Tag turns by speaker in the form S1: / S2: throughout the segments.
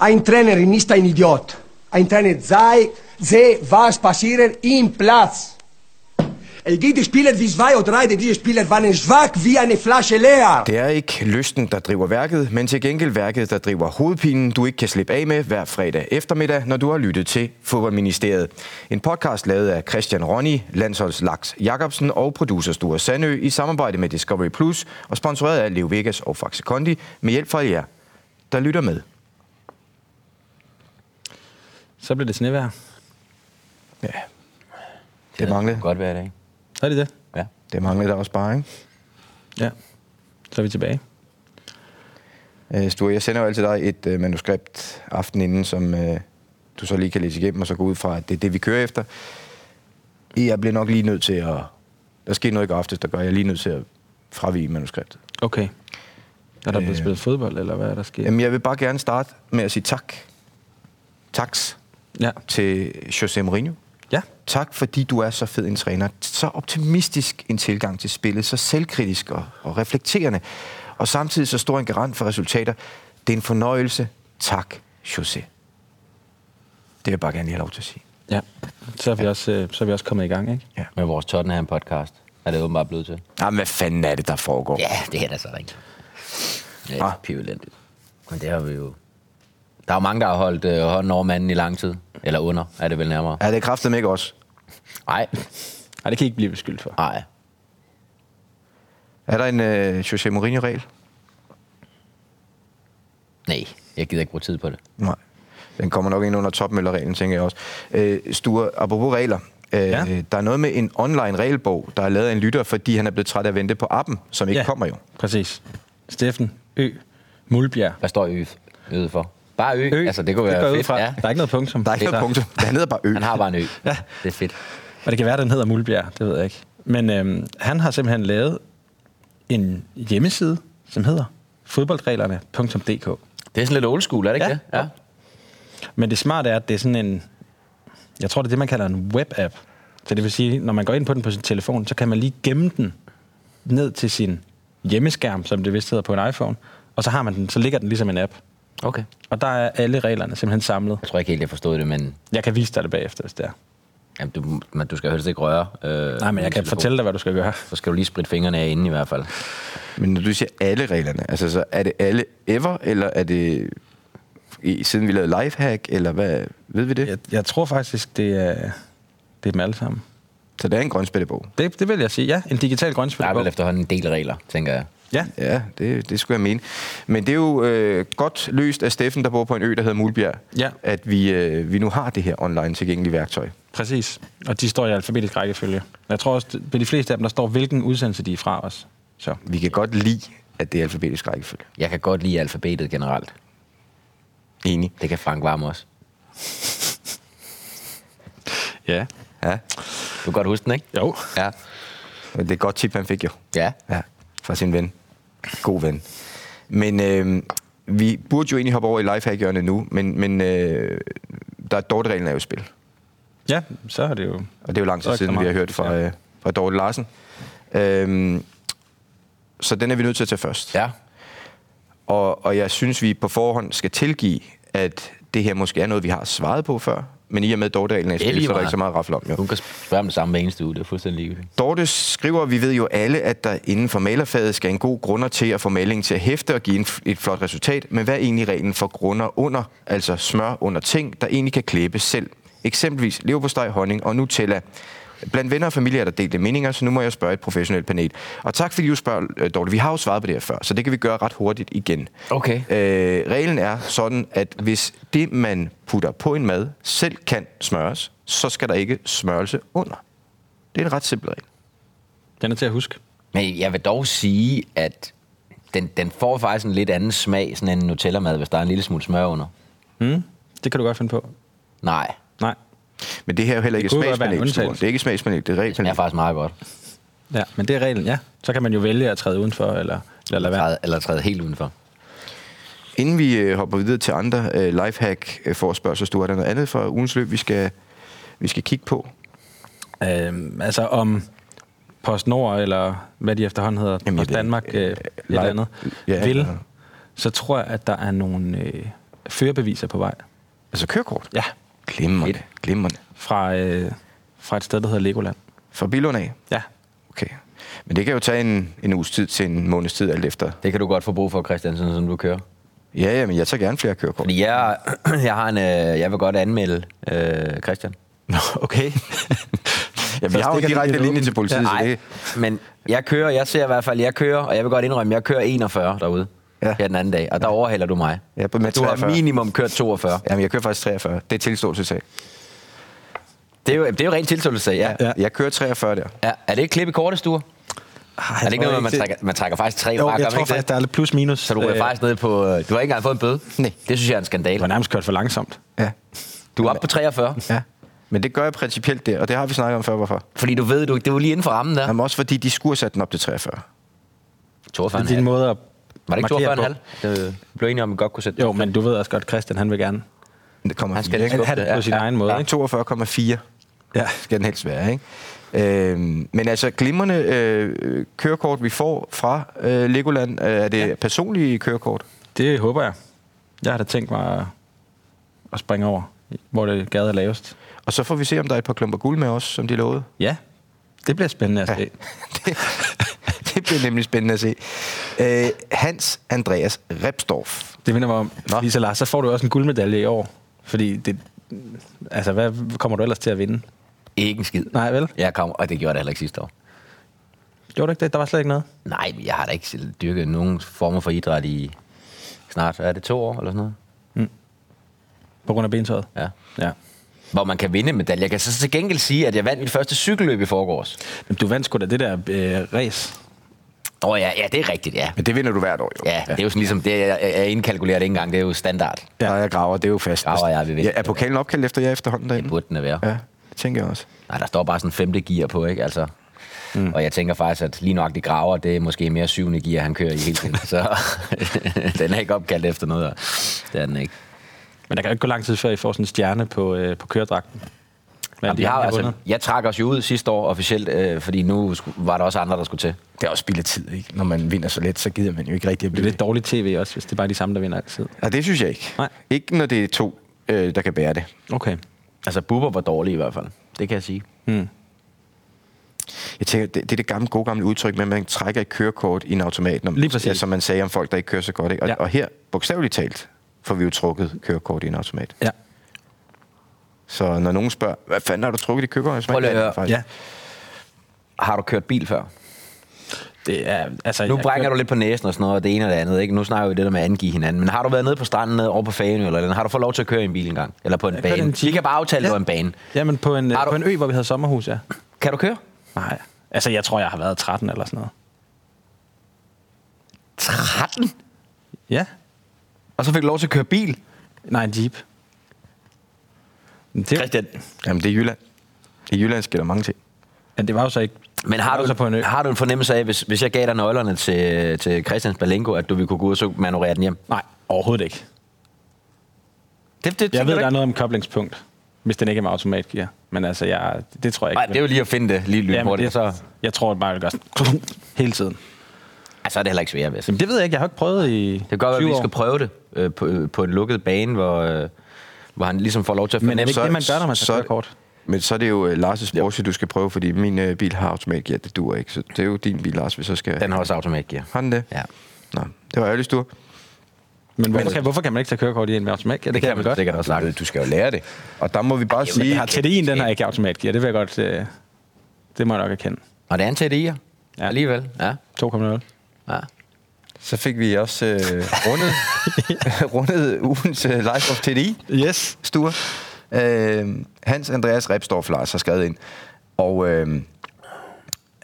S1: Ein Trainer ist ein Idiot. Ein Trainer sei, sehe, was passiert im Platz. Es gibt Spieler wie zwei oder drei, diese Spieler waren schwach wie eine Flasche leer.
S2: Det er ikke lysten, der driver værket, men til gengæld værket, der driver hovedpinen, du ikke kan slippe af med hver fredag eftermiddag, når du har lyttet til Fodboldministeriet. En podcast lavet af Christian Ronny, Landsholds Laks Jacobsen og producer Sture Sandø i samarbejde med Discovery Plus og sponsoreret af Leo Vegas og Faxe Kondi med hjælp fra jer, der lytter med.
S3: Så blev det snevejr.
S2: Ja, det manglede.
S4: Godt være det, ikke?
S3: Så er det det.
S4: Ja.
S2: Det manglede der også bare, ikke?
S3: Ja. Så er vi tilbage.
S2: Øh, Sture, jeg sender jo altid dig et øh, manuskript aften inden, som øh, du så lige kan læse igennem, og så gå ud fra, at det er det, vi kører efter. Jeg bliver nok lige nødt til at... Der sker noget i går aftes, der gør, at jeg er lige nødt til at fravige manuskriptet.
S3: Okay. Er der
S2: Øh.
S3: blevet spillet fodbold, eller hvad er der sket?
S2: Jamen, jeg vil bare gerne starte med at sige tak. Taks
S3: Ja.
S2: til José Mourinho.
S3: Ja.
S2: Tak, fordi du er så fed en træner. Så optimistisk en tilgang til spillet, så selvkritisk og, og reflekterende, og samtidig så stor en garant for resultater. Det er en fornøjelse. Tak, José. Det vil jeg bare gerne lige have lov til at sige.
S3: Ja. Så er vi, også, øh, så er vi også kommet i gang, ikke?
S4: Med vores Tottenham-podcast er det åbenbart blevet til.
S2: Jamen, hvad fanden er det, der foregår?
S4: Ja, det er da så rigtigt. Det
S2: Ah.
S4: er pivelendigt. Men det har vi jo... Der er jo mange, der har holdt øh, hånden over manden i lang tid. Eller under, er det vel nærmere.
S2: Ja, det er kraftedeme ikke også.
S4: Nej,
S3: Nej, det kan I ikke blive beskyldt for.
S4: nej.
S2: Er der en øh, José Mourinho-regel?
S4: Nej, jeg gider ikke bruge tid på det.
S2: Nej. Den kommer nok ind under topmøllerreglen, tænker jeg også. Øh, Sture, apropos regler. Øh,
S3: Ja.
S2: ja. Der er noget med en online regelbog, der er lavet af en lytter, fordi han er blevet træt af at vente på appen, som ikke ja. kommer jo.
S3: Præcis. Steffen Ø. Mulbjerg.
S4: Hvad står ø øde for? Bare ø?
S3: Ø.
S4: Altså, det kunne være
S3: går jeg ud
S4: fedt.
S3: Fra.
S4: Ja.
S3: Der er ikke noget punktum.
S2: Der er ikke
S3: Så-
S2: noget punktum. Han hedder bare Ø.
S4: Han har bare en ø.
S3: Ja.
S4: Det er fedt.
S3: Og det kan være, at den hedder Mulbjerg, det ved jeg ikke. Men øhm, han har simpelthen lavet en hjemmeside, som hedder fodboldreglerne.dk.
S4: Det er sådan lidt old school, er det ikke
S3: Ja.
S4: det? Ja.
S3: Men det smarte er, at det er sådan en... Jeg tror, det er det, man kalder en webapp. Så det vil sige, når man går ind på den på sin telefon, så kan man lige gemme den ned til sin hjemmeskærm, som det vist hedder på en iPhone, og så har man den, så ligger den ligesom en app.
S4: Okay.
S3: Og der er alle reglerne simpelthen samlet.
S4: Jeg tror ikke helt, jeg forstod det, men
S3: Jeg kan vise dig det bagefter, hvis det er.
S4: jamen, du, man, du skal helst ikke røre. Øh,
S3: Nej, men jeg
S4: din
S3: kan
S4: telefon.
S3: fortælle dig, hvad du skal gøre.
S4: Så skal du lige spritte fingrene af inden i hvert fald.
S2: Men når du siger alle reglerne, altså så er det alle ever, eller er det i, siden vi lavede lifehack, eller hvad, ved vi det? Ja.
S3: Jeg, jeg tror faktisk, det er, det er dem alle sammen.
S2: Så det er en grønspættebog.
S3: Det, det vil jeg sige, ja. En digital
S4: Der er
S3: grønspil.
S4: vel efterhånden en del regler, tænker jeg.
S3: Ja,
S2: Ja, det, det skulle jeg mene. Men det er jo øh, godt løst af Steffen, der bor på en ø, der hedder Mulbjerg,
S3: Ja.
S2: at vi, øh, vi nu har det her online tilgængelige værktøj.
S3: præcis. Og de står i alfabetisk rækkefølge. Jeg tror også, det- på de fleste af dem, der står, hvilken udsendelse de er fra os. Så.
S2: Vi kan godt lide, at det er alfabetisk rækkefølge.
S4: Jeg kan godt lide alfabetet generelt.
S2: Enig.
S4: Det kan Frank Varm også.
S3: Ja.
S2: Ja,
S4: Du kan godt huske den, ikke?
S3: Jo.
S4: Ja.
S2: og det er et godt tip, han fik jo.
S4: Ja.
S2: Ja, fra sin ven. God ven. Men øh, vi burde jo egentlig hoppe over i lifehack-hjørnet nu, men, men øh, der er Dorte-reglen er jo i spil.
S3: Ja, så er det jo...
S2: Og det er jo lang
S3: Der
S2: tid
S3: er ikke så
S2: siden, vi har
S3: meget.
S2: hørt fra,
S3: Ja.
S2: øh, fra Dorte Larsen. Øhm, så den er vi nødt til at tage først.
S4: Ja.
S2: Og, og jeg synes, vi på forhånd skal tilgive, at det her måske er noget, vi har svaret på før. Men i og med, at Dorte-reglen er i
S4: Det er
S2: spil,
S4: lige
S2: så er der
S4: meget.
S2: ikke så meget at rafle om. Jo.
S4: Hun kan spørge om det samme hver eneste uge. Det er fuldstændig ligegyldigt.
S2: Dorte skriver, vi ved jo alle, at der inden for malerfaget skal en god grunder til at få malingen til at hæfte og give en, et flot resultat, men hvad er egentlig reglen for grunder under, altså smør under ting, der egentlig kan klæbe selv? Eksempelvis leverpostej, honning og Nutella. Blandt venner og familie er der delte meninger, så nu må jeg spørge et professionelt panel. Og tak fordi du spørger, øh, Dorte. Vi har jo svaret på det her før, så det kan vi gøre ret hurtigt igen.
S4: Okay.
S2: Øh, reglen er sådan, at hvis det, man putter på en mad, selv kan smøres, så skal der ikke smørelse under. Det er en ret simpel regel.
S3: Den er til at huske.
S4: Men jeg vil dog sige, at den, den får faktisk en lidt anden smag, sådan en Nutella-mad, hvis der er en lille smule smør under.
S3: Mm. Det kan du godt finde på.
S4: Nej,
S3: Nej.
S2: Men det her er jo heller ikke
S3: Det kunne godt være en
S2: smagspanel. Sture.
S3: undtagelse.
S2: Det er ikke et smagspanel, det er
S4: det smager
S2: regelpanel.
S4: faktisk meget godt.
S3: Ja, men det er reglen, ja. Så kan man jo vælge at træde udenfor, eller, eller lade være.
S4: Træde, eller træde helt udenfor.
S2: Inden vi øh, hopper videre til andre øh, lifehack øh, forspørgsler, Sture, er der noget andet fra ugens løb, vi skal, vi skal kigge på?
S3: Øhm, altså om PostNord, eller hvad de efterhånden hedder,
S2: Jamen, jeg
S3: Post
S2: ved-
S3: Danmark, øh,
S2: øh,
S3: et
S2: live-
S3: eller andet,
S2: Ja,
S3: vil,
S2: eller-
S3: så tror jeg, at der er nogle øh, førerbeviser på vej.
S2: Altså kørekort?
S3: Ja.
S2: Glimrende, glimrende.
S3: Fra, øh, fra et sted, der hedder Legoland.
S2: Fra Billund af?
S3: Ja.
S2: Okay. Men det kan jo tage en, en uges tid til en måneds tid, alt efter.
S4: Det kan du godt få brug for, Christian, sådan som du kører.
S2: Ja, ja, men jeg tager gerne flere kørekort.
S4: Fordi jeg, jeg, har en, øh, jeg vil godt anmelde øh, Christian.
S3: Nå, okay.
S2: Ja, vi
S3: Så
S2: har jo
S3: stikker
S2: direkte
S3: linjen
S2: linje
S3: åben.
S2: til politiet, så
S4: Nej,
S2: det,
S4: men jeg kører, jeg ser i hvert fald, jeg kører, og jeg vil godt indrømme, jeg kører 41 derude
S2: Ja.
S4: ja. her den anden dag, og der overhælder du mig.
S2: Ja, på- med
S4: du har
S2: 43.
S4: minimum kørt 42.
S2: Jamen, jeg kører faktisk 43. Det er tilståelsesag.
S4: Det er jo, det er jo rent tilståelsessag, ja. ja.
S3: Ja.
S2: Jeg kører 43 der.
S4: ja. Er det et klip i korte stuer? Er det ikke noget, med, man trækker, man trækker faktisk tre
S3: Altså, Jo,
S4: fra, gør
S3: jeg
S4: man
S3: tror
S4: ikke
S3: faktisk,
S4: det?
S3: der er lidt plus minus.
S4: Så du er
S3: Øh,
S4: faktisk ned på... øh, Du har ikke engang fået en bøde.
S2: Nej.
S4: Det synes jeg er en
S3: Du
S4: skandale.
S3: har nærmest kørt for langsomt.
S2: Ja.
S4: Du er oppe på 43,
S2: ja. Men det gør jeg principielt der, og det har vi snakket om før, hvorfor.
S4: fordi du ved, du, det var lige inden for rammen der.
S2: Jamen også fordi, de skulle have sat den op til 43.
S4: 42
S3: Din måde at
S4: Var det ikke
S3: markere
S4: 42
S3: på. Øh,
S4: halv? Det blev enige om, at vi godt kunne sætte.
S3: Jo, men du ved også godt, Christian, han vil gerne.
S2: Det kommer
S4: Han skal
S2: fire, ikke?
S4: ikke skubbe
S3: Han
S4: det.
S3: det på sin egen måde,
S2: Ja,
S3: ikke?
S2: 42,4 ja. skal den helst være, ikke? Øhm, men altså, glimrende øh, kørekort, vi får fra øh, Legoland, øh, er det ja. personlige kørekort?
S3: Det håber jeg. Jeg har da tænkt mig at- at springe over, hvor det gade er lavest.
S2: Og så får vi se, om der er et par klumper guld med os, som de lovede.
S3: Ja, det bliver spændende at se.
S2: det, det bliver nemlig spændende at se. Øh, Hans Andreas Repsdorf.
S3: Det minder mig om,
S2: Nå.
S3: Lisa Lars, så får du også en guldmedalje i år. Fordi det, altså, hvad kommer du ellers til at vinde?
S4: Ikke en skid.
S3: Nej, vel?
S4: Jeg kom, og det gjorde jeg heller ikke sidste år.
S3: Gjorde du ikke det? Der var slet ikke noget.
S4: Nej, men jeg har da ikke selv dyrket nogen former for idræt i snart, er det to år eller sådan noget?
S3: På grund af bentøjet?
S4: Ja.
S3: ja.
S4: Hvor man kan vinde medaljer. Jeg kan så til gengæld sige, at jeg vandt mit første cykelløb i forgårs.
S3: Men du vandt sgu da det der øh, race.
S4: Åh oh, ja, ja, det er rigtigt, ja.
S2: Men det vinder du hvert år, jo.
S4: Ja, det er jo sådan ligesom, det jeg, jeg indkalkulerer det ikke engang, det er jo standard.
S2: Ja. Der er jeg graver, det er jo fast.
S4: Graver, ja, vi ved.
S2: ja, er pokalen opkaldt efter jer efterhånden derinde?
S4: Det burde den at være.
S2: Ja, det tænker jeg også.
S4: Nej, der står bare sådan femte gear på, ikke? Altså, mm. Og jeg tænker faktisk, at lige nøjagtigt graver, det er måske mere syvende gear, han kører i hele tiden. Så den er ikke opkaldt efter noget. og Det er den ikke.
S3: Men der kan jo ikke gå lang tid, før I får sådan en stjerne på, øh, på køredragten. Men
S4: Jamen, vi har, altså,
S3: vundet.
S4: jeg trak os jo ud sidste år officielt, øh, fordi nu sku- var der også andre, der skulle til.
S2: Det er også spild af tid, ikke? Når man vinder så let, så gider man jo ikke rigtig at
S3: Det er
S2: blive
S3: lidt dårligt tv også, hvis det er bare de samme, der vinder altid.
S2: Ja, det synes jeg ikke.
S3: Nej.
S2: Ikke når det er to, øh, der kan bære det.
S3: Okay.
S4: Altså, Bubber var dårlig i hvert fald. Det kan jeg sige.
S3: Hmm.
S2: Jeg tænker, det, det er det gamle, gode gamle udtryk med, at man trækker et kørekort i en automat, når,
S3: Lige præcis.
S2: Ja, som man sagde om folk, der ikke kører så godt. Ikke? Og, ja.
S3: Ja.
S2: og her, bogstaveligt talt, får vi jo trukket kørekort i en automat.
S3: Ja.
S2: Så når nogen spørger, hvad fanden har du trukket i køkkenet?
S4: Prøv lige at høre.
S3: ja.
S4: Har du kørt bil før?
S3: Det er, altså,
S4: Nu
S3: jeg
S4: brækker
S3: kører-
S4: du lidt på næsen og sådan noget, og det ene og det andet. Ikke? Nu snakker vi det der med at angive hinanden. Men har du været nede på stranden nede over på Fanø, eller, eller har du fået lov til at køre i en bil engang? Eller på en
S3: Jeg kørte
S4: bane?
S3: en time.
S4: Vi kan bare aftale, ja. det
S3: Ja.
S4: var en bane.
S3: Jamen, på en, øh,
S4: Har du-
S3: på en ø, hvor vi havde sommerhus, ja.
S4: Kan du køre?
S3: Nej. Altså, jeg tror, jeg har været 13 eller sådan noget.
S4: 13?
S3: Ja.
S4: Og så fik du lov til at køre bil?
S3: Nej, en jeep. Men Det,
S4: Christian.
S2: Jamen, det er Jylland. I Jylland sker der mange ting.
S3: ja, det var jo så ikke...
S4: Men
S3: det var
S4: har
S3: jo
S4: du,
S3: så på en ø?
S4: har du en fornemmelse af, hvis, hvis jeg gav dig nøglerne til, til Christians Balengo, at du ville kunne gå ud og så manøvrere den hjem?
S3: Nej, overhovedet ikke.
S4: Det, det,
S3: Jeg ved, der er noget om koblingspunkt, hvis den ikke er med automatgear. Men altså, jeg, det tror jeg ikke.
S4: Nej, det er jo lige at finde det lige
S3: Jamen,
S4: lynhurtigt.
S3: det,
S4: Ja,
S3: så...
S4: så,
S3: Jeg tror, at bare det gør sådan... Hele tiden.
S4: altså, er det heller ikke svært, hvis.
S3: Jamen, det ved jeg ikke. Jeg har jo ikke prøvet i
S4: Det kan godt være, at
S3: 20
S4: vi
S3: år.
S4: skal prøve det øh, på, øh, på en lukket bane, hvor, øh, hvor han ligesom får lov til at
S3: Men er det
S4: fornemme.
S3: ikke det, man gør, når man tager kørekort?
S2: Men så er det jo øh, Lars' Porsche, du skal prøve, fordi min øh, bil har automatgear, det duer ikke. Så det er jo din bil, Lars, vi så skal...
S4: Den har også automatgear.
S2: Har den det?
S4: Ja.
S2: Nå, det var ærgerligt, du.
S3: Men hvorfor kan, hvorfor kan man ikke tage kørekort i en med automatgear? Det, det kan man godt.
S4: sikkert også sagt.
S2: Du skal jo lære det. Og der må vi bare
S3: Men jeg
S2: sige...
S3: har TDI'en, den har ikke automatgear. Det vil jeg godt... Øh, det må jeg nok erkende.
S4: Og det er en TDI'er. Ja.
S3: Ja.
S4: Alligevel, ja.
S3: 2,0.
S4: ja.
S2: Så fik vi også øh, rundet, rundet ugens øh, Life of TDI.
S3: Yes.
S2: Sture. Øh, Hans Andreas Repsdorf Lars har skrevet ind. Og øh,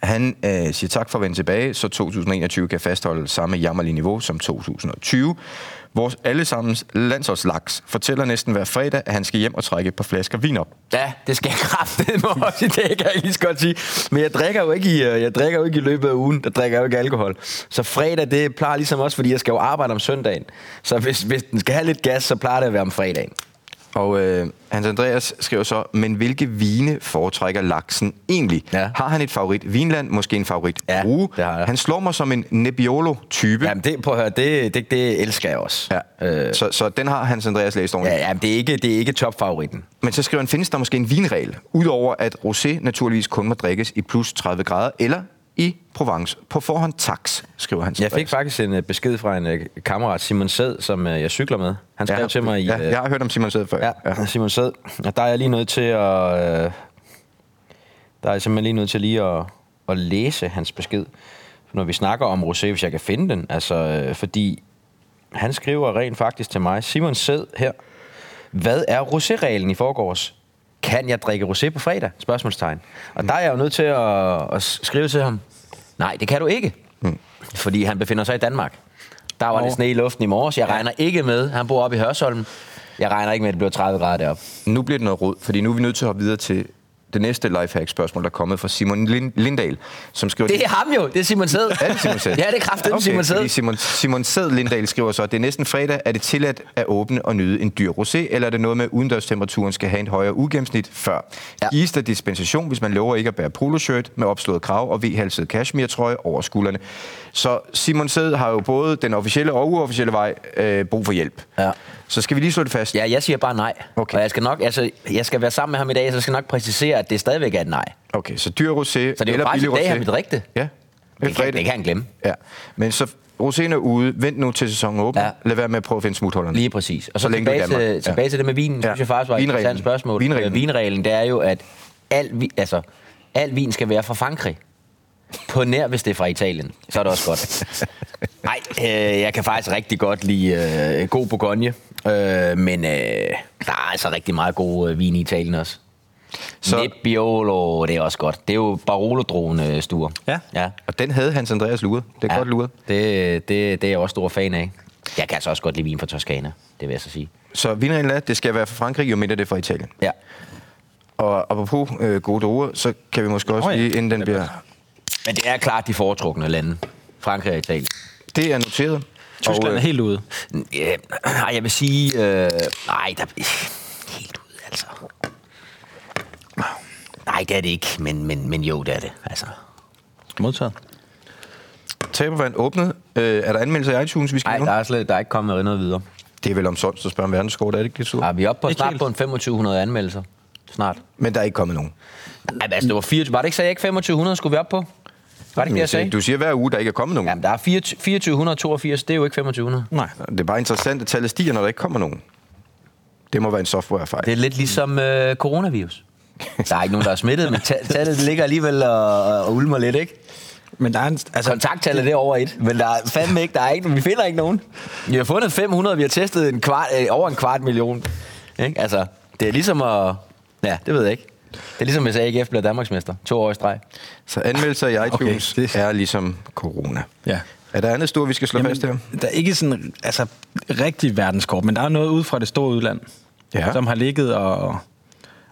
S2: han øh, siger tak for at vende tilbage, så 2021 kan fastholde samme jammerlige niveau som 2020. Vores allesammens landsholdslaks fortæller næsten hver fredag, at han skal hjem og trække et par flasker vin op.
S4: Ja, det skal jeg kraftedeme også i dag, kan jeg lige så godt sige. Men jeg drikker, jo ikke i, øh, jeg drikker jo ikke i løbet af ugen, der drikker jeg jo ikke alkohol. Så fredag, det plejer ligesom også, fordi jeg skal jo arbejde om søndagen. Så hvis, hvis den skal have lidt gas, så plejer det at være om fredagen.
S2: Og øh, Hans Andreas skriver så, men hvilke vine foretrækker laksen egentlig?
S4: Ja.
S2: Har han et favorit vinland, måske en favorit
S4: Ja,
S2: Brue?
S4: det har jeg.
S2: Han slår mig som en Nebbiolo-type.
S4: Jamen, det, prøv at høre, det, det, det elsker jeg også.
S2: Ja. Øh. Så, så den har Hans Andreas læst ordentligt.
S4: Ja, ja, men det er ikke, det er ikke topfavoritten.
S2: Men så skriver han, findes der måske en vinregel, udover at rosé naturligvis kun må drikkes i plus 30 grader, eller i Provence. På forhånd tax, skriver han.
S4: Jeg fik faktisk en øh, besked fra en øh, kammerat, Simon Sæd, som øh, jeg cykler med. Han skrev ja, til mig i...
S2: Ja,
S4: øh,
S2: jeg har hørt om Simon Sæd før.
S4: Ja, ja. Simon Sæd. Og der er jeg lige nødt til at... Øh, der er jeg simpelthen lige nødt til lige at, at læse hans besked. Når vi snakker om Rosé, hvis jeg kan finde den. Altså, øh, fordi han skriver rent faktisk til mig. Simon Sæd her. Hvad er rosé-reglen i forgårs? Kan jeg drikke rosé på fredag? Spørgsmålstegn. Og der er jeg jo nødt til at, at skrive til ham. Nej, det kan du ikke. Mm. Fordi han befinder sig i Danmark. Der var lidt sne i luften i morges. Jeg regner ikke med, han bor oppe i Hørsholm. Jeg regner ikke med, at det bliver 30 grader deroppe.
S2: Nu bliver det noget rod, fordi nu er vi nødt til at hoppe videre til det næste lifehack-spørgsmål, der er kommet fra Simon Lind- Lindahl, som skriver...
S4: Det er ham jo. Det er Simon Sæd.
S2: Er det Simon Sæd?
S4: Ja, det er kraftigt okay, Simon Sæd.
S2: fordi Simon, Simon Sæd Lindahl skriver så, at det er næsten fredag. Er det tilladt at åbne og nyde en dyr rosé, eller er det noget med, at udendørstemperaturen skal have en højere ugennemsnit før?
S4: Ja.
S2: Ja. Is der dispensation, hvis man lover ikke at bære poloshirt med opslået krav og v-halset cashmere-trøje over skuldrene. Så Simon Sæd har jo både den officielle og uofficielle vej øh, brug for hjælp.
S4: Ja.
S2: Så skal vi lige slå det fast.
S4: Ja, jeg siger bare nej.
S2: Okay.
S4: Og jeg skal nok, altså, jeg skal være sammen med ham i dag, så jeg skal nok præcisere, at det stadigvæk er et nej.
S2: Okay, så dyr rosé så det
S4: jo
S2: eller
S4: faktisk
S2: billig
S4: i dag,
S2: rosé.
S4: han vil drikke det.
S2: Ja.
S4: Det kan, det kan han glemme.
S2: Ja, men så roséen er ude. Vent nu til sæsonen åben.
S4: Ja.
S2: Ja. Lad være med at prøve at finde smuthullerne.
S4: Lige præcis. Og så,
S2: Så
S4: så
S2: længe du er i
S4: tilbage, til,
S2: Danmark. Ja.
S4: tilbage til det med vinen, ja. synes jeg faktisk var et
S2: Vinreglen.
S4: interessant spørgsmål.
S2: Vinreglen.
S4: Øh, Vinreglen, det er jo, at al, vi, altså, al vin skal være fra Frankrig. På nær, hvis det er fra Italien. Så er det også godt. Nej, øh, jeg kan faktisk rigtig godt lide øh, god Bourgogne. Øh, men øh, der er altså rigtig meget god øh, vin i Italien også. Så...
S2: Så-
S4: Nebbiolo, det er også godt. Det er jo Barolo-druen øh, stuer.
S3: Ja.
S4: ja.
S2: Og den havde Hans Andreas luret. Det er ja. godt luret.
S4: Det, det, det er jeg også stor fan af. Jeg kan altså også godt lide vin fra Toskana, det vil jeg så sige.
S2: Så vinreglen er, at det skal være fra Frankrig, jo mindre det er fra Italien.
S4: Ja.
S2: Og apropos øh, gode druer, så kan vi måske også
S3: Nå ja,
S2: lige, inden den
S3: det er
S2: bliver...
S4: Men det er klart de foretrukne lande. Frankrig og Italien.
S2: Det er noteret.
S3: Tyskland er helt ude.
S4: Øh, nej, jeg vil sige... Øh, nej, der... Helt ud, altså. Nej, det er det ikke, men, men, men jo, det er det. Altså.
S3: Modtaget.
S2: øh, Tabervand åbnet. Øh, er der anmeldelser i iTunes, vi skal
S4: Nej,
S2: nå?
S4: der er, slet, der er ikke kommet noget videre.
S2: Det er vel om sådan, så spørger om verdenskort, er det ikke det sur?
S4: Ej, vi er oppe på,
S3: Ikke
S4: snart
S3: helt.
S4: på en 2500 anmeldelser. Snart.
S2: Men der er ikke kommet nogen.
S4: Ej, men altså, det var 24... Var det ikke, sagde jeg ikke 2500 skulle vi op på? Var det ikke det, jeg sagde?
S2: Du siger hver uge, der ikke er kommet nogen.
S4: Jamen, der er 24- 2482, det er jo ikke 2500.
S3: Nej.
S2: Det er bare interessant, at tallet stiger, når der ikke kommer nogen. Det må være en softwarefejl.
S4: Det er lidt ligesom øh, coronavirus. Der er ikke nogen, der er smittet, men ta- tallet ligger alligevel og, og ulmer lidt, ikke?
S3: Men der er en,
S4: Altså, Kontakttallet det er over et, men der er fandme ikke, der er ikke, vi finder ikke nogen. Vi har fundet 500, vi har testet en kvart, øh, over en kvart million. Ikke? Altså, det er ligesom at... Ja, det ved jeg ikke. Det er ligesom, hvis AGF bliver Danmarksmester. To år i streg.
S2: Så anmeldelser i iTunes okay,
S3: Okay,
S2: det...
S3: det-
S2: er ligesom corona.
S3: Ja.
S2: Er der andet stort, vi skal slå Jamen... fast her?
S3: der er ikke sådan, altså, rigtig verdenskort, men der er noget ude fra det store udland,
S2: Ja.
S3: som har ligget og,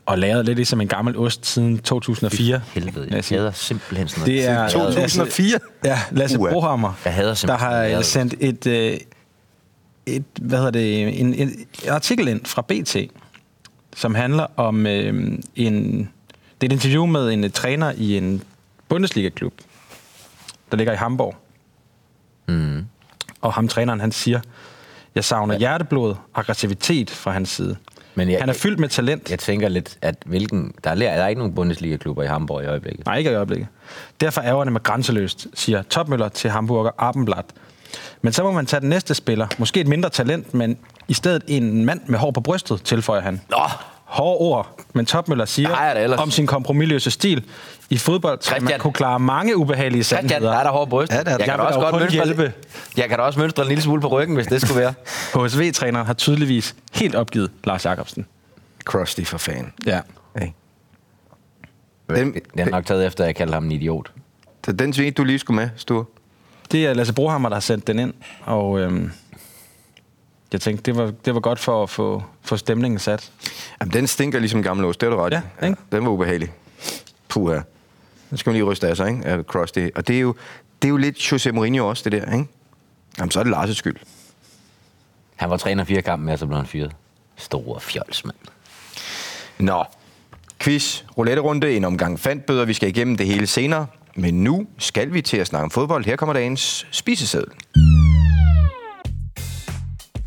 S3: og lavet lidt ligesom en gammel ost siden 2004. lad
S4: Helvede, jeg
S3: os sige.
S4: hader simpelthen sådan noget.
S3: Det er
S2: 2004?
S3: Ja, Lasse
S2: Uha.
S3: Brohammer,
S4: Jeg hader
S3: der
S4: simpelthen
S3: har
S4: lavet.
S3: sendt et, øh, et, hvad hedder det, en, en artikel ind fra BT, som handler om øh, en, det er et interview med en øh, træner i en Bundesliga-klub, der ligger i Hamburg. Mm. Og ham træneren, han siger, jeg savner hjerteblod, aggressivitet fra hans side.
S4: Men
S3: Men
S4: jeg-
S3: jeg, han er fyldt med talent.
S4: Jeg tænker lidt, at hvilken... Der er, der er ikke nogen Bundesliga-klubber i Hamburg i øjeblikket.
S3: Nej, ikke i øjeblikket. Derfor ærger det mig grænseløst, siger topmøller til Hamburger Arbenblatt. Men så må man tage den næste spiller. Måske et mindre talent, men i stedet en mand med hår på brystet, tilføjer han.
S4: Nå,
S3: Hårde ord, men topmøller
S4: Der er det
S3: siger
S4: ellers.
S3: om sin kompromilløse stil. I fodbold skal
S4: Christian.
S3: man kunne klare mange ubehagelige
S4: Christian,
S3: sandheder.
S4: der er der hård bryst.
S3: Ja, der er der.
S4: jeg, kan
S3: Jeg
S4: da
S3: vil
S4: også
S3: dog
S4: godt
S3: kun
S4: mønstre,
S3: hjælpe.
S4: jeg kan da også mønstre en lille smule på ryggen, hvis det skulle være.
S3: HSV-træneren har tydeligvis helt opgivet Lars Jakobsen.
S2: Krusty for fan.
S3: Ja.
S2: Hey. Den,
S4: Det er nok taget efter, at jeg kaldte ham en idiot.
S2: den, den tweet, du lige skulle med, Stur.
S3: Det er Lasse Brohammer, der har sendt den ind, og øhm, jeg tænkte, det var, det var godt for at få, få stemningen sat.
S2: Jamen, den stinker ligesom gammel ost. Det er du ret i.
S3: Ja, ikke?
S2: Den var ubehagelig. Puh her. Den skal man lige ryste af sig, ikke? Af Krusty. Og det er, jo, det er jo lidt Jose Mourinho også, det der, ikke? Jamen, så er det Lars' skyld.
S4: Han var træner fire kampe med, og så blev han fyret. Store fjols, mand.
S2: Nå, quiz, roulette-runde, en omgang fandbøder. Vi skal igennem det hele senere. Men nu skal vi til at snakke om fodbold. Her kommer dagens spiseseddel.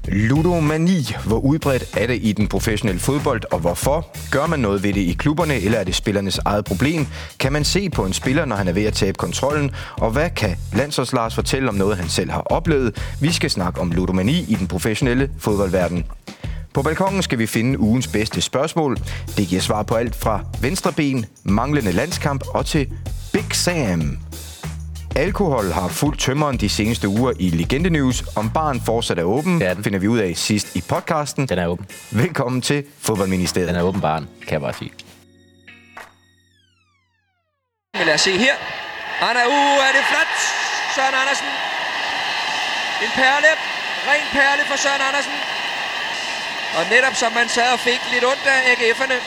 S2: Ludomani. Hvor udbredt er det i den professionelle fodbold, og hvorfor? Gør man noget ved det i klubberne, eller er det spillernes eget problem? Kan man se på en spiller, når han er ved at tabe kontrollen? Og hvad kan Landsholds Lars fortælle om noget, han selv har oplevet? Vi skal snakke om ludomani i den professionelle fodboldverden. På balkongen skal vi finde ugens bedste spørgsmål. Det giver svar på alt fra venstreben, manglende landskamp og til Big Sam. Alkohol har fuldt tømmeren de seneste uger i Legende News. Om baren fortsat er åben,
S4: Det er
S2: ja,
S4: den.
S2: finder vi ud af sidst i podcasten.
S4: Den er åben.
S2: Velkommen til Fodboldministeriet.
S4: Den er åben barn, kan jeg bare sige.
S5: Men lad os se her. Anna, uh, er det flot. Søren Andersen. En perle. Ren perle for Søren Andersen. Og netop som man sad og fik lidt ondt af AGF'erne,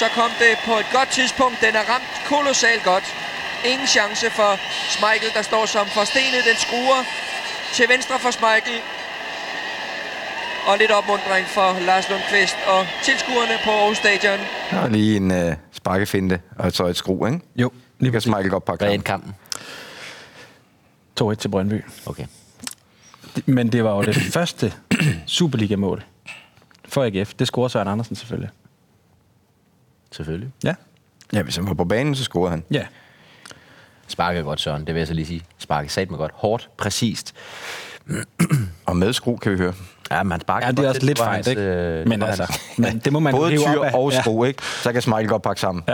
S5: så kom det på et godt tidspunkt. Den er ramt kolossalt godt. Ingen chance for Schmeichel, der står som forstenet. Den skruer til venstre for Schmeichel. Og lidt opmundring for Lars Lundqvist og tilskuerne på Aarhus Stadion.
S2: Der er lige en øh, sparkefinte og så et skru, ikke?
S3: Jo,
S2: Det kan Michael godt pakke
S4: Hvad
S2: sammen.
S4: endte
S3: 2-1
S4: kampen?
S3: til Brøndby.
S4: Okay.
S3: Men det var jo det første Superliga-mål for AGF. Det scorede Søren Andersen selvfølgelig.
S4: Selvfølgelig.
S3: Ja.
S2: Ja, hvis han var på banen, så scorede han.
S3: Ja.
S4: Sparker godt, Søren. Det vil jeg så lige sige. Sparker sat med godt. Hårdt, præcist.
S2: Og med skru, kan vi høre.
S4: Ja, man sparker
S3: ja det er også lidt fejl, ikke?
S4: Øh,
S3: men altså, men det må man
S2: Både
S3: rive
S2: tyr
S3: op af.
S2: og
S3: Ja.
S2: skru, ikke? Så kan Michael godt pakke sammen.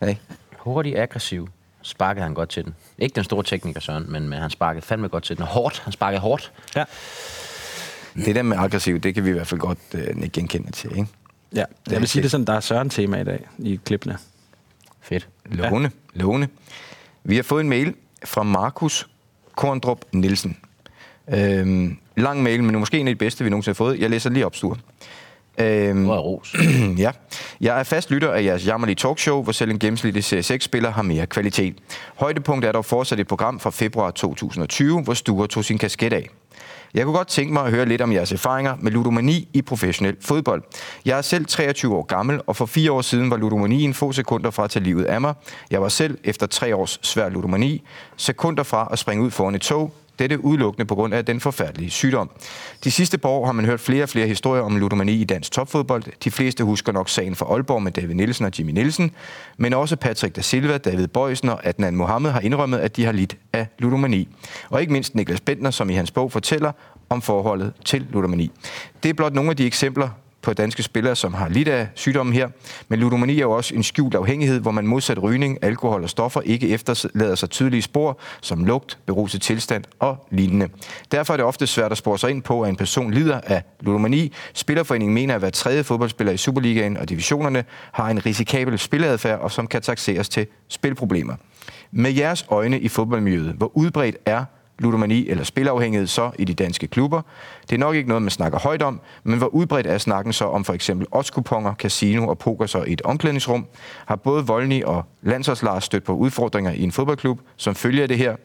S3: Ja.
S2: Ikke?
S4: Hurtig, aggressiv. Sparkede han godt til den. Ikke den store tekniker, Søren, men, men han sparkede fandme godt til den. Og Hårdt. Han sparkede hårdt.
S3: Ja.
S2: Det der med aggressiv, det kan vi i hvert fald godt øh, genkende til, ikke?
S3: ja. Jeg vil sige det sådan, der er Søren tema i dag i klippene.
S4: Fedt.
S2: Låne, ja. låne. Vi har fået en mail fra Markus Korndrup Nielsen. Øhm, lang mail, men måske en af de bedste, vi nogensinde har fået. Jeg læser lige op, Sture. Øhm,
S4: Nu er ros.
S2: ja. Jeg er fast lytter af jeres jammerlige talkshow, hvor selv en gennemsnitlig CSX-spiller har mere kvalitet. Højdepunkt er dog fortsat et program fra februar 2020, hvor Sture tog sin kasket af. Jeg kunne godt tænke mig at høre lidt om jeres erfaringer med ludomani i professionel fodbold. Jeg er selv 23 år gammel, og for fire år siden var ludomanien få sekunder fra at tage livet af mig. Jeg var selv efter tre års svær ludomani, sekunder fra at springe ud foran et tog, dette udelukkende på grund af den forfærdelige sygdom. De sidste par år har man hørt flere og flere historier om ludomani i dansk topfodbold. De fleste husker nok sagen fra Aalborg med David Nielsen og Jimmy Nielsen, men også Patrick da Silva, David Bøjsen og Adnan Mohammed har indrømmet, at de har lidt af ludomani. Og ikke mindst Niklas Bentner, som i hans bog fortæller om forholdet til ludomani. Det er blot nogle af de eksempler, på danske spillere, som har lidt af sygdommen her. Men ludomani er jo også en skjult afhængighed, hvor man modsat rygning, alkohol og stoffer ikke efterlader sig tydelige spor, som lugt, beruset tilstand og lignende. Derfor er det ofte svært at spore sig ind på, at en person lider af ludomani. Spillerforeningen mener, at hver tredje fodboldspiller i Superligaen og divisionerne har en risikabel spilleadfærd, og som kan taxeres til spilproblemer. Med jeres øjne i fodboldmiljøet, hvor udbredt er ludomani eller spilafhængighed så i de danske klubber. Det er nok ikke noget, man snakker højt om, men hvor udbredt er snakken så om for eksempel oddskuponger, casino og poker så i et omklædningsrum? Har både Voldny og Landsholdslars stødt på udfordringer i en fodboldklub, som følger det her?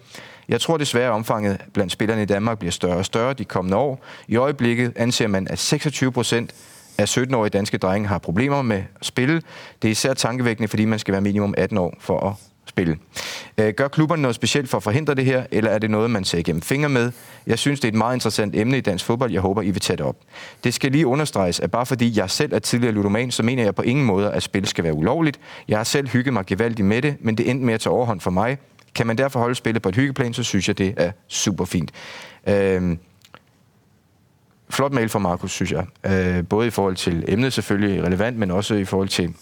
S2: Jeg tror desværre, at omfanget blandt spillerne i Danmark bliver større og større de kommende år. I øjeblikket anser man, at 26 procent af 17-årige danske drenge har problemer med at spille. Det er især tankevækkende, fordi man skal være minimum 18 år for at spille. Øh, Gør klubberne noget specielt for at forhindre det her, eller er det noget, man ser igennem fingre med? Jeg synes, det er et meget interessant emne i dansk fodbold. Jeg håber, I vil tage det op. Det skal lige understreges, at bare fordi jeg selv er tidligere ludoman, så mener jeg på ingen måde, at spil skal være ulovligt. Jeg har selv hygget mig gevaldigt med det, men det endte med at tage overhånd for mig. Kan man derfor holde spillet på et hyggeplan, så synes jeg, det er super fint. Øhm, flot mail fra Markus, synes jeg. Øh, både i forhold til emnet selvfølgelig relevant, men også i forhold til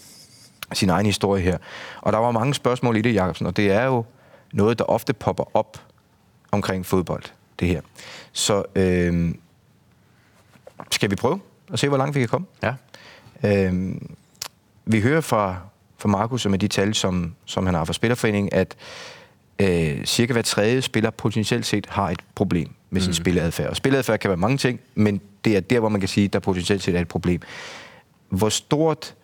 S2: sin egen historie her. Og der var mange spørgsmål i det, Jacobsen, og det er jo noget, der ofte popper op omkring fodbold, det her. Så øh, skal vi prøve at se, hvor langt vi kan komme?
S4: Ja.
S2: Øh, vi hører fra, fra Markus, og med de tal, som, som han har fra Spillerforeningen, at øh, cirka hver tredje spiller potentielt set har et problem med sin mm. spilleadfærd. Og spilleadfærd kan være mange ting, men det er der, hvor man kan sige, der potentielt set er et problem. Hvor stort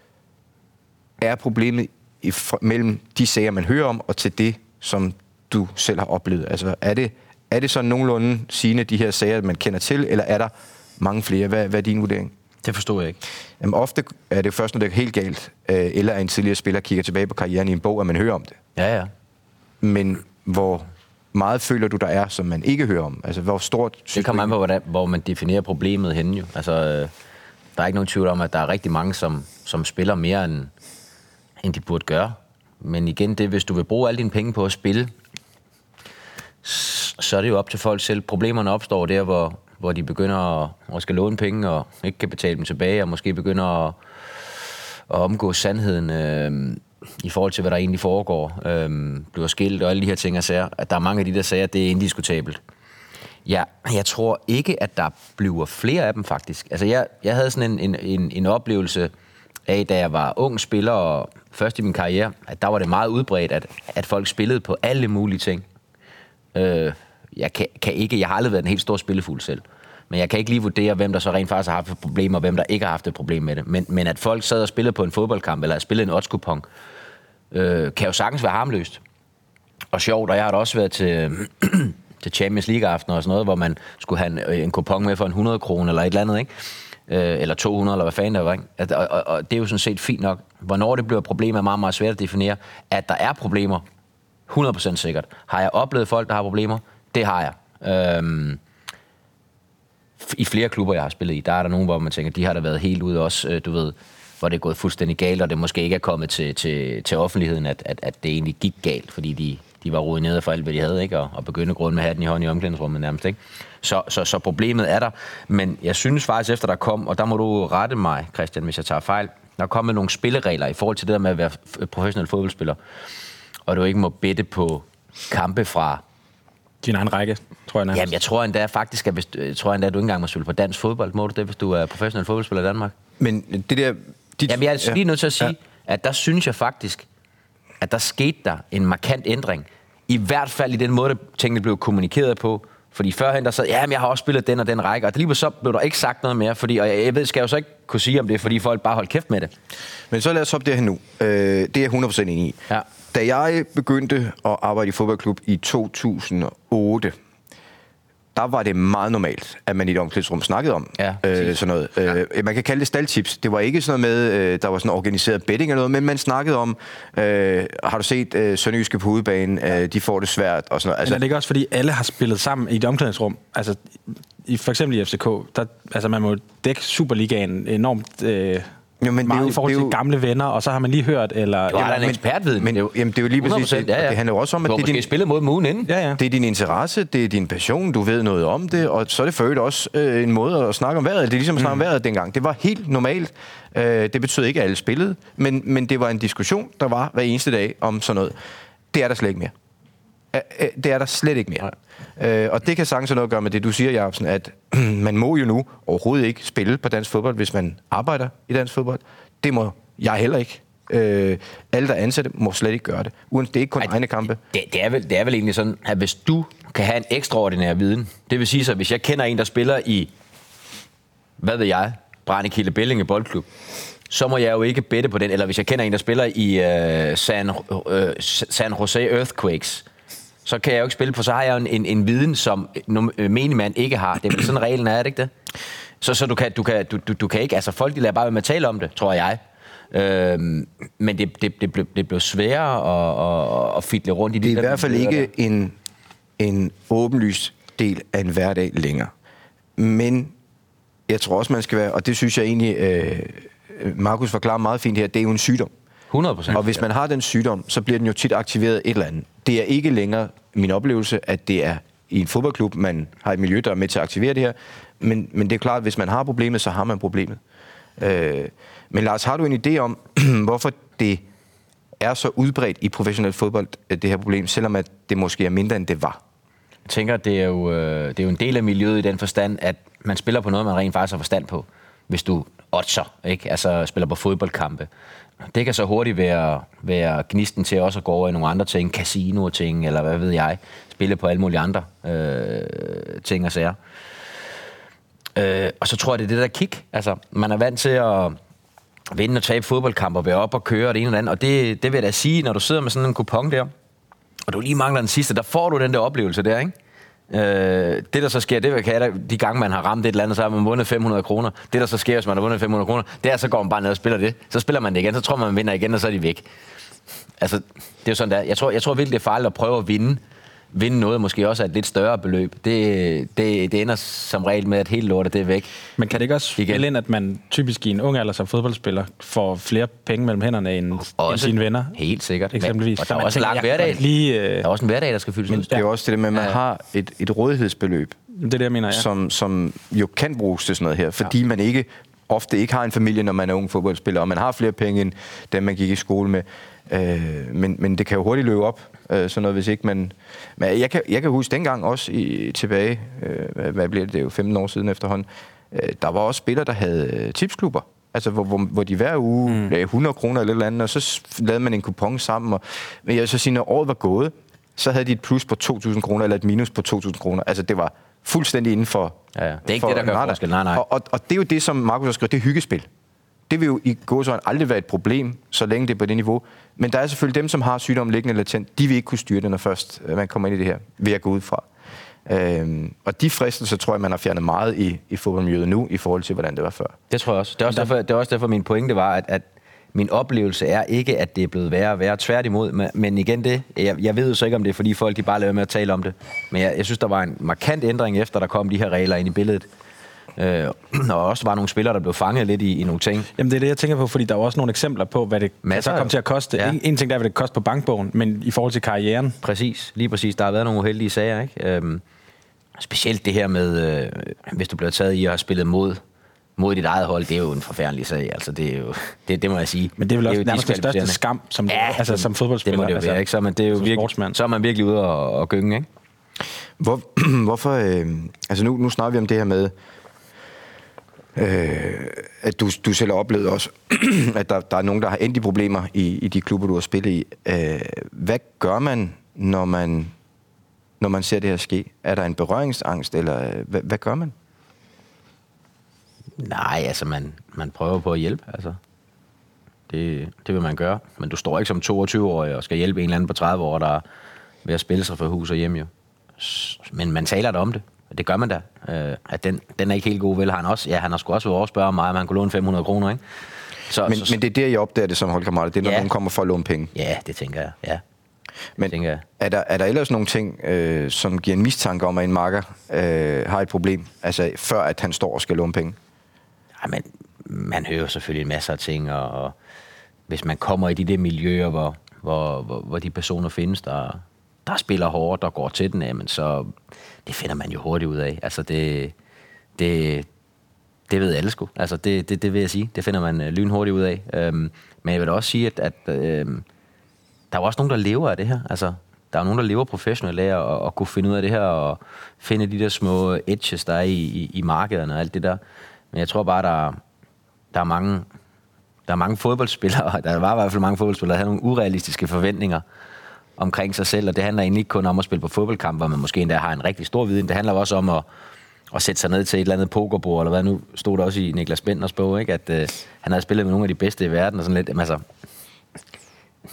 S2: er problemet i, fra, mellem de sager, man hører om, og til det, som du selv har oplevet? Altså, er det, er det så nogenlunde sigende de her sager, man kender til, eller er der mange flere. Hvad, hvad er din vurdering?
S4: Det forstod jeg ikke.
S2: Jamen, ofte er det først, når det er helt galt, øh, eller en tidligere spiller kigger tilbage på karrieren i en bog, at man hører om det.
S4: Ja, ja.
S2: Men hvor meget føler du, der er, som man ikke hører om? Altså, hvor stort...
S4: Det
S2: synes
S4: kommer
S2: du-
S4: an på, hvordan, hvor man definerer problemet henne jo. Altså, øh, der er ikke nogen tvivl om, at der er rigtig mange, som, som spiller mere, end, end de burde gøre. Men igen, det, hvis du vil bruge alle dine penge på at spille, s- så er det jo op til folk selv. Problemerne opstår der, hvor, hvor de begynder at, at skal låne penge og ikke kan betale dem tilbage, og måske begynder at, at omgå sandheden øh, i forhold til, hvad der egentlig foregår. Øh, bliver skilt og alle de her ting og sager. At der er mange af de, der sager, det er indiskutabelt. Ja, jeg tror ikke, at der bliver flere af dem faktisk. Altså, jeg, jeg havde sådan en, en, en, en oplevelse af, da jeg var ung spiller og først i min karriere, at der var det meget udbredt, at, at folk spillede på alle mulige ting. Øh, jeg kan, kan ikke, jeg har aldrig været en helt stor spillefugl selv, men jeg kan ikke lige vurdere, hvem der så rent faktisk har haft et problem, og hvem der ikke har haft et problem med det. Men, men at folk sad og spillede på en fodboldkamp, eller spillede en odds øh, kan jo sagtens være harmløst og sjovt, og jeg har da også været til, til Champions League aften og sådan noget, hvor man skulle have en, øh, en kupon med for en 100 kroner eller et eller andet, ikke? Øh, eller 200, eller hvad fanden der var, ikke? At, og, og, og, det er jo sådan set fint nok. Hvornår det bliver et problem, er meget, meget svært at definere. At der er problemer, 100% sikkert. Har jeg oplevet folk, der har problemer? Det har jeg. Øhm, f- i flere klubber, jeg har spillet i, der er der nogen, hvor man tænker, de har da været helt ude også, øh, du ved, hvor det er gået fuldstændig galt, og det måske ikke er kommet til, til, til offentligheden, at, at, at det egentlig gik galt, fordi de, de var ruineret for alt, hvad de havde, ikke? Og, og begyndte grund med hatten i hånden i omklædningsrummet nærmest, ikke? Så, så, så problemet er der, men jeg synes faktisk, efter der kom, og der må du rette mig, Christian, hvis jeg tager fejl, der er kommet nogle spilleregler i forhold til det der med at være f- professionel fodboldspiller, og du ikke må bette på kampe fra
S3: Din egen række, tror jeg nærmest.
S4: Jamen, jeg tror endda faktisk, at hvis, øh, jeg tror endda, at du ikke engang må spille på dansk fodbold. Må du det, hvis du er professionel fodboldspiller i Danmark?
S2: Men det der... Dit,
S4: Jamen, jeg er altså lige nødt til at sige, ja. at der synes jeg faktisk, at der skete der en markant ændring. I hvert fald i den måde, det- tingene blev kommunikeret på. Fordi førhen, der sad, ja, men jeg har også spillet den og den række, og lige pludselig så blev der ikke sagt noget mere, fordi, og jeg, jeg ved, skal jeg jo så ikke kunne sige om det, fordi folk bare holdt kæft med det.
S2: Men så lad os hoppe derhen nu. Øh, det er jeg 100% enig i.
S4: Ja.
S2: Da jeg begyndte at arbejde i fodboldklub i 2008, der var det meget normalt, at man i et omklædningsrum snakkede om
S4: Ja,
S2: øh,
S4: præcis.
S2: sådan noget. Øh, man kan kalde det staldtips. Det var ikke sådan noget med, øh, der var sådan organiseret betting eller noget, men man snakkede om, øh, har du set øh, Sønderjyske på udebane, øh, de får det svært og sådan noget.
S3: Altså,
S2: Altså,
S3: er det ikke også, fordi alle har spillet sammen i et omklædningsrum? Altså, i, for eksempel i FCK, der, altså man må jo dække Superligaen enormt øh,
S2: Jo,
S3: jo,
S2: men det er
S3: men meget
S2: jo-
S3: i forhold
S2: det er
S3: til
S2: jo-
S3: gamle venner, og så har man lige hørt, eller...
S4: Du har da en
S2: men-
S4: ekspertviden.
S2: men- jamen, det er jo lige præcis
S4: 100%,
S2: det, og det handler jo også om, at
S4: du har
S2: det er
S4: måske
S2: din-
S4: spillet mod mugen inden.
S3: ja, ja.
S2: Det er din interesse, det er din passion, du ved noget om det, og så er det for øvrigt også øh, en måde at snakke om vejret. Det er ligesom at snakke mm. om vejret dengang. Det var helt normalt. Øh, det betød ikke, at alle spillede, men, men det var en diskussion, der var hver eneste dag om sådan noget. Det er der slet ikke mere. Øh, øh, Det er der slet ikke mere. Øh, og det kan sagtens have noget at gøre med det, du siger, Jacobsen, at man må jo nu overhovedet ikke spille på dansk fodbold, hvis man arbejder i dansk fodbold. Det må jeg heller ikke. Øh, alle, der er ansatte, må slet ikke gøre det. Uanset det er ikke kun
S4: Ej,
S2: egne kampe.
S4: Det, det, er vel, det er vel egentlig sådan, at hvis du kan have en ekstraordinær viden, det vil sige så, hvis jeg kender en, der spiller i, hvad ved jeg, Brændekilde Bellinge Boldklub, så må jeg jo ikke bette på den. Eller hvis jeg kender en, der spiller i øh, San, øh, San Jose Earthquakes, så kan jeg jo ikke spille på, så har jeg jo en, en, en viden, som no- øh, menig mand ikke har. Det er vel sådan, reglen er, er det ikke det? Så, så du, kan, du, kan, du, du, du kan ikke, altså folk de lader bare være med at tale om det, tror jeg. Øhm, men det, det, det, blev, det blev sværere at, at, at fitle rundt i de
S2: Det er
S4: der
S2: i hvert fald
S4: miljøer der.
S2: ikke en, en åbenlyst del af en hverdag længere. Men jeg tror også, man skal være, og det synes jeg egentlig, øh, Markus forklarer meget fint her, det er jo en sygdom.
S4: 100 procent.
S2: Og hvis man har den sygdom, så bliver den jo tit aktiveret et eller andet. Det er ikke længere min oplevelse, at det er i en fodboldklub, man har et miljø, der er med til at aktivere det her. Men, men det er klart, at hvis man har problemet, så har man problemet. Øh, men Lars, har du en idé om, hvorfor det er så udbredt i professionel fodbold, øh, det her problem, selvom at det måske er mindre, end det var?
S4: Jeg tænker, det er, jo, øh, det er jo en del af miljøet i den forstand, at man spiller på noget, man rent faktisk har forstand på. Hvis du otter, ikke? Altså spiller på fodboldkampe. Det kan så hurtigt være, være gnisten til også at gå over i nogle andre ting, casino-ting, eller hvad ved jeg. Spille på alle mulige andre øh, ting og sager. Øh, og så tror jeg, det er det der kick. Altså, man er vant til at vinde og tabe fodboldkampe og være op og køre og det ene og det andet. Og det, det vil jeg da sige, når du sidder med sådan en kupon der, og du lige mangler den sidste, der får du den der oplevelse der, ikke? Øh, det, der så sker, det kan jeg da, de gange, man har ramt et eller andet, så har man vundet 500 kroner. Det, der så sker, hvis man har vundet 500 kroner, det er, så går man bare ned og spiller det. Så spiller man det igen, så tror man, man vinder igen, og så er de væk. Altså, det er jo sådan, der. Jeg tror, jeg tror virkelig, det er farligt at prøve at vinde. Vinde noget, måske også af et lidt større beløb. Det, det, det ender som regel med, at hele lortet det er væk.
S3: Men kan det ikke også
S4: Igen.
S3: spille ind, at man typisk i en ung alder som fodboldspiller får flere penge mellem hænderne end, end sine venner?
S4: Helt sikkert.
S3: Eksempelvis.
S4: Men, og der er
S3: Man
S4: også en
S3: tænker,
S4: lang
S3: jeg
S4: hverdag.
S3: kan lige, øh,
S4: Der er også en hverdag, der skal fyldes ud.
S2: Det er jo også det der med, at man
S4: Ja.
S2: har et, et rådighedsbeløb,
S3: Det er det, jeg mener, ja.
S2: ja. som, som jo kan bruges til sådan noget her, fordi man ikke ofte ikke har en familie, når man er ung fodboldspiller, og man har flere penge, end dem, man gik i skole med. Øh, men, men det kan jo hurtigt løbe op, øh, sådan noget, hvis ikke man... Men jeg kan, jeg kan huske dengang også i, tilbage, øh, hvad- hvad bliver det, det er jo 15 år siden efterhånden, øh, der var også spillere, der havde øh, tipsklubber, altså hvor, hvor, hvor de hver uge mm. lagde 100 kroner eller et eller andet, og så s- lavede man en kupon sammen, og men jeg vil så sige, når året var gået, så havde de et plus på 2.000 kroner, eller et minus på 2.000 kroner. Altså, det var fuldstændig inden for...
S4: Ja, ja. Det er ikke
S2: for
S4: det, der gør
S2: radar.
S4: forskel. Nej, nej.
S2: Og, og, og det er jo det, som Markus har skrevet, det er hyggespil. Det vil jo i gåsøjne aldrig være et problem, så længe det er på det niveau. Men der er selvfølgelig dem, som har sygdommen liggende latent, de vil ikke kunne styre det, når først øh, man kommer ind i det her, vil jeg gå ud fra. Øhm, og de fristelser tror jeg, man har fjernet meget i, i fodboldmiljøet nu, i forhold til, hvordan det var før.
S4: Det tror jeg også. Det er også, derfor, det er også derfor, min pointe var, at, at min oplevelse er ikke, at det er blevet værre og værre. Tværtimod, men- men igen det, jeg, jeg ved jo så ikke, om det er, fordi folk de bare lader være med at tale om det. Men jeg, jeg synes, der var en markant ændring efter, der kom de her regler ind i billedet. Øh, og også var nogle spillere, der blev fanget lidt i, i nogle ting.
S3: Jamen, det er det, jeg tænker på, fordi der er jo også nogle eksempler på, hvad det kan så
S4: Masser jo.
S3: kommer til at koste.
S4: Ja.
S3: Ja. En, en ting der er, hvad det koster på bankbogen, men i forhold til karrieren,
S4: Præcis, lige præcis. Der har været nogle uheldige sager, ikke? Øhm, specielt det her med, øh, hvis du bliver taget i at have spillet mod, mod dit eget hold, det er jo en forfærdelig sag. Altså, det, er jo, det, det må jeg sige.
S3: Men det er vel også
S4: jo
S3: nærmest den største
S4: diskvalificerende.
S3: skam, som- altså, som fodboldspiller,
S4: Det må det jo
S3: altså,
S4: være, ikke? Så, men det er jo
S3: som
S4: virkelig,
S3: sportsmand.
S4: så er man virkelig ude og, og gynge, ikke?
S2: Hvor, hvorfor... Øh, altså nu, nu snakker vi om det her med, øh, at du, du selv har oplevet også, at der, der er nogen, der har endt i problemer i, i de klubber, du har spillet i. Øh, hvad gør man, når man, når man ser det her ske? Er der en berøringsangst, eller øh, hvad, hvad gør man?
S4: Nej, altså, man, man prøver på at hjælpe, altså. Det, det vil man gøre. Men du står ikke som 22-årig og skal hjælpe en eller anden på 30 år, der er ved at spille sig fra hus og hjem, jo. S- Men man taler da om det. Og Det gør man da. Øh, at den, den er ikke helt god, vel? Har Han også, ja, han har sgu også været over og spørge mig, om han kunne låne 500 kroner, ikke? Så,
S2: Men,
S4: Altså, så,
S2: men det er der, jeg opdager det som holdkammerater. Det er, når
S4: Ja.
S2: nogen kommer for at låne penge.
S4: Ja, det tænker jeg, ja.
S2: Men
S4: tænker jeg.
S2: er der, er der ellers nogle ting, øh, som giver en mistanke om, at en marker øh, har et problem, altså før at han står og skal låne penge?
S4: Ej, men man hører jo selvfølgelig en masse af ting, og, og hvis man kommer i de der miljøer, hvor, hvor, hvor, hvor de personer findes, der, der spiller hårdt og går til den, jamen så det finder man jo hurtigt ud af. Altså det, det, det ved alle sgu. Altså det, det, det vil jeg sige. Det finder man øh, lynhurtigt ud af. Øhm, men jeg vil da også sige, at, at øhm, der er jo også nogen, der lever af det her. Altså, der er jo nogen, der lever professionelt af at, at kunne finde ud af det her, og finde de der små edges, der er i, i, i markederne og alt det der. Men jeg tror bare, der, der er mange... Der er mange fodboldspillere, der var i hvert fald mange fodboldspillere, der havde nogle urealistiske forventninger omkring sig selv, og det handler egentlig ikke kun om at spille på fodboldkamp, hvor man måske endda har en rigtig stor viden. Det handler jo også om at, at sætte sig ned til et eller andet pokerbord, eller hvad nu stod der også i Niklas Benders bog, ikke? at øh, han havde spillet med nogle af de bedste i verden, og sådan lidt, jamen, altså,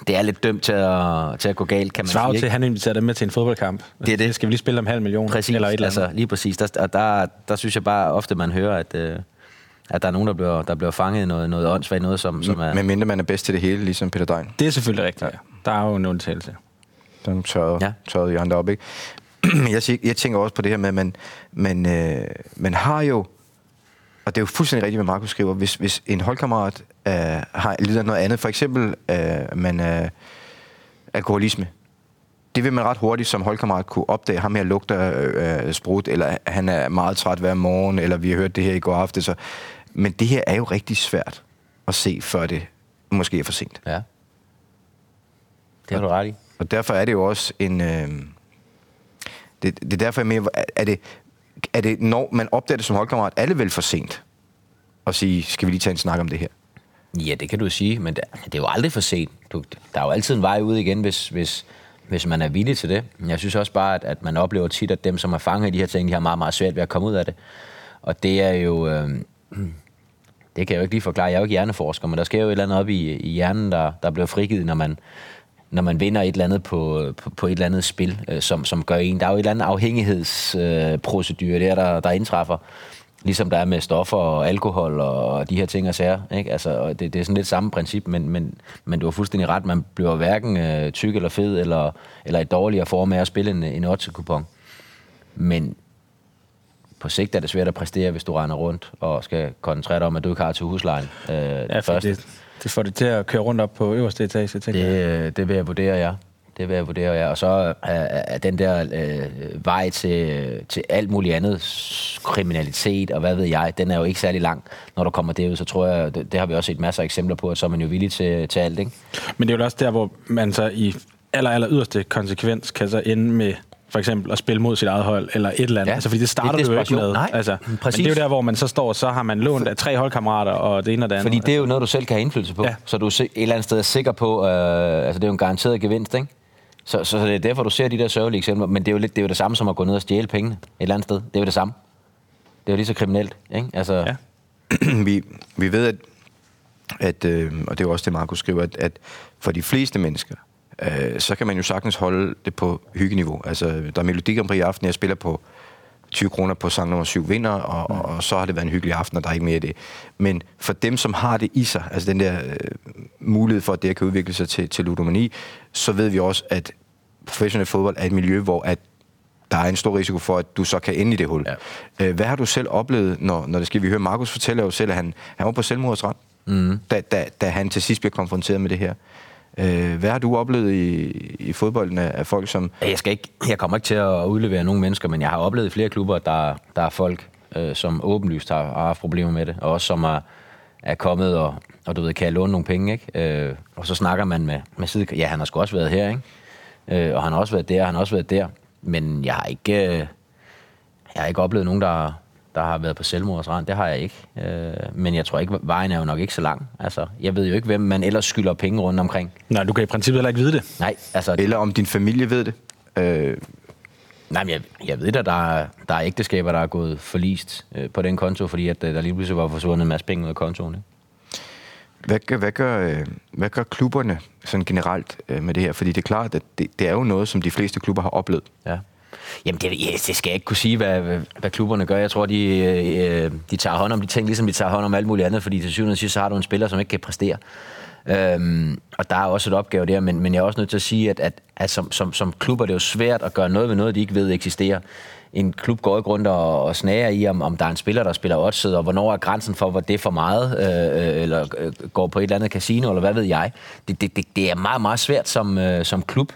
S4: det er lidt dømt til at, til at gå galt, kan man
S3: svarer
S4: sige.
S3: jo
S4: ikke?
S3: til, at han inviterer dig med til en fodboldkamp.
S4: Det er det.
S3: Skal vi lige spille om halv million?
S4: Præcis,
S3: Eller et eller andet.
S4: altså, lige præcis. Der, og der, der synes jeg bare ofte, man hører, at, øh, at der er nogen, der bliver, der bliver fanget i noget, noget åndssvagt, noget som, som er...
S2: Men mindre man er bedst til det hele, ligesom Peter Dein.
S3: Det er selvfølgelig rigtigt. Ja. Der er jo en undtagelse.
S2: Den tørrede,
S4: Ja.
S2: ja. tørrede hjørnet op, ikke? jeg, sig- jeg tænker også på det her med, at man, man, øh, man har jo, og det er jo fuldstændig rigtigt, hvad Markus skriver, hvis, hvis en holdkammerat øh, har lidt af noget andet, for eksempel øh, man, øh, alkoholisme, det vil man ret hurtigt som holdkammerat kunne opdage. Ham her lugter øh, øh, sprut, eller han er meget træt hver morgen, eller vi har hørt det her i går aftes. Så. Men det her er jo rigtig svært at se, før det måske er for sent.
S4: Ja. Det har du ret i.
S2: Og derfor er det jo også en... Øh, det, det er derfor, jeg mener, er- er det, er det, når man opdager det som holdkammerat, er det vel for sent at sige, skal vi lige tage en snak om det her?
S4: Ja, det kan du sige, men det, det er jo aldrig for sent. Du, der er jo altid en vej ud igen, hvis, hvis, hvis man er villig til det. Men Jeg synes også bare, at, at man oplever tit, at dem, som er fanget i de her ting, de har meget, meget svært ved at komme ud af det. Og det er jo... Øh, det kan jeg jo ikke lige forklare. Jeg er jo ikke hjerneforsker, men der sker jo et eller andet op i, i hjernen, der, der bliver frigivet, når man når man vinder et eller andet på, på, på et eller andet spil, øh, som, som gør en. Der er jo et eller andet afhængighedsprocedur øh, procedure der, der, der indtræffer. Ligesom der er med stoffer og alkohol og, og de her ting og sager. Ikke? Altså, og det, det er sådan lidt samme princip, men, men, men du har fuldstændig ret. Man bliver hverken øh, tyk eller fed eller, eller i dårligere form af at spille en, en otte-kupon. Men på sigt er det svært at præstere, hvis du render rundt og skal koncentrere dig om, at du ikke har til huslejen øh,
S3: Ja, for
S4: først.
S3: det, det får det til at køre rundt op på øverste etage, tænker jeg.
S4: Det, øh, det vil jeg vurdere, ja. Det vil jeg vurdere, ja. Og så er, er er den der øh, vej til, til alt muligt andet, s- kriminalitet og hvad ved jeg, den er jo ikke særlig lang. Når du kommer derud, så tror jeg, det, det har vi også set masser af eksempler på, at så er man jo villig til, til alt, ikke?
S3: Men det er jo også der, hvor man så i aller, aller yderste konsekvens kan så ende med for eksempel at spille mod sit eget hold, eller et eller andet. Ja,
S4: Ja,
S3: altså, fordi det starter
S4: det er
S3: det du jo ikke
S4: desperation.
S3: med.
S4: Nej,
S3: altså, men
S4: præcis.
S3: det er jo der, hvor man så står, og så har man lånt af tre holdkammerater, og det ene og det andet.
S4: Fordi det er jo noget, du selv kan have indflydelse på.
S3: Ja.
S4: Ja. Så du er si- et eller andet sted sikker på, øh, altså det er jo en garanteret gevinst, ikke? Så, så, så det er derfor, du ser de der sørgelige eksempler. Men det er, jo lidt, det er jo det samme som at gå ned og stjæle pengene et eller andet sted. Det er jo det samme. Det er jo lige så kriminelt, ikke? Altså,
S3: Ja.
S4: ja.
S2: vi, vi ved, at, at øh, og det er jo også det, Markus skriver, at, at for de fleste mennesker, øh, så kan man jo sagtens holde det på hyggeniveau. Altså, der er Melodi Grand Prix i aften, jeg spiller på 20 kroner på sang nummer 7 vinder, og, og, og så har det været en hyggelig aften, og der er ikke mere i det. Men for dem, som har det i sig, altså den der øh, mulighed for, at det her kan udvikle sig til, til ludomani, så ved vi også, at professionel fodbold er et miljø, hvor at der er en stor risiko for, at du så kan ende i det hul. Ja. Hvad har du selv oplevet, når, når det skal vi høre? Markus fortæller jo selv, at han, han var på selvmordsrand,
S4: Mhm.
S2: mm. da, da, da han til sidst blev konfronteret med det her. Øh, Hvad har du oplevet i, i fodbolden af, af folk, som...
S4: Jeg, skal ikke, jeg kommer ikke til at udlevere nogen mennesker, men jeg har oplevet i flere klubber, at der, der er folk, øh, som åbenlyst har, har haft problemer med det, og også som er, er kommet og, og du ved, kan jeg låne nogle penge, ikke? Øh, og så snakker man med, med side, ja, han har sgu også været her, ikke? Øh, og han har også været der, og han har også været der, men jeg har ikke, øh, jeg har ikke oplevet nogen, der, der har været på selvmordsrand, det har jeg ikke, øh, men jeg tror ikke, vejen er jo nok ikke så lang, altså, jeg ved jo ikke, hvem man ellers skylder penge rundt omkring,
S3: Nej, du kan i princippet heller ikke vide det.
S4: nej, altså,
S2: Eller om din familie ved det. Øh,
S4: Nej, men jeg, jeg ved da, der er, der er ægteskaber, der er gået forlist øh, på den konto, fordi at, øh, der lige pludselig var forsvundet en masse penge ud af kontoen. Ikke?
S2: Hvad gør, hvad, gør, øh, hvad gør klubberne sådan generelt øh, med det her? Fordi det er klart, at det, det er jo noget, som de fleste klubber har oplevet.
S4: Ja. Jamen, det, ja, det skal jeg ikke kunne sige, hvad, hvad, hvad klubberne gør. Jeg tror, de, øh, øh, de tager hånd om de ting, ligesom de tager hånd om alt muligt andet, fordi til syvende og sidst, så har du en spiller, som ikke kan præstere. Øhm, og der er også et opgave der, men, men jeg er også nødt til at sige, at, at, at som, som, som klub er det jo svært at gøre noget ved noget, de ikke ved eksisterer. En klub går ikke rundt og, og snager i, om, om der er en spiller, der spiller oddset, og hvornår er grænsen for, hvor det er for meget, øh, øh, eller øh, går på et eller andet casino, eller hvad ved jeg. Det, det, det, det er meget, meget svært som, øh, som klub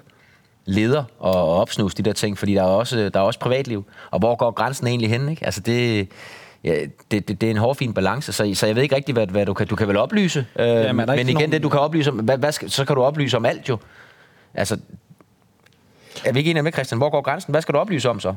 S4: leder og, og opsnuse de der ting, fordi der er, også, der er også privatliv. Og hvor går grænsen egentlig hen? Ikke? Altså det, ja, det, det, det er en hårfin balance, så, så jeg ved ikke rigtig, hvad, hvad du, kan, du kan vel oplyse. Øh,
S3: er der
S4: ja,
S3: ikke
S4: men
S3: sådan
S4: igen,
S3: nogen-
S4: nogen... det du kan oplyse om, hvad, hvad skal, så kan du oplyse om alt jo. Altså, er vi ikke enige med Christian? Hvor går grænsen? Hvad skal du oplyse om så?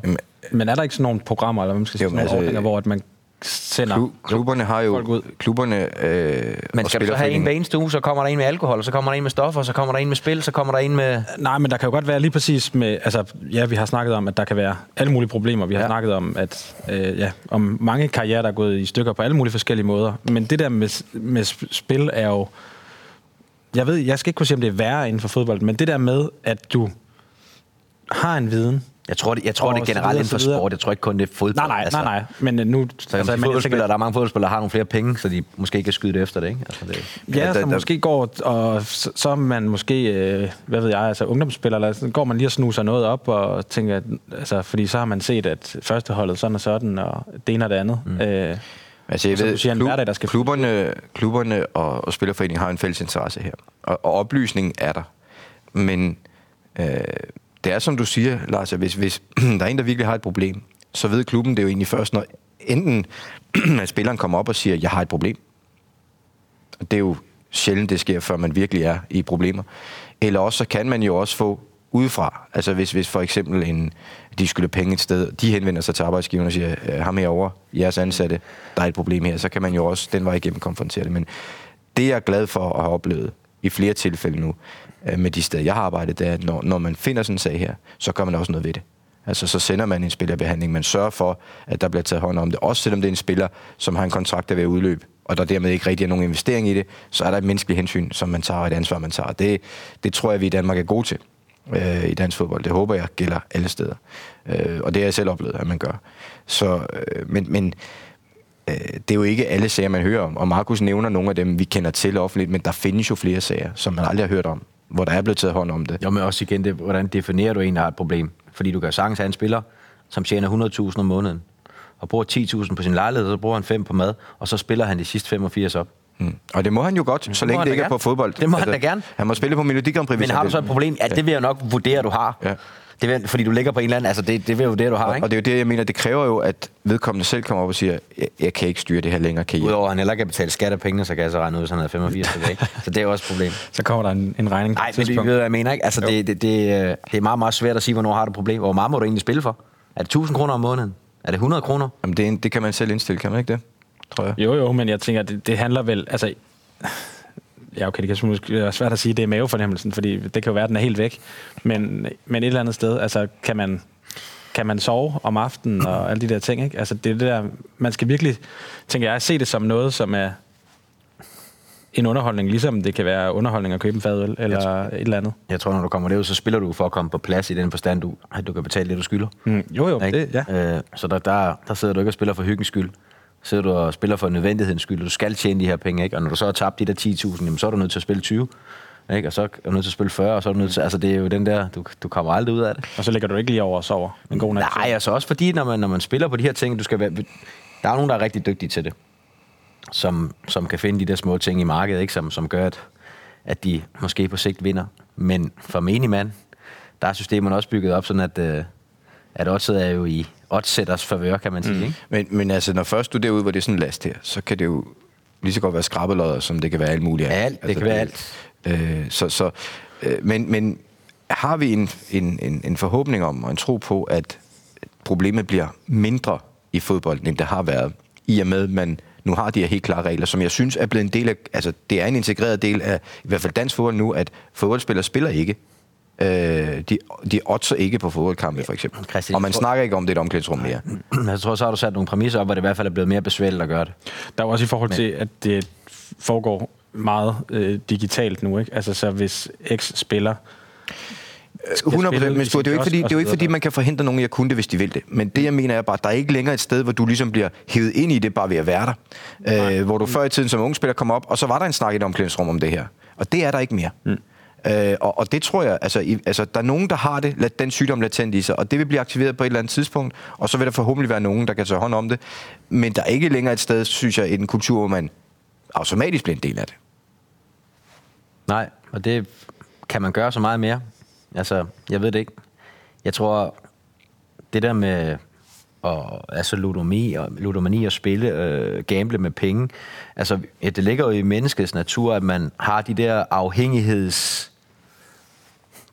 S3: Men er der ikke sådan nogle programmer, eller hvad man skal sige,
S2: Jo, men
S3: sådan nogle altså,
S2: altså,
S3: ordninger, hvor at man sender...
S2: Klub, klubberne har
S3: Folk
S2: jo...
S3: ud.
S2: Klubberne øh,
S4: Man
S2: og
S4: skal du så have en
S2: spillerforeningen-
S4: hver eneste uge, så kommer der en med alkohol, og så kommer der en med stoffer, og så kommer der en med spil, så kommer der en med...
S3: Nej, men der kan jo godt være lige præcis med... Altså, ja, vi har snakket om, at der kan være alle mulige problemer. Vi har ja.
S4: Ja.
S3: snakket om, at øh, ja, om mange karrierer, der er gået i stykker på alle mulige forskellige måder. Men det der med, s- med sp- spil er jo... Jeg ved, jeg skal ikke kunne sige, om det er værre inden for fodbold, men det der med, at du har en viden...
S4: Jeg tror, det, jeg tror,
S3: Og
S4: det er
S3: så
S4: generelt
S3: videre,
S4: inden for
S3: så videre.
S4: sport. Jeg tror ikke kun, det er fodbold. Altså,
S3: Nej, nej, nej, nej. Men øh, nu... men
S4: Så altså,
S3: jeg tænker-
S4: fodboldspillere, der er mange fodboldspillere, der har nogle flere penge, så de måske ikke kan skyde det efter det, ikke? Altså, det
S3: Ja,
S2: Ja, der-
S3: ja som
S2: der-
S3: måske går, og så, så er man måske, øh, hvad ved jeg, altså ungdomsspiller, eller sådan, går man lige og snuser noget op og tænker, at- altså, fordi så har man set, at førsteholdet sådan og sådan, og det ene og det andet. Mm. Øh,
S2: Altså, jeg
S3: Og så
S2: ved,
S3: du siger, en
S2: klub,
S3: hverdag, der skal-
S2: klubberne, klubberne og, og Spillerforeningen har en fælles interesse her. Og, og oplysningen er der. Men øh, det er, som du siger, Lars, at hvis, hvis der er en, der virkelig har et problem, så ved klubben det jo egentlig først, når enten at spilleren kommer op og siger, jeg har et problem. Og det er jo sjældent, det sker, før man virkelig er i problemer. Eller også, så kan man jo også få udefra. Altså hvis, hvis for eksempel en, de skylder penge et sted, de henvender sig til arbejdsgiveren og siger, "Øh, ham herovre, jeres ansatte, der er et problem her, så kan man jo også den vej igennem konfrontere det. Men det jeg er glad for at have oplevet i flere tilfælde nu, øh, med de steder, jeg har arbejdet, det er, at når, når man finder sådan en sag her, så gør man også noget ved det. Altså, så sender man en spillerbehandling. Man sørger for, at der bliver taget hånd om det. Også selvom det er en spiller, som har en kontrakt, der er ved at udløbe og der dermed ikke rigtig er nogen investering i det, så er der et menneskeligt hensyn, som man tager, og et ansvar, man tager. Det, det tror jeg, vi i Danmark er gode til øh, i dansk fodbold. Det håber jeg gælder alle steder. Øh, og det har jeg selv oplevet, at man gør. Så, øh, men, men øh, det er jo ikke alle sager, man hører om. Og Markus nævner nogle af dem, vi kender til offentligt, men der findes jo flere sager, som man aldrig har hørt om, hvor der er blevet taget hånd om det.
S4: Jo, men også igen, det, hvordan definerer du en, der har et problem? Fordi du kan jo sagtens have en spiller, som tjener 100.000 om måneden, og bruger 10.000 på sin lejlighed, og så bruger han 5 på mad, og så spiller han de sidste 85 op.
S2: Mm. Og det må han jo godt, så
S4: Det
S2: længe
S4: må
S2: det
S4: han
S2: ikke
S4: da
S2: er på
S4: gerne.
S2: fodbold. Altså,
S4: Det må han da gerne.
S2: Han må spille på Melodi Grand Prix. hvis
S4: Men har
S2: han
S4: du så
S2: vil.
S4: et problem? Ja, det vil jeg nok vurdere, du har.
S2: Ja.
S4: Det vil, fordi du ligger på en eller anden, altså det, det vil jeg vurdere, du har,
S2: Og,
S4: ikke?
S2: og det er jo det, jeg mener, det kræver jo, at vedkommende selv kommer op og siger, jeg, jeg kan ikke styre det her længere, kan I?
S4: Udover at han heller kan betale skat af pengene, så kan jeg så regne ud, at han havde 85 tilbage. Så det er jo også et problem.
S3: Så kommer der en, en regning på
S4: Nej,
S3: et
S4: men du
S3: tidspunkt.
S4: ved, hvad jeg mener, ikke? Altså, det, det, det, øh, det er meget, meget svært at sige, hvornår har du et problem. Hvor meget må du egentlig spille for? Er det 1000 kroner om måneden? Er det 100 kroner?
S2: Jamen, det, er en, det kan man selv indstille, kan man ikke det? Tror jeg.
S3: Jo, jo, men jeg tænker, det, det handler vel... Altså, ja, okay, det kan måske være svært at sige, det er mavefornemmelsen, fordi det kan jo være, at den er helt væk. Men, men et eller andet sted, altså, kan man, kan man sove om aftenen og alle de der ting, ikke? Altså, det er det der... Man skal virkelig, tænker jeg, se det som noget, som er en underholdning, ligesom det kan være underholdning at købe en fadøl eller et eller andet.
S4: Jeg tror, når du kommer derud, så spiller du for at komme på plads i den forstand, du, at du kan betale det, du skylder.
S3: Mm, jo, jo,
S4: Ikke?
S3: det, ja.
S4: øh, så der, der, der sidder du ikke og spiller for hyggens skyld. Så sidder du og spiller for nødvendighedens skyld. Du skal tjene de her penge, ikke? Og når du så har tabt de der 10.000, jamen, så er du nødt til at spille 20. Ikke? Og så er du nødt til at spille 40, og så er du nødt til... Altså, det er jo den der... Du, du kommer aldrig ud af det.
S3: Og så ligger du ikke lige over og sover en god nat.
S4: Nej, altså også fordi, når man, når man spiller på de her ting, du skal være, der er nogen, der er rigtig dygtige til det, som, som kan finde de der små ting i markedet, ikke? Som, som gør, at, at de måske på sigt vinder. Men for menig mand, der er systemerne også bygget op sådan, at, øh, at oddset er jo i oddsætters favør, kan man sige. Mm. Ikke?
S2: Men, men altså, når først du er derude, hvor det er sådan en last her, så kan det jo lige så godt være skrabbelodder, som det kan være alt muligt. andet.
S4: Alt, det
S2: altså,
S4: kan være
S2: Øh, så, så, øh, men, men har vi en, en, en, en forhåbning om og en tro på, at problemet bliver mindre i fodbolden, end det har været, i og med, at man nu har de her helt klare regler, som jeg synes er blevet en del af, altså det er en integreret del af, i hvert fald dansk fodbold nu, at fodboldspillere spiller ikke. Øh, de, de otter ikke på fodboldkampe, for eksempel.
S4: Christian,
S2: og man
S4: jeg tror-
S2: snakker ikke om det i et omklædningsrum mere.
S4: Altså, Jeg tror, så har du sat nogle præmisser op, hvor det i hvert fald er blevet mere besværligt at gøre det.
S3: Der er jo også i forhold til, at det foregår meget øh, digitalt nu, ikke? Altså, så hvis X spiller...
S2: 100
S3: spille
S2: Øh, men Stuart, det er jo ikke,
S3: kiosk
S2: fordi, det er jo
S3: og
S2: ikke,
S3: så
S2: fordi
S3: videre.
S2: man kan forhindre nogen i at kunne det, hvis de vil det. Men det, jeg mener, er bare, at der er ikke længere et sted, hvor du ligesom bliver hivet ind i det, bare ved at være der. Øh, hvor du før i tiden som ung spiller kom op, og så var der en snak i et omklædningsrum om det her. Og det er der ikke mere. Mm. Øh, og, og det tror jeg, altså, i, altså der er nogen, der har det, lad den sygdom latent i sig, og det vil blive aktiveret på et eller andet tidspunkt, og så vil der forhåbentlig være nogen, der kan tage hånd om det. Men der er ikke længere et sted, synes jeg, i den kultur, hvor man automatisk bliver en del af det.
S4: Nej, og det kan man gøre så meget mere. Altså, jeg ved det ikke. Jeg tror, det der med og, altså ludomi og, ludomani og spille, øh, gamble med penge, altså, ja, det ligger jo i menneskets natur, at man har de der afhængigheds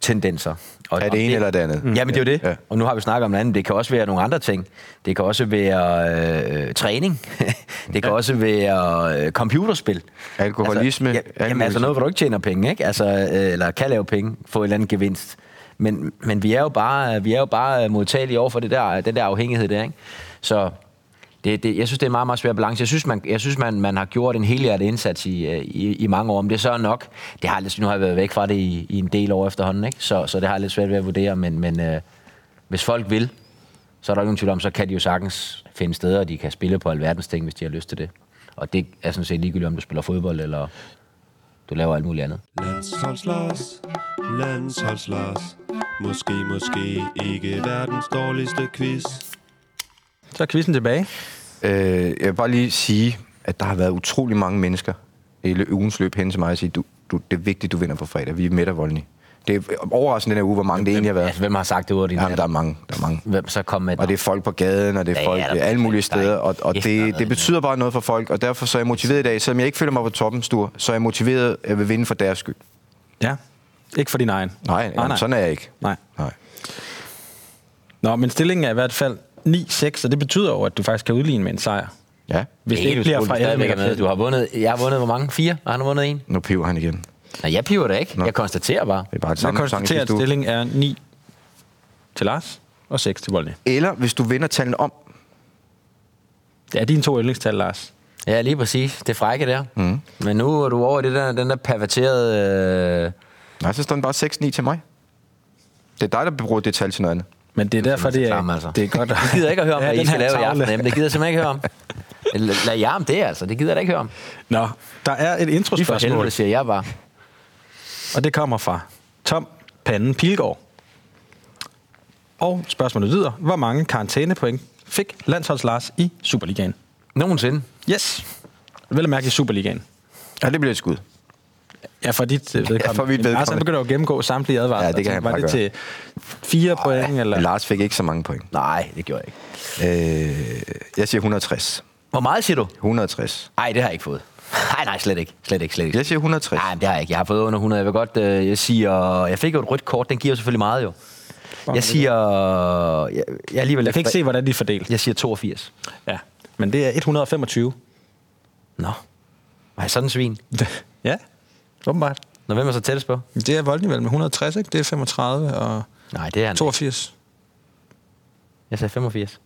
S4: tendenser. Og,
S2: Er det
S4: og
S2: ene eller det andet? Mm.
S4: Jamen, det er jo det.
S2: Ja.
S4: Ja. Og nu har vi snakket om noget andet. Det kan også være nogle andre ting. Det kan også være øh, træning. det kan ja. også være øh, computerspil.
S2: Alkoholisme,
S4: Altså, ja,
S2: alt
S4: jamen,
S2: muligt.
S4: altså noget, hvor du ikke tjener penge, ikke? Altså, øh, eller kan lave penge, få en eller anden gevinst. Men, men vi er jo bare, vi er jo bare modtagelige over for det der, den der afhængighed der, ikke? Så det, det, jeg synes, det er en meget, meget svær balance. Jeg synes, man, jeg synes, man, man har gjort en helhjertet indsats i, øh, i, i mange år. Om det er så er nok, det har jeg lidt, nu har jeg været væk fra det i, i en del år efterhånden, ikke? Så, så det har jeg lidt svært ved at vurdere, men, men øh, hvis folk vil, så er der ikke nogen tvivl om, så kan de jo sagtens finde steder, de kan spille på alverdens ting, hvis de har lyst til det. Og det er sådan set ligegyldigt, om du spiller fodbold, eller du laver alt muligt andet.
S6: Landsholds Lars, landsholds Lars. Måske, måske ikke verdens dårligste quiz.
S3: Så er quizzen tilbage.
S2: Øh, jeg vil bare lige sige, at der har været utrolig mange mennesker i lø- ugens løb hen til mig og sige, du, du, det er vigtigt, du vinder på fredag. Vi er med dig, Volny. Det er overraskende den her uge, hvor mange det egentlig har
S4: Altså,
S2: været.
S4: hvem har sagt det ord i din
S2: Jamen, der er mange. Der er mange.
S4: Hvem så kom med
S2: Og det er folk på gaden, og det er
S4: Ja,
S2: folk
S4: ja, der
S2: ja,
S4: er
S2: alle mulige
S4: der er
S2: steder,
S4: ikke
S2: og, og
S4: kæft, der er
S2: det,
S4: noget
S2: det betyder bare noget for folk, og derfor så er jeg motiveret i dag. Selvom jeg ikke føler mig på toppen, Stur, så er jeg motiveret, at jeg vil vinde for deres skyld.
S3: Ja. Ikke for din egen.
S2: Nej, jamen, sådan er jeg ikke.
S3: Ah, Nej.
S2: Nej.
S3: Nå, men stillingen er i hvert fald 9-6, så det betyder jo, at du faktisk kan udligne med en sejr.
S2: Ja,
S3: Hvis det ikke bliver fra
S4: stadigvæk er
S3: alle
S4: med. altså, Du har vundet, jeg har vundet hvor mange? Fire? Og han har vundet en?
S2: nu piver han igen. Det
S4: Nej, jeg piver det ikke.
S2: Nå.
S4: Jeg konstaterer bare.
S2: er bare et
S3: Jeg
S2: samme
S3: konstaterer, at stillingen er 9 til Lars og 6 til Volny.
S2: Eller hvis du vender tallene om,
S3: Det er dine to yndlingstal, Lars.
S4: Ja, lige præcis. Det frække der. Mm. Men nu er du over i det der, den der perverterede... Øh,
S2: Nej, så står den bare 6-9 til mig. Det er dig, der bruger det tal til noget andet.
S3: Men det er derfor, det er,
S4: Klam, altså.
S3: det er godt.
S4: Jeg gider ikke at høre om, ja, hvad I
S3: den
S4: skal
S3: her
S4: lave i
S3: tavle.
S4: aften. Jamen, det gider jeg simpelthen ikke høre om. Lad- Lad jer om det, altså. Det gider jeg da ikke høre om.
S3: Nå, der er et
S4: I for
S3: introspørgsmål,
S4: helvede, siger jeg bare.
S3: og det kommer fra Tom Panden Pilgaard. Og spørgsmålet lyder, hvor mange karantænepoint fik landsholds Lars i Superligaen?
S4: Nogensinde.
S3: Yes. Vel at mærke i Superligaen.
S2: Ja, det bliver et skud.
S3: Ja, for dit øh, vedkommende.
S2: Ja, for mit vedkommende.
S3: Lars, han begynder jo at gennemgå samtlige advarsler.
S2: Ja, det kan
S3: Så
S2: han
S3: Var
S2: bare
S3: det til fire point, eller?
S2: Men Lars fik ikke så mange point.
S4: Nej, det gjorde jeg ikke.
S2: Øh, jeg siger 160.
S4: Hvor meget siger du?
S2: 160.
S4: Nej, det har jeg ikke fået. Nej, nej, slet ikke. Slet ikke, slet ikke.
S2: Jeg siger 160.
S4: Nej, men det har jeg ikke. Jeg har fået under 100. Jeg vil godt, øh, jeg siger... Jeg fik jo et rødt kort. Den giver jo selvfølgelig meget, jo. Jeg siger... Jeg, jeg er alligevel...
S3: Jeg kan ikke se, hvordan de er fordelt.
S4: Jeg siger 82.
S3: Ja. Men det er 125.
S4: Nå. Var jeg sådan en svin?
S3: ja, åbenbart.
S4: Nå, hvem er så tættest på?
S3: Det er Voldnivel med 160, ikke? Det er 35 og
S4: Nej, det er han. ikke.
S3: 82.
S4: Jeg sagde 85.
S3: Så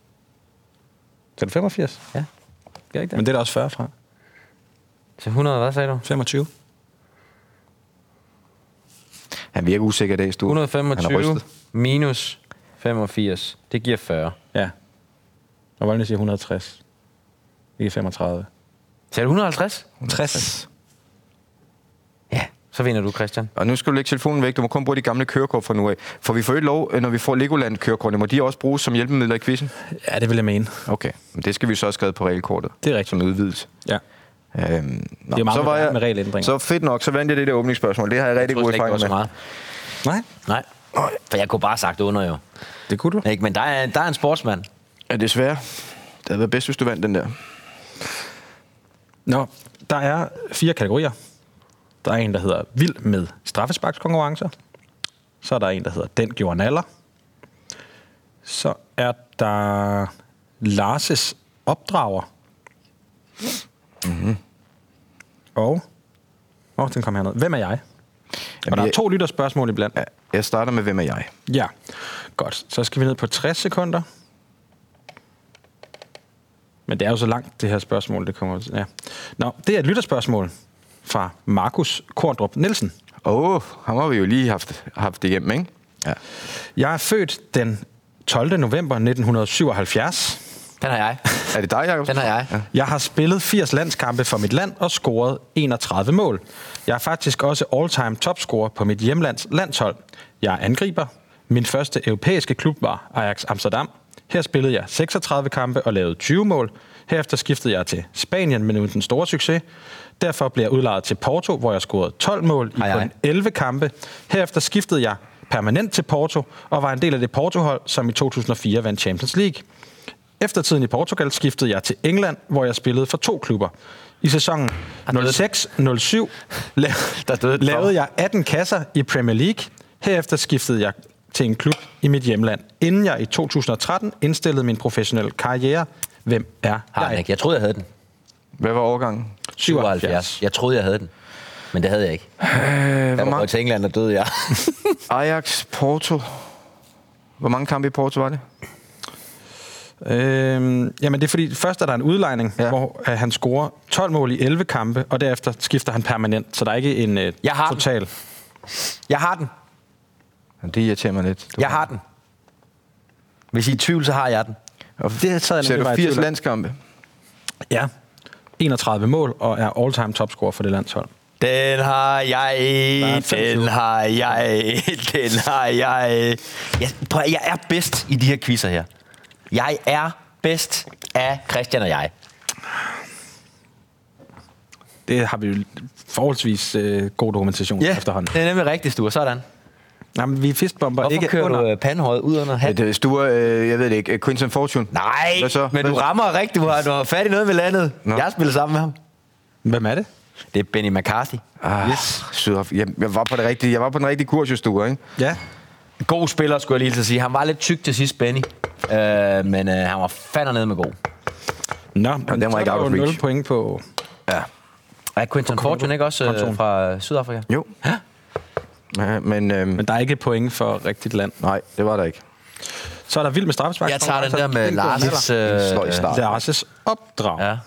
S3: er det 85?
S4: Ja. Gør ikke det?
S3: Men det er da også 40 fra.
S4: Så 100, hvad sagde du?
S3: 25.
S2: Han virker usikker i dag, Stu. Han er
S4: 125
S2: rystet.
S4: minus 85. Det giver 40.
S3: Ja. Og Voldnivel siger 160. Ikke 35.
S4: Sagde du 150?
S3: 60.
S4: Ja. Så vinder du, Christian.
S2: Og nu skal du lægge telefonen væk. Du må kun bruge de gamle kørekort fra nu af. For vi får jo ikke lov, øh, når vi får Legoland-kørekortene. Må de også bruges som hjælpemidler i quizzen?
S3: Ja, det vil jeg mene.
S2: Okay. Men det skal vi så have skrevet på regelkortet.
S3: Det er rigtigt.
S2: Som en udvidelse.
S3: Ja.
S2: Øhm, nå,
S3: meget moderne med regelændringer.
S2: Så fedt nok, så vandt jeg det der åbningsspørgsmål. Det har jeg rigtig
S4: Jeg
S2: god
S4: tror slet ikke, det var
S2: erfaring
S4: så
S2: med.
S4: meget.
S3: Nej,
S4: Nej. For jeg kunne bare have sagt under, jo.
S3: det kunne du.
S4: Ikke? Men der er, der er en sportsmand.
S2: Ja, desværre. Det havde været bedst, hvis du vandt den der.
S3: Nå, der er fire kategorier. Der er en, der hedder Vild med straffesparkskonkurrencer. Så er der en, der hedder Den gjorde naller. Så er der Larses opdrager. Mm-hmm. Og... Åh, oh, den kom herned. Hvem er jeg? Og
S2: Jamen,
S3: der er
S2: jeg-
S3: to lytterspørgsmål iblandt.
S2: Ja, jeg starter med, hvem er jeg?
S3: Ja, godt. Så skal vi ned på 60 sekunder. Men det er jo så langt, det her spørgsmål, det kommer... Ja. Nå, det er et lytterspørgsmål fra Markus Korndrup Nielsen.
S2: Åh, oh, ham har vi jo lige haft, haft igennem, ikke? Ja.
S3: Jeg er født den 12. november 1977.
S4: Den har jeg.
S2: Er det dig, Jacob?
S4: Den har jeg.
S3: Jeg har spillet 80 landskampe for mit land og scoret 31 mål. Jeg er faktisk også all-time topscorer på mit hjemlands landshold. Jeg er angriber. Min første europæiske klub var Ajax Amsterdam. Her spillede jeg 36 kampe og lavede 20 mål. Herefter skiftede jeg til Spanien, men uden den store succes. Derfor blev jeg udlejet til Porto, hvor jeg scorede 12 mål i
S4: Hej, hej.
S3: kun 11 kampe. Herefter skiftede jeg permanent til Porto og var en del af det Porto-hold, som i 2004 vandt Champions League. Efter tiden i Portugal skiftede jeg til England, hvor jeg spillede for to klubber. I sæsonen 06-07
S4: Der døde den.
S3: lavede jeg 18 kasser i Premier League. Herefter skiftede jeg til en klub i mit hjemland, inden jeg i 2013 indstillede min professionelle karriere. Hvem er
S4: Har den
S3: jeg?
S4: ikke. Jeg troede, jeg havde den.
S2: Hvad var overgangen?
S4: 77. Jeg troede, jeg havde den. Men det havde jeg ikke.
S2: Øh, hvor
S4: Jeg var
S2: mange?
S4: gået til England og døde jeg.
S2: Ajax, Porto. Hvor mange kampe i Porto var det?
S3: Øhm, jamen det er fordi, først er der en udlejning, ja.
S2: Ja.
S3: hvor uh, han scorer 12 mål i 11 kampe, og derefter skifter han permanent, så der er ikke en uh,
S4: Jeg har den.
S3: total.
S4: Jeg har den.
S2: Ja, Det irriterer mig lidt. Du
S4: Jeg har den. Hvis I er i tvivl, så har jeg den.
S2: Og
S3: Det sad jeg
S2: Ser
S3: nemlig
S2: du
S3: bare i
S2: 80
S3: tvivl om.
S2: landskampe?
S3: Ja. 31 mål og er all-time topscorer for det landshold.
S4: Den har jeg,
S3: er fem syv.
S4: den har jeg, den har jeg. Jeg, prøv, at- jeg er bedst i de her quizzer her. Jeg er bedst af Christian og jeg.
S3: Det har vi jo forholdsvis øh, god dokumentation yeah. efterhånden.
S4: det er nemlig rigtigt, Sture. Sådan.
S3: Nej, men vi er fistbomber.
S4: Hvorfor
S3: ikke
S4: ikke kører
S3: under.
S4: du øh, pandehøjet ud under
S2: Ja,
S4: hatten?
S2: det er Sture, øh, jeg ved det ikke. Quinton Fortune?
S4: Nej,
S2: Hvad så?
S4: men
S2: Hvad
S4: du
S2: så?
S4: rammer rigtigt. Du har, du har fat i noget med landet.
S2: Nå.
S4: Nå. Jeg spiller sammen med ham.
S2: øh?
S3: Hvem er det?
S4: Det er Benny McCarthy.
S2: Ah, yes. Sydaf- jeg, jeg, var på det rigtige, jeg var på den rigtige kurs, jo Sture, ikke?
S3: Ja.
S4: God spiller, skulle jeg lige til at sige. Han var lidt tyk til sidst, Benny. Øh, men øh, han var fandme nede med god.
S3: Nå, men
S2: den var
S3: så er
S2: ikke
S3: der
S2: out
S3: jo
S2: of
S3: nul
S2: reach.
S3: point på...
S2: Ja.
S4: Er Quinton Fortune ikke også
S3: Kontoen.
S4: øh, fra øh, Sydafrika?
S2: Jo. Ja, men, øhm,
S3: Men der er ikke point for rigtigt land.
S2: nej, det var der ikke.
S3: Så er der vild med straffespark.
S4: Jeg tager den der med
S3: går
S4: Lars'
S3: Lars'
S2: En sløj
S4: øh,
S2: start.
S3: Lars' opdrag.
S4: Ja.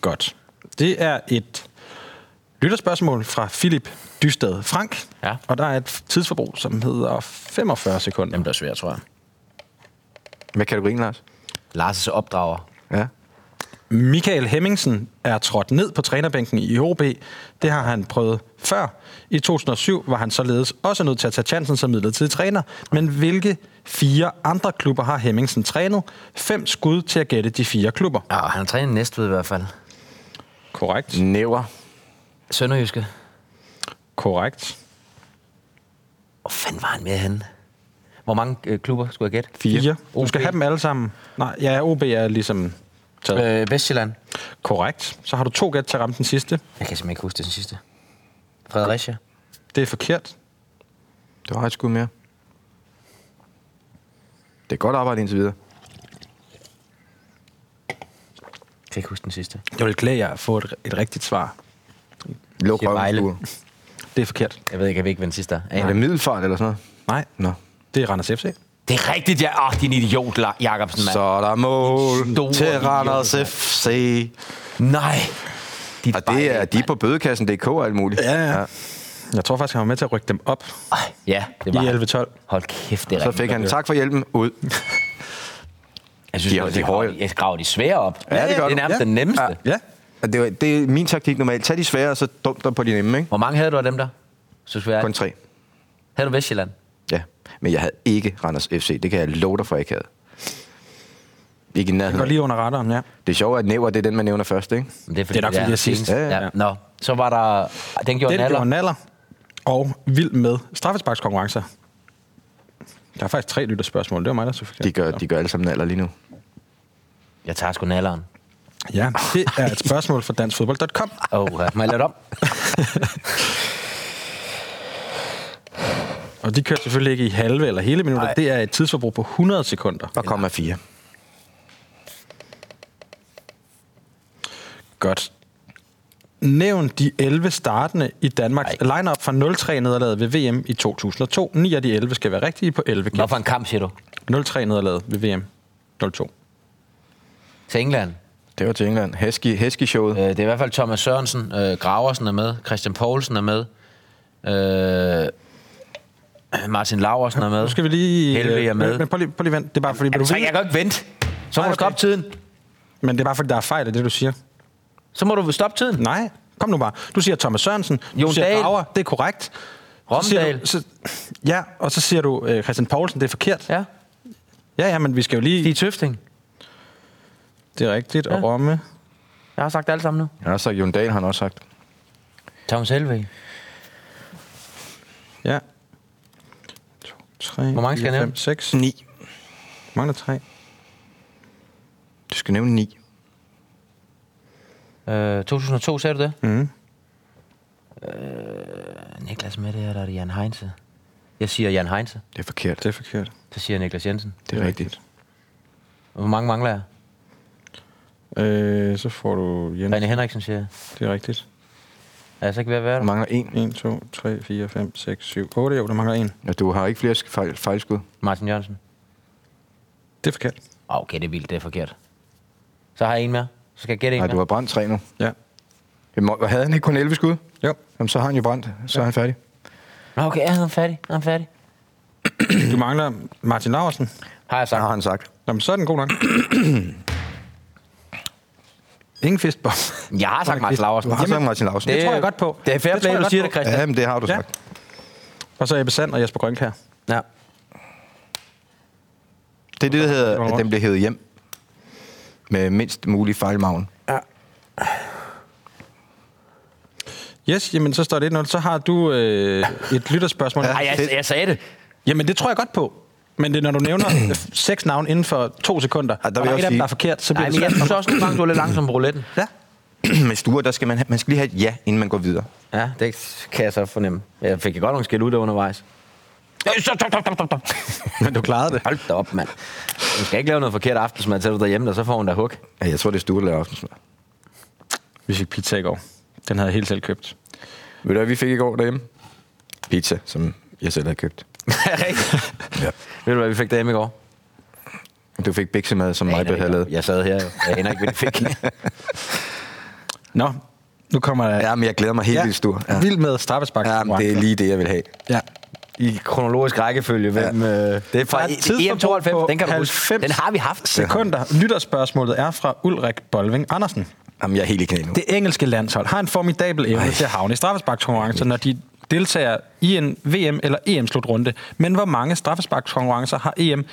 S3: Godt. Det er et lytterspørgsmål fra Philip Dysted Frank.
S4: Ja.
S3: Og der er et tidsforbrug, som hedder 45 sekunder.
S4: Jamen, det er svært, tror jeg.
S2: Med kategorien, Lars?
S4: Lars' opdrager.
S2: Ja.
S3: Michael Hemmingsen er trådt ned på trænerbænken i OB. Det har han prøvet før. I 2007 var han således også nødt til at tage chancen som midlertidig træner. Men hvilke fire andre klubber har Hemmingsen trænet? Fem skud til at gætte de fire klubber.
S4: Ja, han har trænet Næstved i hvert fald.
S3: Korrekt.
S2: Næver.
S4: Sønderjyske.
S3: Korrekt.
S4: Hvor fanden var han med henne? Hvor mange øh, klubber skulle jeg gætte?
S3: Fire. Du
S4: OB.
S3: skal have dem alle sammen. Nej, ja, OB er ligesom taget. Øh.
S4: Øh, Vestjylland.
S3: Korrekt. Så har du to gæt til at ramme den sidste.
S4: Jeg kan simpelthen ikke huske det den sidste. Fredericia.
S3: Det er forkert.
S2: Du har et skud mere. Det er godt arbejde indtil videre.
S4: Jeg kan ikke huske den sidste.
S3: Jeg vil glæde jer at få et, et rigtigt svar.
S2: Luk
S4: Siger Vejle.
S2: røven,
S3: Det er forkert.
S4: Jeg ved ikke, jeg ved ikke, hvad den sidste er.
S2: Er det middelfart eller sådan noget?
S3: Nej,
S2: Nå.
S3: det er Randers FC.
S4: Det er rigtigt, ja. Åh, oh, din idiot, La- Jacobsen, mand.
S2: Så er der mål
S4: Store
S2: til Randers
S4: idioter.
S2: FC.
S4: Nej. Dit
S2: Og det er
S4: bejl,
S2: de er
S4: mand.
S2: på bødekassen.dk og alt muligt.
S3: ja. Jeg tror faktisk, han var med til at rykke dem op
S4: Ej, Ja, det
S3: i
S4: var
S3: 11-12.
S4: Hold kæft, det er
S2: Så
S4: rigtigt.
S2: fik han tak for hjælpen ud.
S4: Jeg synes,
S2: De
S4: de,
S2: er-
S4: de,
S2: de
S4: de
S2: er
S4: graver,
S2: hårde.
S4: de graver de svære op.
S2: Ja, det gør du.
S4: Det er nærmest
S2: Ja.
S4: den nemmeste.
S2: Ja.
S3: Ja,
S2: Og Det, er- det er min taktik normalt. Tag de svære, og så dum dig på de nemme, ikke?
S4: Hvor mange havde du af dem der? Så skal jeg...
S2: Kun tre.
S4: Havde du Vestjylland?
S2: Ja. Men jeg havde ikke Randers FC. Det kan jeg love dig for, jeg ikke havde. Ikke i
S3: det går
S2: nærheden.
S3: lige under radaren, ja.
S2: Det sjove er, at næver, det er den, man nævner først, ikke?
S4: Men Det er,
S3: Det er nok, fordi jeg er sidst.
S4: Ja,
S2: Ja,
S4: ja.
S2: ja.
S4: ja. Nå, så var der... Den gjorde den,
S3: Den
S4: den
S3: gjorde
S4: alder.
S3: naller og vild med straffesparkskonkurrencer. Der er faktisk tre lytterspørgsmål. Det var mig, der så forkert.
S2: De gør, de gør alle sammen alder lige nu.
S4: Jeg tager sgu nalleren.
S3: Ja, det er et spørgsmål fra danskfodbold.com.
S4: Åh, oh, må jeg lade det om?
S3: Og de kører selvfølgelig ikke i halve eller hele minutter. Det er et tidsforbrug på 100 sekunder.
S2: Og kommer fire.
S3: Godt. Nævn de 11 startende i Danmarks line-up fra 0-3 nederlaget ved VM i 2002. 9 af de 11 skal være rigtige på 11
S4: Nå,
S3: gæt.
S4: for en kamp, siger du?
S3: 0-3 nederlaget ved VM 02.
S4: Til England.
S2: Det var til England. Hesky, Hesky-showet.
S4: Øh, det er i hvert fald Thomas Sørensen. Øh, Graversen er med. Christian Poulsen er med. Øh, Martin Laversen er med.
S3: Nu skal vi lige... øh,
S4: Helve er med.
S3: Men, men prøv lige, prøv lige vent. Det er bare fordi,
S4: Er
S3: men,
S4: du
S3: du
S4: så,
S3: ved,
S4: Altså, jeg kan jo ikke vente. Så må
S3: Nej,
S4: du stoppe
S3: okay.
S4: tiden.
S3: men det er bare fordi, der er fejl i det, du siger.
S4: Så må du stoppe tiden.
S3: Nej, kom nu bare. Du siger Thomas Sørensen, du
S4: Jon
S3: siger
S4: Dahl.
S3: Graver, det er korrekt. Så siger
S4: Romdahl.
S3: Du, så, ja, og så siger du øh, Christian Poulsen, det er forkert.
S4: Ja,
S3: ja, ja men vi skal jo lige...
S4: de er tøfting.
S3: Det er rigtigt, og
S4: Ja.
S3: Romme.
S4: Jeg har sagt det alle sammen nu.
S2: Jeg har også sagt, Jon Dahl har han også sagt.
S4: Thomas Helvig.
S3: Ja. 2, 3,
S4: Hvor mange skal jeg nævne?
S3: 5, 6.
S2: 9.
S3: Mangler 3.
S2: Du skal nævne 9.
S4: Øh, 2002, sagde du det?
S3: Mm.
S4: Øh, Niklas med det her, der er det Jan Heinze. Jeg siger Jan Heinze,
S2: Det er forkert.
S3: Det er forkert.
S4: så siger jeg Niklas Jensen.
S2: Det er rigtigt.
S4: Og Hvor mange mangler jeg?
S3: Øh, så får du Jens.
S4: René Henriksen siger jeg.
S3: Det er rigtigt.
S4: Er jeg så ikke ved at være
S2: Der
S4: der?
S2: mangler en.
S3: 1, 2, 3, 4, 5, 6, 7, 8. Jo, der mangler en.
S2: Og du har ikke flere sk- fejl, fejlskud.
S4: Martin Jørgensen.
S3: Det er forkert.
S4: Åh, Okay, det er vildt, det er forkert. Så har jeg en mere. Så skal jeg gætte en
S2: Nej, du
S4: mere.
S2: har brændt tre nu.
S3: Ja.
S2: Jamen, og havde han ikke kun 11 skud?
S3: Jo.
S2: Jamen, så har han jo brændt. Så er han færdig.
S4: Nå, okay, ja, han er færdig. Han er færdig.
S3: Du mangler Martin Laversen.
S4: Har jeg
S2: Der
S4: sagt.
S2: har han sagt.
S3: Nå, men så er den god nok. Ingen fistbomb.
S4: Jeg har sagt Martin Laursen.
S2: Du har sagt Martin Lausen.
S3: det tror jeg godt på.
S4: Det er fair
S3: Det tror
S4: play,
S3: jeg
S4: du
S3: godt
S4: siger
S3: på.
S4: det, Christian.
S2: Ja, men det har du
S3: Ja.
S2: sagt.
S3: Og så Ebbe Sand og Jesper Grønkær.
S4: Ja.
S2: Det er det, der hedder,
S3: rundt.
S2: at den bliver hævet hjem. Med mindst mulig fejlmavn.
S3: Yes, jamen så står det 1-0. Så har du øh, et lytterspørgsmål.
S4: Ej, jeg, jeg sagde det.
S3: Jamen det tror jeg godt på. Men det er, når du nævner seks navne inden for to sekunder,
S2: der vil
S3: og der
S2: jeg
S3: er
S2: også
S3: et af dem,
S2: sige-
S3: der er forkert, så
S4: Nej,
S3: bliver
S4: men jeg
S3: det
S4: synes også, nogle gange, du er lidt langsom på rouletten.
S3: Ja.
S2: Med stuer, der skal man, have, man skal lige have et ja, inden man går videre.
S4: Ja, det kan jeg så fornemme. Jeg fik godt nogle skæld ud undervejs. Øh, stop, stop, stop, stop, stop.
S3: Men du klarede det.
S4: Hold da op, mand. Du skal ikke lave noget forkert aftensmad til dig derhjemme, og så får hun da hug.
S2: Ja, jeg tror, det er stuer, der laver aftensmad.
S3: Vi fik pizza i går. Den havde jeg helt selv købt.
S2: Ved du, hvad vi fik i går derhjemme? Pizza, som jeg selv havde købt.
S4: ja. Ved du, hvad vi fik derhjemme i går?
S2: Du fik biksemad, som mig havde lavet.
S4: Jeg sad her, jo. Jeg aner ikke, hvad de fik.
S3: Nå, nu kommer der...
S2: Jamen, jeg glæder mig helt
S3: Ja.
S2: vildt stor. Ja.
S3: Vild med straffespark.
S2: Jamen, det er lige det, jeg vil have.
S3: Ja.
S4: I kronologisk rækkefølge, hvem... Ja. Øh, det er
S3: Der
S4: fra
S3: et tidsforbrug
S4: EM 92,
S3: på
S4: den kan du huske.
S3: 90
S4: Den har vi haft.
S3: Sekunder. Lytterspørgsmålet er fra Ulrik Bolving Andersen.
S2: Jamen, jeg er helt i knæ nu.
S3: Det engelske landshold har en formidabel evne
S2: Ej.
S3: til at havne i straffesparkskonkurrencer, når de deltager i en VM- eller EM-slutrunde. Men hvor mange straffesparkskonkurrencer har EM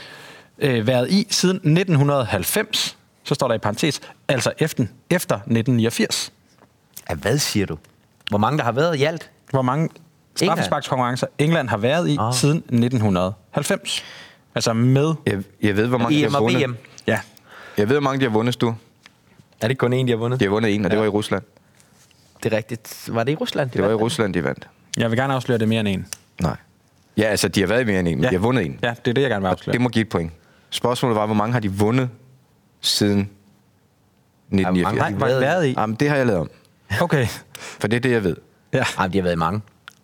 S3: øh, været i siden 1990? Så står der i parentes, altså efter, efter 1989.
S4: Ja, hvad siger du? Hvor mange der har været i alt?
S3: Hvor mange straffesparkskonkurrencer England har været i
S4: Ah.
S3: oh. siden 1990? Altså med...
S2: Jeg, jeg ved, hvor mange
S4: EM
S2: de har
S4: og
S2: vundet.
S4: VM.
S3: Ja.
S2: Jeg ved, hvor mange de har vundet, du.
S4: Er det ikke kun en, de har vundet?
S2: De har vundet en, og det var i Rusland.
S4: Det er rigtigt. Var det i Rusland?
S2: Det var i Rusland, de vandt.
S3: Jeg vil gerne afsløre det er mere end en.
S2: Nej. Ja, altså, de har været i mere end en, men
S3: Ja.
S2: de har vundet en.
S3: Ja, det er det, jeg gerne vil afsløre.
S2: Det må give et point. Spørgsmålet var, hvor mange har de vundet siden
S4: Nej,
S2: 1989?
S3: Nej, hvor har de været i?
S2: Jamen, det har jeg lavet om.
S3: Okay.
S2: For det er det, jeg ved.
S3: Ja.
S4: Ej, men de har været i mange.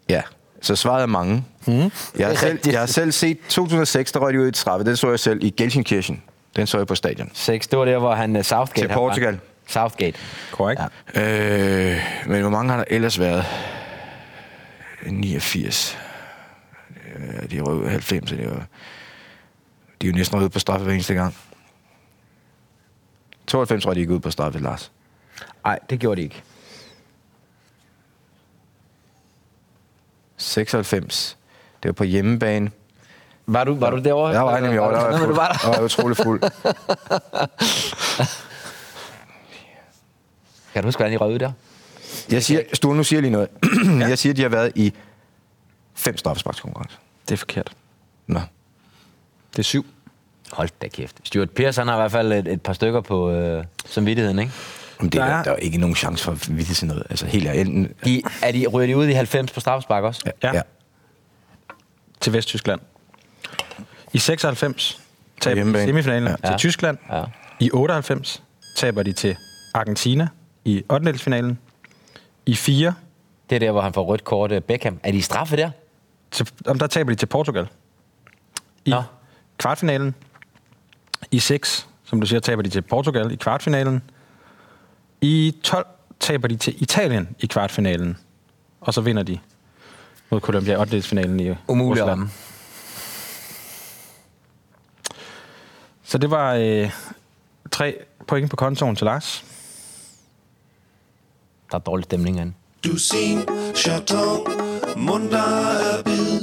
S2: Ja. Så svaret er mange. Hmm. Jeg, har selv, jeg har selv set 2006, der røg de ud i et straffe. Den så jeg selv i Gelsenkirchen. Den så jeg på stadion.
S4: 6, det var der, hvor han øh, Southgate...
S2: Til
S4: han var.
S2: Portugal.
S4: Southgate.
S3: Korrekt.
S4: Ja.
S3: Ja.
S2: Øh, men hvor mange har der ellers været? 89. Øh, De røg ud i 90, så det var... De er jo næsten ude på straffe hver eneste gang. 92 tror jeg, de gik ud på straffe, Lars.
S4: Nej, det gjorde de ikke.
S2: 96. Det var på hjemmebane.
S4: Var du, var du derovre?
S2: Jeg var nemlig over, der var jeg
S4: Nå, men
S2: fuld.
S4: du var der.
S2: Jeg var utrolig fuld.
S4: Kan du huske, hvordan I røg ud der?
S2: Jeg siger, Stuen, nu siger jeg lige noget. Jeg siger, de har været i fem straffesparkskonkurrencer.
S3: Det er forkert.
S2: Nå.
S3: Det er syv.
S4: Hold da kæft. Stuart Pearce, han har i hvert fald et, et par stykker på øh, samvittigheden, ikke?
S2: Men det
S3: Der
S2: er,
S3: er-
S2: der, er jo ikke nogen chance for at vide sådan noget. Altså helt ærligt. enten...
S4: De, er de, ryger de ud i 90 på straffespark også?
S3: Ja. til Vesttyskland. I 96 taber de
S2: hjemmebane.
S3: semifinalen
S2: Ja.
S3: ja. til
S4: Ja.
S3: Tyskland.
S4: Ja.
S3: I 98 taber de til Argentina i 8. I 4,
S4: Det er der, hvor han får rødt kort øh, Beckham. Er de i straffe der?
S3: til, om der taber de til Portugal. I
S4: Nå.
S3: kvartfinalen. I 6, som du siger, taber de til Portugal i kvartfinalen. I 12 taber de til Italien i kvartfinalen. Og så vinder de mod Colombia i 8. finalen i
S4: Umuligt at
S3: Rusland.
S4: ramme.
S3: Så det var øh, tre point på kontoen til Lars.
S4: Der er dårlig stemning herinde.
S6: Dusin, chaton, munter er bid.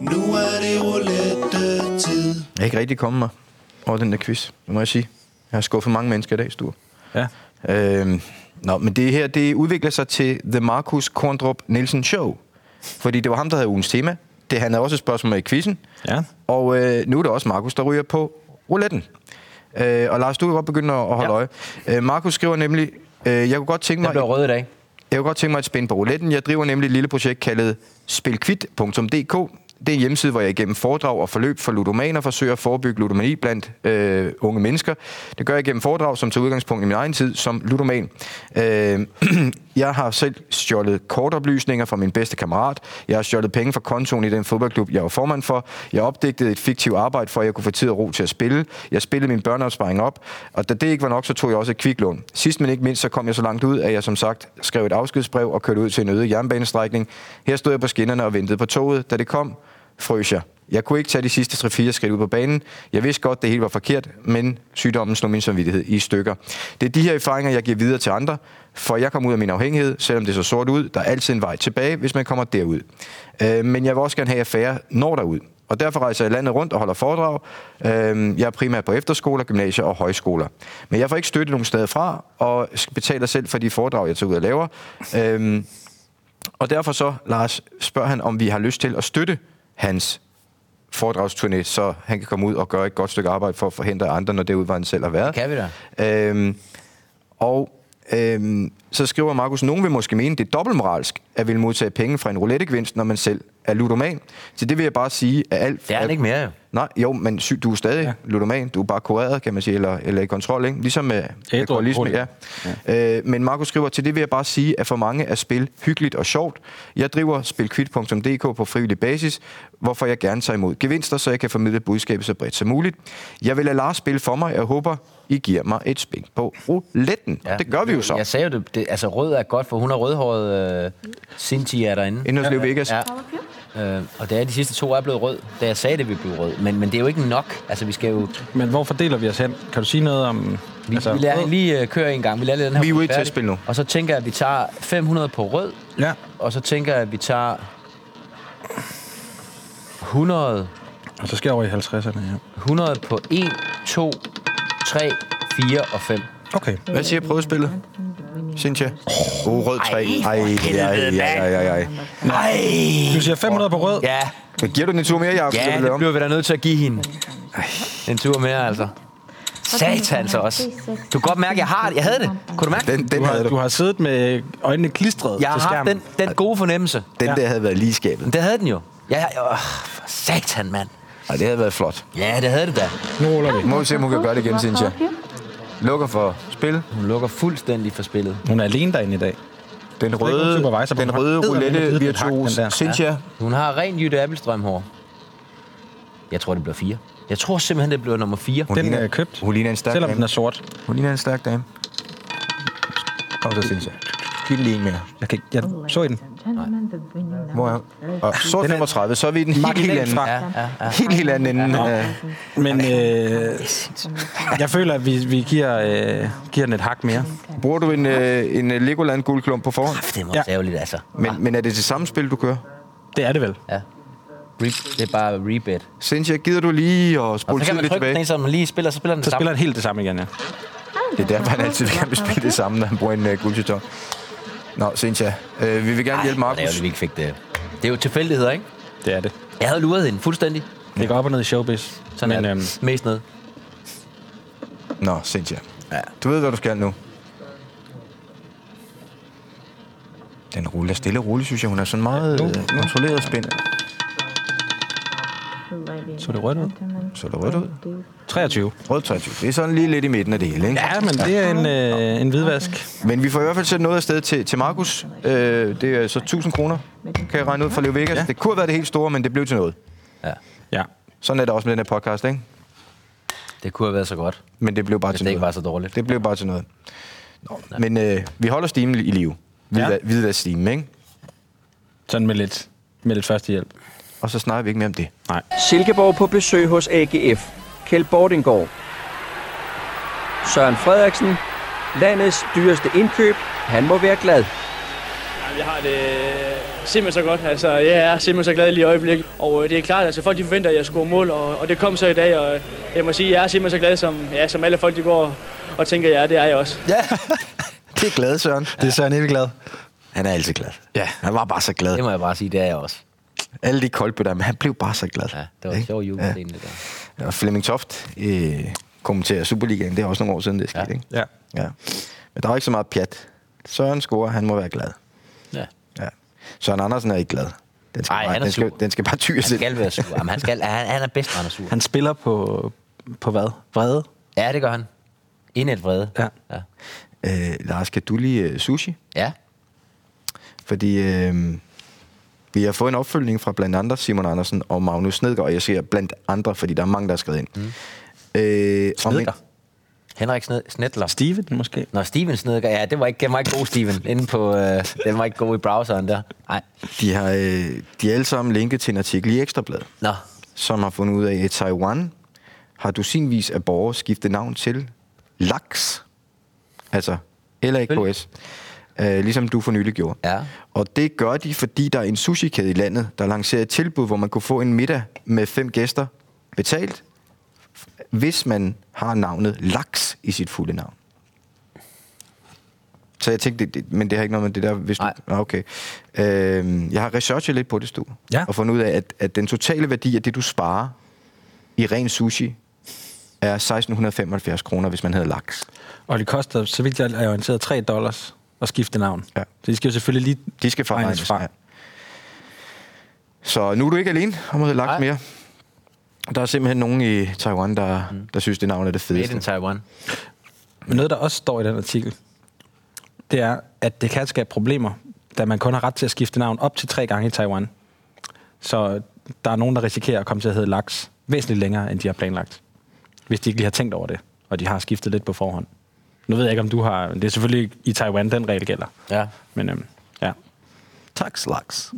S6: Nu er det roulette-tid.
S2: Jeg er ikke rigtig kommet mig over den der quiz, det må jeg sige. Jeg har skuffet mange mennesker i dag, Stue.
S3: Ja.
S2: Øhm, nå, men det her, det udvikler sig til The Markus Korndrup Nielsen Show. Fordi det var ham, der havde ugens tema. Det han havde også et spørgsmål med i quizzen.
S3: Ja.
S2: Og øh, nu er det også Markus, der ryger på rouletten. Øh, og Lars, du kan godt begynde at at holde
S4: Ja.
S2: ja. øje. Øh, Markus skriver nemlig, øh, jeg kunne godt tænke
S4: Den
S2: mig...
S4: blev rød i dag.
S2: Jeg kunne godt tænke mig et spænd på rouletten. Jeg driver nemlig et lille projekt kaldet spilkvit.dk. Det er en hjemmeside, hvor jeg igennem foredrag og forløb for ludomaner forsøger at forebygge ludomani blandt øh, unge mennesker. Det gør jeg igennem foredrag, som tager udgangspunkt i min egen tid som ludoman. Øh, jeg har selv stjålet kortoplysninger fra min bedste kammerat. Jeg har stjålet penge fra kontoen i den fodboldklub, jeg var formand for. Jeg opdigtede et fiktivt arbejde, for at jeg kunne få tid og ro til at spille. Jeg spillede min børneopsparing op, og da det ikke var nok, så tog jeg også et kviklån. Sidst men ikke mindst, så kom jeg så langt ud, at jeg som sagt skrev et afskedsbrev og kørte ud til en øde jernbanestrækning. Her stod jeg på skinnerne og ventede på toget. Da det kom, frøs jeg. Jeg kunne ikke tage de sidste 3-4 skridt ud på banen. Jeg vidste godt, det hele var forkert, men sygdommen slog min samvittighed i stykker. Det er de her erfaringer, jeg giver videre til andre, for jeg kom ud af min afhængighed, selvom det så sort ud. Der er altid en vej tilbage, hvis man kommer derud. Øh, men jeg vil også gerne have affære, når derud. Og derfor rejser jeg landet rundt og holder foredrag. Øh, jeg er primært på efterskoler, gymnasier og højskoler. Men jeg får ikke støtte nogen steder fra, og betaler selv for de foredrag, jeg tager ud og laver. Øh, og derfor så, Lars, spørger han, om vi har lyst til at støtte hans foredragsturné, så han kan komme ud og gøre et godt stykke arbejde for at forhindre andre, når derude, hvor han selv har været.
S4: Det kan vi da.
S2: Øhm, og øhm, så skriver Markus, nogen vil måske mene, det er dobbeltmoralsk at vil modtage penge fra en roulettegevinst, når man selv er ludoman. Så det vil jeg bare sige, at alt...
S4: Det er han ikke mere, jo.
S2: Nej, jo, men sy- du er stadig ja. ludoman. Du er bare kureret, kan man sige, eller, eller i kontrol, ikke? Ligesom med alkoholisme, ja. ja. Øh, men Markus skriver, til det vil jeg bare sige, at for mange er spil hyggeligt og sjovt. Jeg driver spilkvit.dk på frivillig basis, hvorfor jeg gerne tager imod gevinster, så jeg kan formidle budskabet så bredt som muligt. Jeg vil lade Lars spille for mig, og jeg håber, I giver mig et spil på rouletten. Ja. Det gør vi jo så.
S4: Jeg sagde jo, det, det, det, altså rød er godt, for hun er rødhåret. Øh, Cinti er derinde.
S2: Inderslev Vegas.
S4: Ja. Øh, og det er de sidste to er blevet rød, da jeg sagde det, vi blev rød. Men, men det er jo ikke nok. Altså, vi skal jo...
S3: Men hvor fordeler vi os hen? Kan du sige noget om...
S4: Vi, altså, vi lader lige øh, køre en gang. Vi lader lige den her
S2: Vi er ude
S4: runde
S2: til at
S4: færdig.
S2: spille nu.
S4: Og så tænker jeg, at vi tager 500 på rød.
S3: Ja.
S4: Og så tænker jeg, at vi tager 100,
S3: Og så skal jeg over i 50'erne, ja.
S4: 100 på 1, 2, 3, 4 og 5.
S3: Okay.
S2: Hvad siger prøvespillet? Cynthia? Åh, oh, rød 3. Ej, ej, ej, ej, ej, ej.
S3: Du siger 500 på rød?
S4: Ja,
S2: Men Giver du den en tur mere, Jacob?
S4: ja det bliver vi da nødt til at give hende. En tur mere, altså. Satans også. Du kan godt mærke, at jeg har det. Jeg havde det. Kunne du mærke det?
S2: Den, den,
S3: Du har,
S2: havde
S3: du
S2: du.
S3: har siddet med øjnene klistret
S4: Jeg
S3: til
S4: har
S3: skærmen.
S4: den, den gode fornemmelse.
S2: den der havde været lige i skabet.
S4: Men det havde den jo. Jeg, jeg, åh, for satan, mand.
S2: Ej, det havde været flot.
S4: Ja, det havde det da.
S3: Nu ruller vi.
S2: Må vi se, om hun kan gøre det igen, Cynthia. Lukker for spil.
S4: Hun lukker fuldstændig for spillet.
S3: Hun er alene derinde i dag.
S2: Den
S3: ikke nogen
S2: røde,
S3: supervisor, men
S2: den
S3: hun har
S2: røde
S3: eddermame givet
S2: roulette
S3: den et hak,
S2: virtuos
S3: den der.
S2: Cynthia.
S4: Hun har ren Jytte Appelstrøm hår. Jeg tror, det bliver fire. Jeg tror simpelthen, det bliver nummer fire.
S2: Hun
S3: Den
S2: ligner-
S3: er købt.
S2: Hun ligner en stærk
S3: Selvom den
S2: dame.
S3: er sort.
S2: Hun ligner en stærk dame. Kom så, Cynthia. Giv den lige en mere.
S3: Jeg, kan, ikke- jeg så i den.
S2: Hvor er
S3: Ah.
S2: og sort 35, så er vi i den helt, helt anden.
S3: fra.
S2: Ja, ja, ja. Ah, Helt, helt anden ende. Ja.
S3: Men øh, jeg føler, at vi, vi giver, øh, giver den et hak mere.
S2: Bruger du en, øh, en øh, Legoland guldklump på forhånd?
S4: Pff, Det er
S3: Ja.
S4: meget ærgerligt, altså.
S2: Men, men er det det samme spil, du kører?
S3: Det er det vel.
S4: Ja. Re- det er bare rebet.
S2: Cynthia, gider du lige at
S4: Og
S2: spole
S4: så kan
S2: tiden
S4: man
S2: lidt
S4: trykke den
S2: tilbage?
S4: en, så man lige spiller, så spiller den
S3: Så
S4: sammen.
S3: spiller den helt det samme igen, ja.
S2: Det er derfor, han altid gerne vil spille det samme, når han bruger en uh, guldjeton. Nå, Cynthia, øh, vi vil gerne hjælpe
S4: Det er
S2: Markus.
S4: ærgerligt, vi ikke fik det. Det er jo tilfældigheder, ikke?
S3: Det er det.
S4: Jeg havde luret hende fuldstændig.
S3: Det går op og ned i showbiz.
S4: Sådan
S3: men,
S4: er
S3: øhm,
S4: det. Mest ned.
S2: Nå, Cynthia.
S4: Ja.
S2: Du ved, hvad du skal nu. Den ruller stille og roligt, synes jeg. Hun er sådan meget
S3: Nu,
S2: øh,
S3: nu.
S2: kontrolleret spændt.
S3: så det rødt ud.
S2: Så er der rødt ud.
S3: 23.
S2: Rødt 23. Det er sådan lige lidt i midten af det hele, ikke?
S3: Ja, men det er en, øh, en hvidvask.
S2: Men vi får i hvert fald sendt noget afsted til, til Markus. Øh, det er så 1000 kroner, kan jeg regne ud fra Leo Vegas. Ja. Det kunne have været det helt store, men det blev til noget.
S4: Ja.
S3: Ja.
S2: Sådan er det også med den her podcast, ikke?
S4: Det kunne have været så godt,
S2: Men det blev bare
S4: hvis
S2: til
S4: det
S2: noget.
S4: ikke var så dårligt.
S2: Det blev bare til noget. Nå, men øh, vi holder stimen i live.
S3: Ja.
S2: Hvidva- Hvidvaskstimen, ikke?
S3: Sådan med lidt, med lidt førstehjælp.
S2: Og så snakker vi ikke mere om det.
S3: Nej.
S5: Silkeborg på besøg hos AGF. Kjeld Bordingård. Søren Frederiksen. Landets dyreste indkøb. Han må være glad.
S7: Jamen, Jeg har det simpelthen så godt. Altså, jeg er simpelthen så glad lige i øjeblikket. Og øh, det er klart, at altså, folk de forventer, at jeg scorer mål, og, og det kom så i dag. Og øh, jeg må sige, at jeg er simpelthen så glad, som, ja, som alle folk de går og tænker, at jeg er. Det er jeg også.
S2: Ja, det er glad, Søren.
S3: Det er Søren Evig glad.
S2: Han er altid glad. Ja. Han var bare så glad.
S4: Det må jeg bare sige, det er jeg også.
S2: Alle de kolbe der, men han blev bare så glad.
S4: Ja, det var en
S2: Ikke?
S4: sjov julescene, det der.
S2: Ja. Og Flemming Toft øh, kommenterer Superligaen. Det er også nogle år siden, det skete,
S4: Ja.
S2: ikke?
S3: Ja.
S2: Ja. Men der var ikke så meget pjat. Søren scorer, han må være glad.
S4: Ja.
S2: Ja. Søren Andersen er ikke glad. Den skal,
S4: Ej,
S2: bare,
S4: han er
S2: den skal,
S4: sur.
S2: den skal bare tyre
S4: Han
S2: sig.
S4: skal være sur. Jamen, han, skal, han, han er bedst, når han er sur.
S3: Han spiller på, på hvad? Vrede?
S4: Ja, det gør han. Inden et vrede.
S3: Ja.
S4: Ja.
S2: Øh, Lars, kan du lide øh, sushi?
S4: ja.
S2: Fordi øh, vi har fået en opfølgning fra blandt andre Simon Andersen og Magnus Snedgaard. Og jeg siger blandt andre, fordi der er mange, der har skrevet ind. Mm. Øh, om en-
S4: Snedker. Henrik Sned- Snedler.
S3: Steven måske?
S4: Nå, Steven Snedker. Ja, det var ikke, den var ikke god, Steven. Inde på, øh, den var ikke god i browseren der. Nej.
S2: De har øh, de er alle sammen linket til en artikel i Ekstrabladet,
S4: Nå.
S2: som har fundet ud af, at Taiwan har dusinvis af borgere skiftet navn til LAX. Altså LAKS. Øh, ligesom du for nylig gjorde.
S4: Ja.
S2: Og det gør de, fordi der er en sushi-kæde i landet, der lancerer et tilbud, hvor man kunne få en middag med fem gæster betalt, hvis man har navnet LAX i sit fulde navn. Så jeg tænkte, det, det, men det har ikke noget med det der, hvis
S4: Nej.
S2: du... Ah, Okay. Øhm, jeg har researchet lidt på det, Stu,
S3: Ja.
S2: og fundet ud af, at, at den totale værdi af det, du sparer i ren sushi, er 1675 kroner, hvis man hedder laks.
S3: Og det koster, så vidt jeg er orienteret, 3 dollars at skifte navn.
S2: Ja.
S3: Så de skal jo selvfølgelig lige
S2: De skal forregnes.
S3: fra.
S2: Ja. Så nu er du ikke alene om at hedde laks
S4: Nej.
S2: mere. Der er simpelthen nogen i Taiwan, der, mm. der synes, det navn er det
S4: Made in
S2: fedeste.
S4: Taiwan.
S3: Men noget, der også står i den artikel, det er, at det kan skabe problemer, da man kun har ret til at skifte navn op til tre gange i Taiwan. Så der er nogen, der risikerer at komme til at hedde laks væsentligt længere, end de har planlagt. Hvis de ikke lige har tænkt over det, og de har skiftet lidt på forhånd. Nu ved jeg ikke, om du har... Det er selvfølgelig i Taiwan, den regel gælder.
S4: Ja.
S3: Men øhm, ja.
S2: Tak, slags.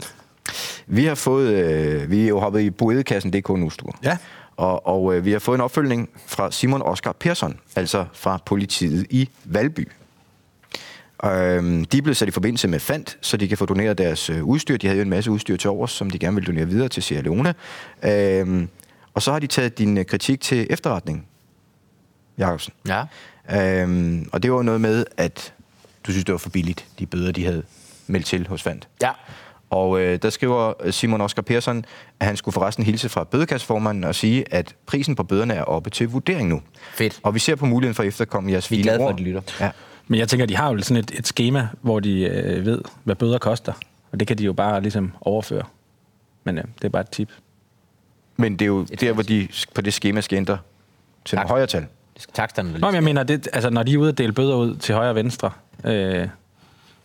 S2: Vi har fået... Øh, vi er jo hoppet i boedekassen.dk nu, Sture.
S3: Ja.
S2: Og, og øh, vi har fået en opfølgning fra Simon Oskar Persson, altså fra politiet i Valby. Øhm, de er blevet sat i forbindelse med Fandt, så de kan få doneret deres øh, udstyr. De havde jo en masse udstyr til overs, som de gerne vil donere videre til Sierra Leone. Øhm, og så har de taget din øh, kritik til efterretning, Jacobsen.
S4: Ja.
S2: Øhm, og det var jo noget med, at du synes, det var for billigt, de bøder, de havde meldt til hos Fandt.
S4: Ja.
S2: Og øh, der skriver Simon Oskar Persson, at han skulle forresten hilse fra bødekasseformanden og sige, at prisen på bøderne er oppe til vurdering nu.
S4: Fedt.
S2: Og vi ser på muligheden for at efterkomme jeres
S4: Vi er
S2: fine
S4: glade for,
S2: ord.
S4: at de lytter.
S2: Ja.
S3: Men jeg tænker, de har jo sådan et, et schema, hvor de øh, ved, hvad bøder koster. Og det kan de jo bare ligesom overføre. Men øh, det er bare et tip.
S2: Men det er jo der, hvor de på det skema skal ændre til nogle
S4: Tak.
S2: højere tal.
S4: Taksterne
S3: Nå, men jeg mener, det, altså, når de er ude at dele bøder ud til højre og venstre, øh,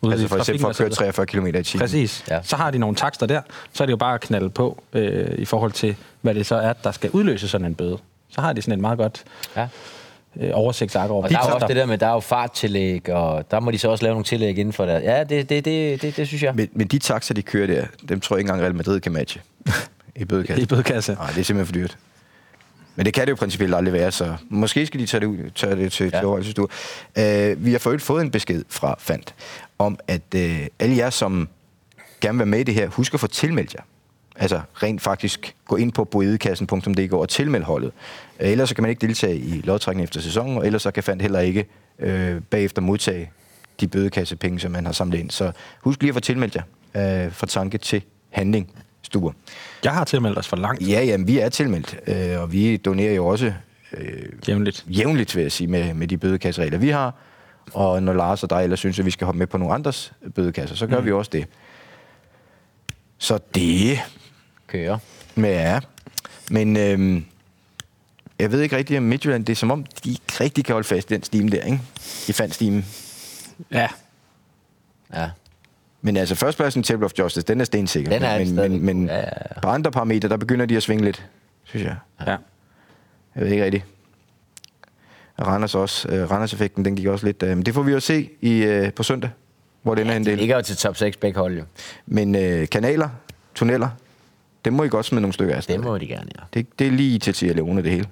S3: ude
S2: Altså
S3: i
S2: for eksempel
S3: trafikken
S2: for
S3: og
S2: at
S3: så
S2: køre
S3: videre.
S2: 43 km i timen.
S3: Præcis.
S4: Ja.
S3: Ja. Så har de nogle takster der, så er det jo bare at knalde på øh, i forhold til, hvad det så er, der skal udløse sådan en bøde. Så har de sådan en meget godt
S4: Ja.
S3: øh, oversigtsark over. hvad
S4: Og der er jo
S3: koster.
S4: også det der med, der er jo farttillæg, og der må de så også lave nogle tillæg inden for det. Ja, det, det, det, det, det synes jeg.
S2: Men, men de taxer, de kører der, dem tror jeg ikke engang Real Madrid kan matche i bødekassen.
S3: I bødekasse.
S2: Nej, det er simpelthen for dyrt. Men det kan det jo principielt aldrig være, så måske skal de tage det, ud, tage det til, ja. til overvejelse, du. Øh, vi har for øvrigt fået en besked fra Fandt om, at øh, alle jer, som gerne vil være med i det her, husk at få tilmeldt jer. Altså rent faktisk gå ind på boedekassen.dk og tilmeld holdet. Øh, ellers så kan man ikke deltage i lodtrækningen efter sæsonen, og ellers så kan Fandt heller ikke øh, bagefter modtage de bødekassepenge, som man har samlet ind. Så husk lige at få tilmeldt jer øh, fra tanke til handling, Sture.
S3: Jeg har tilmeldt os for langt
S2: Ja, jamen, vi er tilmeldt, øh, og vi donerer jo også øh,
S3: jævnligt.
S2: jævnligt, vil jeg sige, med, med de bødekasseregler, vi har. Og når Lars og dig ellers synes, at vi skal hoppe med på nogle andres bødekasser, så gør mm. vi også det. Så det
S4: Kører.
S2: med er. Men øhm, jeg ved ikke rigtig, om Midtjylland, det er som om, de ikke rigtig kan holde fast i den stime der, ikke? I fandt stime.
S3: Ja,
S4: Ja.
S2: Men altså, førstpladsen Table of Justice, den er stensikker.
S4: Den er
S2: men,
S4: stadig-
S2: men, men, men
S4: Ja, ja,
S2: på andre parametre, der begynder de at svinge lidt, synes jeg.
S3: ja.
S2: Jeg ved ikke rigtigt. Og Randers også. Øh, Randers-effekten, den gik også lidt. Øh, men det får vi jo se i, øh, på søndag, hvor det ender ja,
S4: Det
S2: det
S4: ligger jo til top 6 begge hold, jo.
S2: Men øh, kanaler, tunneller, dem må I godt smide nogle stykker af.
S4: Det
S2: Det,
S4: må de gerne, ja.
S2: det, det er lige til Tia Leone, det hele.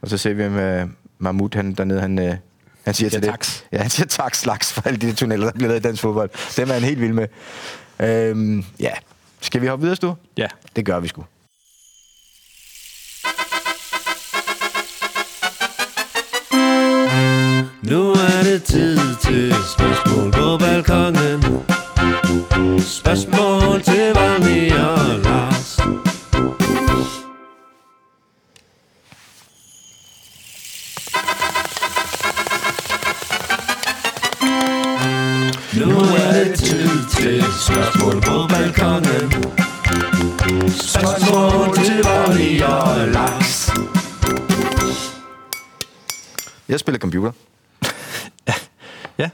S2: Og så ser vi, om øh, Mahmoud han, dernede, han, øh, han siger til
S3: taks.
S2: det. Ja, han siger tak slags for alle de der tunneller, der bliver lavet i dansk fodbold. Dem er han helt vild med. Øhm, ja. Skal vi hoppe videre, Stu?
S3: Ja.
S2: Det gør vi sgu.
S6: Nu er det tid til spørgsmål på balkongen Spørgsmål til Valmi og Lars Nu er det tid til spørgsmål på balkongen Spørgsmål til Valmi og Lars
S2: Jeg spiller computer.
S3: Ja,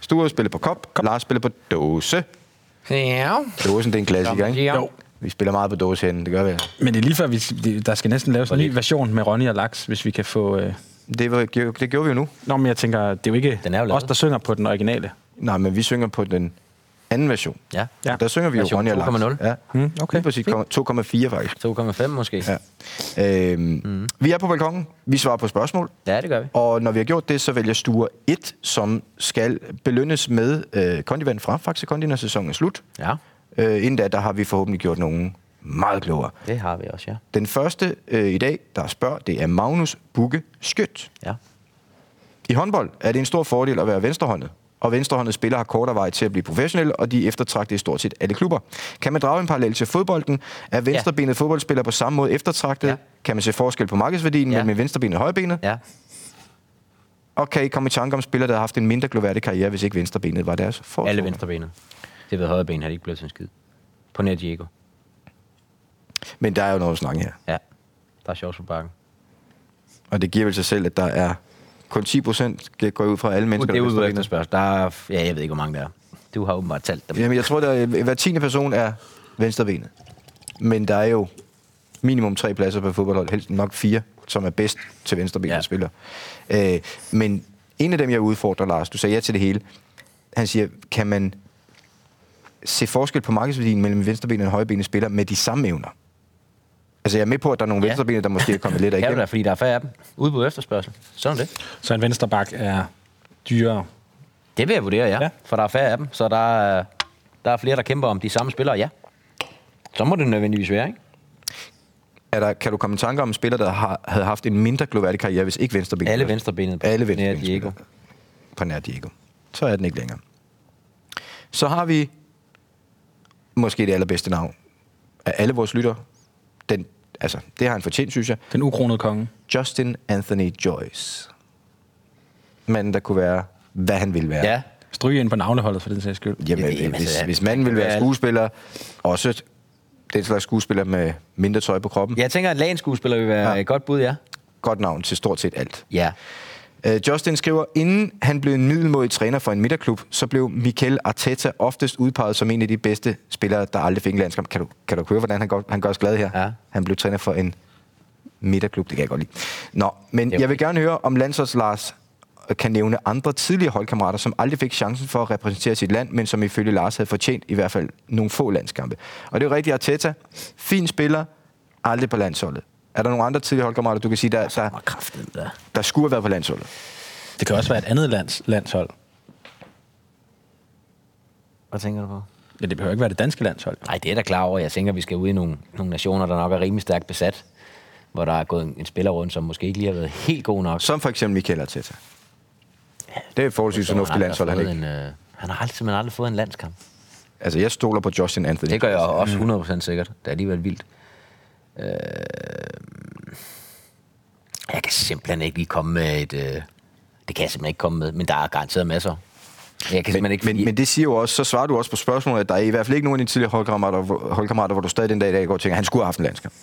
S2: Sture spiller på kop. kop. Lars spiller på dåse.
S4: Ja.
S2: Dåsen, det er en klassiker, ikke?
S4: Ja.
S3: Jo.
S2: Vi spiller meget på dåse herinde, det gør vi.
S3: men det er lige før, vi, det- der skal næsten laves en ny version med Ronny og Laks, hvis vi kan få... Øh...
S2: Det, var, det gjorde vi jo nu.
S3: Nå, men jeg tænker, det er jo ikke
S4: Den er jo lavet.
S3: os, der synger på den originale.
S2: Nej, men vi synger på den anden version.
S4: Ja.
S3: Ja.
S2: Der synger vi jo
S4: Version
S2: Ronny og Lars.
S4: 2,0.
S2: Ja.
S3: Mm, okay.
S2: Lige præcis. 2,4 faktisk.
S4: 2,5 måske.
S2: Ja. Øhm, mm. Vi er på balkongen. Vi svarer på spørgsmål.
S4: Ja, det gør vi.
S2: Og når vi har gjort det, så vælger Sture 1, som skal belønnes med øh, kondivand fra Faxe Kondi, når sæsonen er slut.
S4: Ja,
S2: Øh, inden da, der har vi forhåbentlig gjort nogen meget klogere.
S4: det har vi også, ja.
S2: Den første øh, i dag, der spørger, det er Magnus Bugge Skødt.
S4: Ja.
S2: I håndbold er det en stor fordel at være venstrehåndet, og venstrehåndede spillere har kortere vej til at blive professionelle, og de er eftertragtet i stort set alle klubber. Kan man drage en parallel til fodbolden? Er venstrebenede ja. fodboldspillere på samme måde eftertragtet?
S4: Ja.
S2: Ja. Kan man se forskel på markedsværdien
S4: Ja.
S2: ja. mellem venstrebenet og højrebenet? Ja.
S4: Ja.
S2: Og kan I komme i tanke om spillere, der har haft en mindre gloværdig karriere, hvis ikke venstrebenet var deres formål?
S4: Alle venstrebenet. Det ved højre ben har de ikke blevet til en skid. På nær Diego.
S2: Men der er jo noget at snakke her.
S4: Ja. Der er sjovt på bakken.
S2: Og det giver vel sig selv, at der er kun 10 procent, går jeg ud fra at alle
S4: Uh,
S2: mennesker,
S4: det
S2: der
S4: er ude
S2: venstrebenede.
S4: efter spørgsmål. Der er, ja, jeg ved ikke, hvor mange der er. Du har åbenbart talt dem.
S2: Jamen, jeg tror, at hver tiende person er venstrebenet. Men der er jo minimum tre pladser på fodboldhold, helst nok fire som er bedst til venstrebenet
S3: Ja.
S2: ja. spiller. Øh, men en af dem, jeg udfordrer, Lars, du sagde ja til det hele, han siger, kan man se forskel på markedsværdien mellem venstrebenet og højrebenet spiller med de samme evner? Altså, jeg er med på, at der er nogle ja.
S4: Ja.
S2: venstrebenet, der måske er kommet lidt af
S4: Kan du da,
S2: igennem.
S4: fordi der er færre af dem. Udbud og efterspørgsel. Sådan er det.
S3: Så en venstre bak er dyrere.
S4: Det vil jeg vurdere, ja.
S3: Ja.
S4: ja. For der er færre af dem, så der er, der er flere, der kæmper om de samme spillere, ja. Så må det nødvendigvis være, ikke?
S2: Er der, kan du komme i tanke om en spiller, der har, havde haft en mindre gloværdig karriere, hvis ikke venstrebenet?
S4: Alle venstrebenede.
S2: Alle
S4: Nær
S2: venstrebenet.
S4: Diego.
S2: På nær Diego. Så er den ikke længere. Så har vi måske det allerbedste navn af alle vores lyttere. Den, altså, det har han fortjent, synes jeg.
S3: Den ukronede konge.
S2: Justin Anthony Joyce. Manden, der kunne være, hvad han ville være.
S4: Ja.
S3: Stryg ind på navneholdet, for den sags skyld.
S2: Jamen,
S4: Jamen,
S2: Jamen, hvis,
S4: altså,
S2: hvis manden ville
S4: det kan
S2: være
S4: være
S2: skuespiller, også den slags skuespiller med mindre tøj på kroppen, ja.
S4: Jeg tænker, at lanskuespiller vil være
S2: Ja.
S4: ja. et godt bud, ja.
S2: godt navn til stort set alt.
S4: Ja.
S2: Øh, Justin skriver, inden han blev en middelmådig træner for en midterklub, så blev Mikel Arteta oftest udpeget som en af de bedste spillere, der aldrig fik en landskamp. Kan du, kan du høre, hvordan han gør, han gør os glade her?
S4: Ja.
S2: Han blev træner for en midterklub, det kan jeg godt lide. Nå, men
S4: Det er
S2: jeg vil gerne høre, om landsholds Lars kan nævne andre tidligere holdkammerater, som aldrig fik chancen for at repræsentere sit land, men som ifølge Lars havde fortjent i hvert fald nogle få landskampe. Og det er jo rigtigt, Arteta, fin spiller, aldrig på landsholdet. Er der nogle andre tidligere holdkammerater, du kan sige, der, der,
S4: Og kraftigt, da.
S2: der skulle have været på landsholdet?
S3: Det kan også være et andet lands, landshold.
S4: Hvad tænker du på?
S3: Ja, det behøver ikke være det danske landshold.
S4: Nej, det er da klar over. Jeg tænker, vi skal ud i nogle, nogle nationer, der nok er rimelig stærkt besat. Hvor der er gået en, en spiller rundt, som måske ikke lige har været helt god nok.
S2: Som for eksempel Michael Arteta. Det er et forholdsvis fornuftigt landshold, han ikke.
S4: En, øh, han har aldrig, simpelthen aldrig fået en landskamp.
S2: Altså, jeg stoler på Justin Anthony.
S4: Det gør jeg også 100% sikkert. Det er alligevel vildt. Øh, jeg kan simpelthen ikke lige komme med et... Øh, det kan jeg simpelthen ikke komme med, men der er garanteret masser. Jeg kan
S2: Men,
S4: simpelthen ikke...
S2: men, men det siger jo også, så svarer du også på spørgsmålet, at der er i hvert fald ikke nogen af dine tidligere holdkammerater, hvor- holdkammerater hvor du stadig den dag i dag går og tænker, han skulle have haft en landskamp.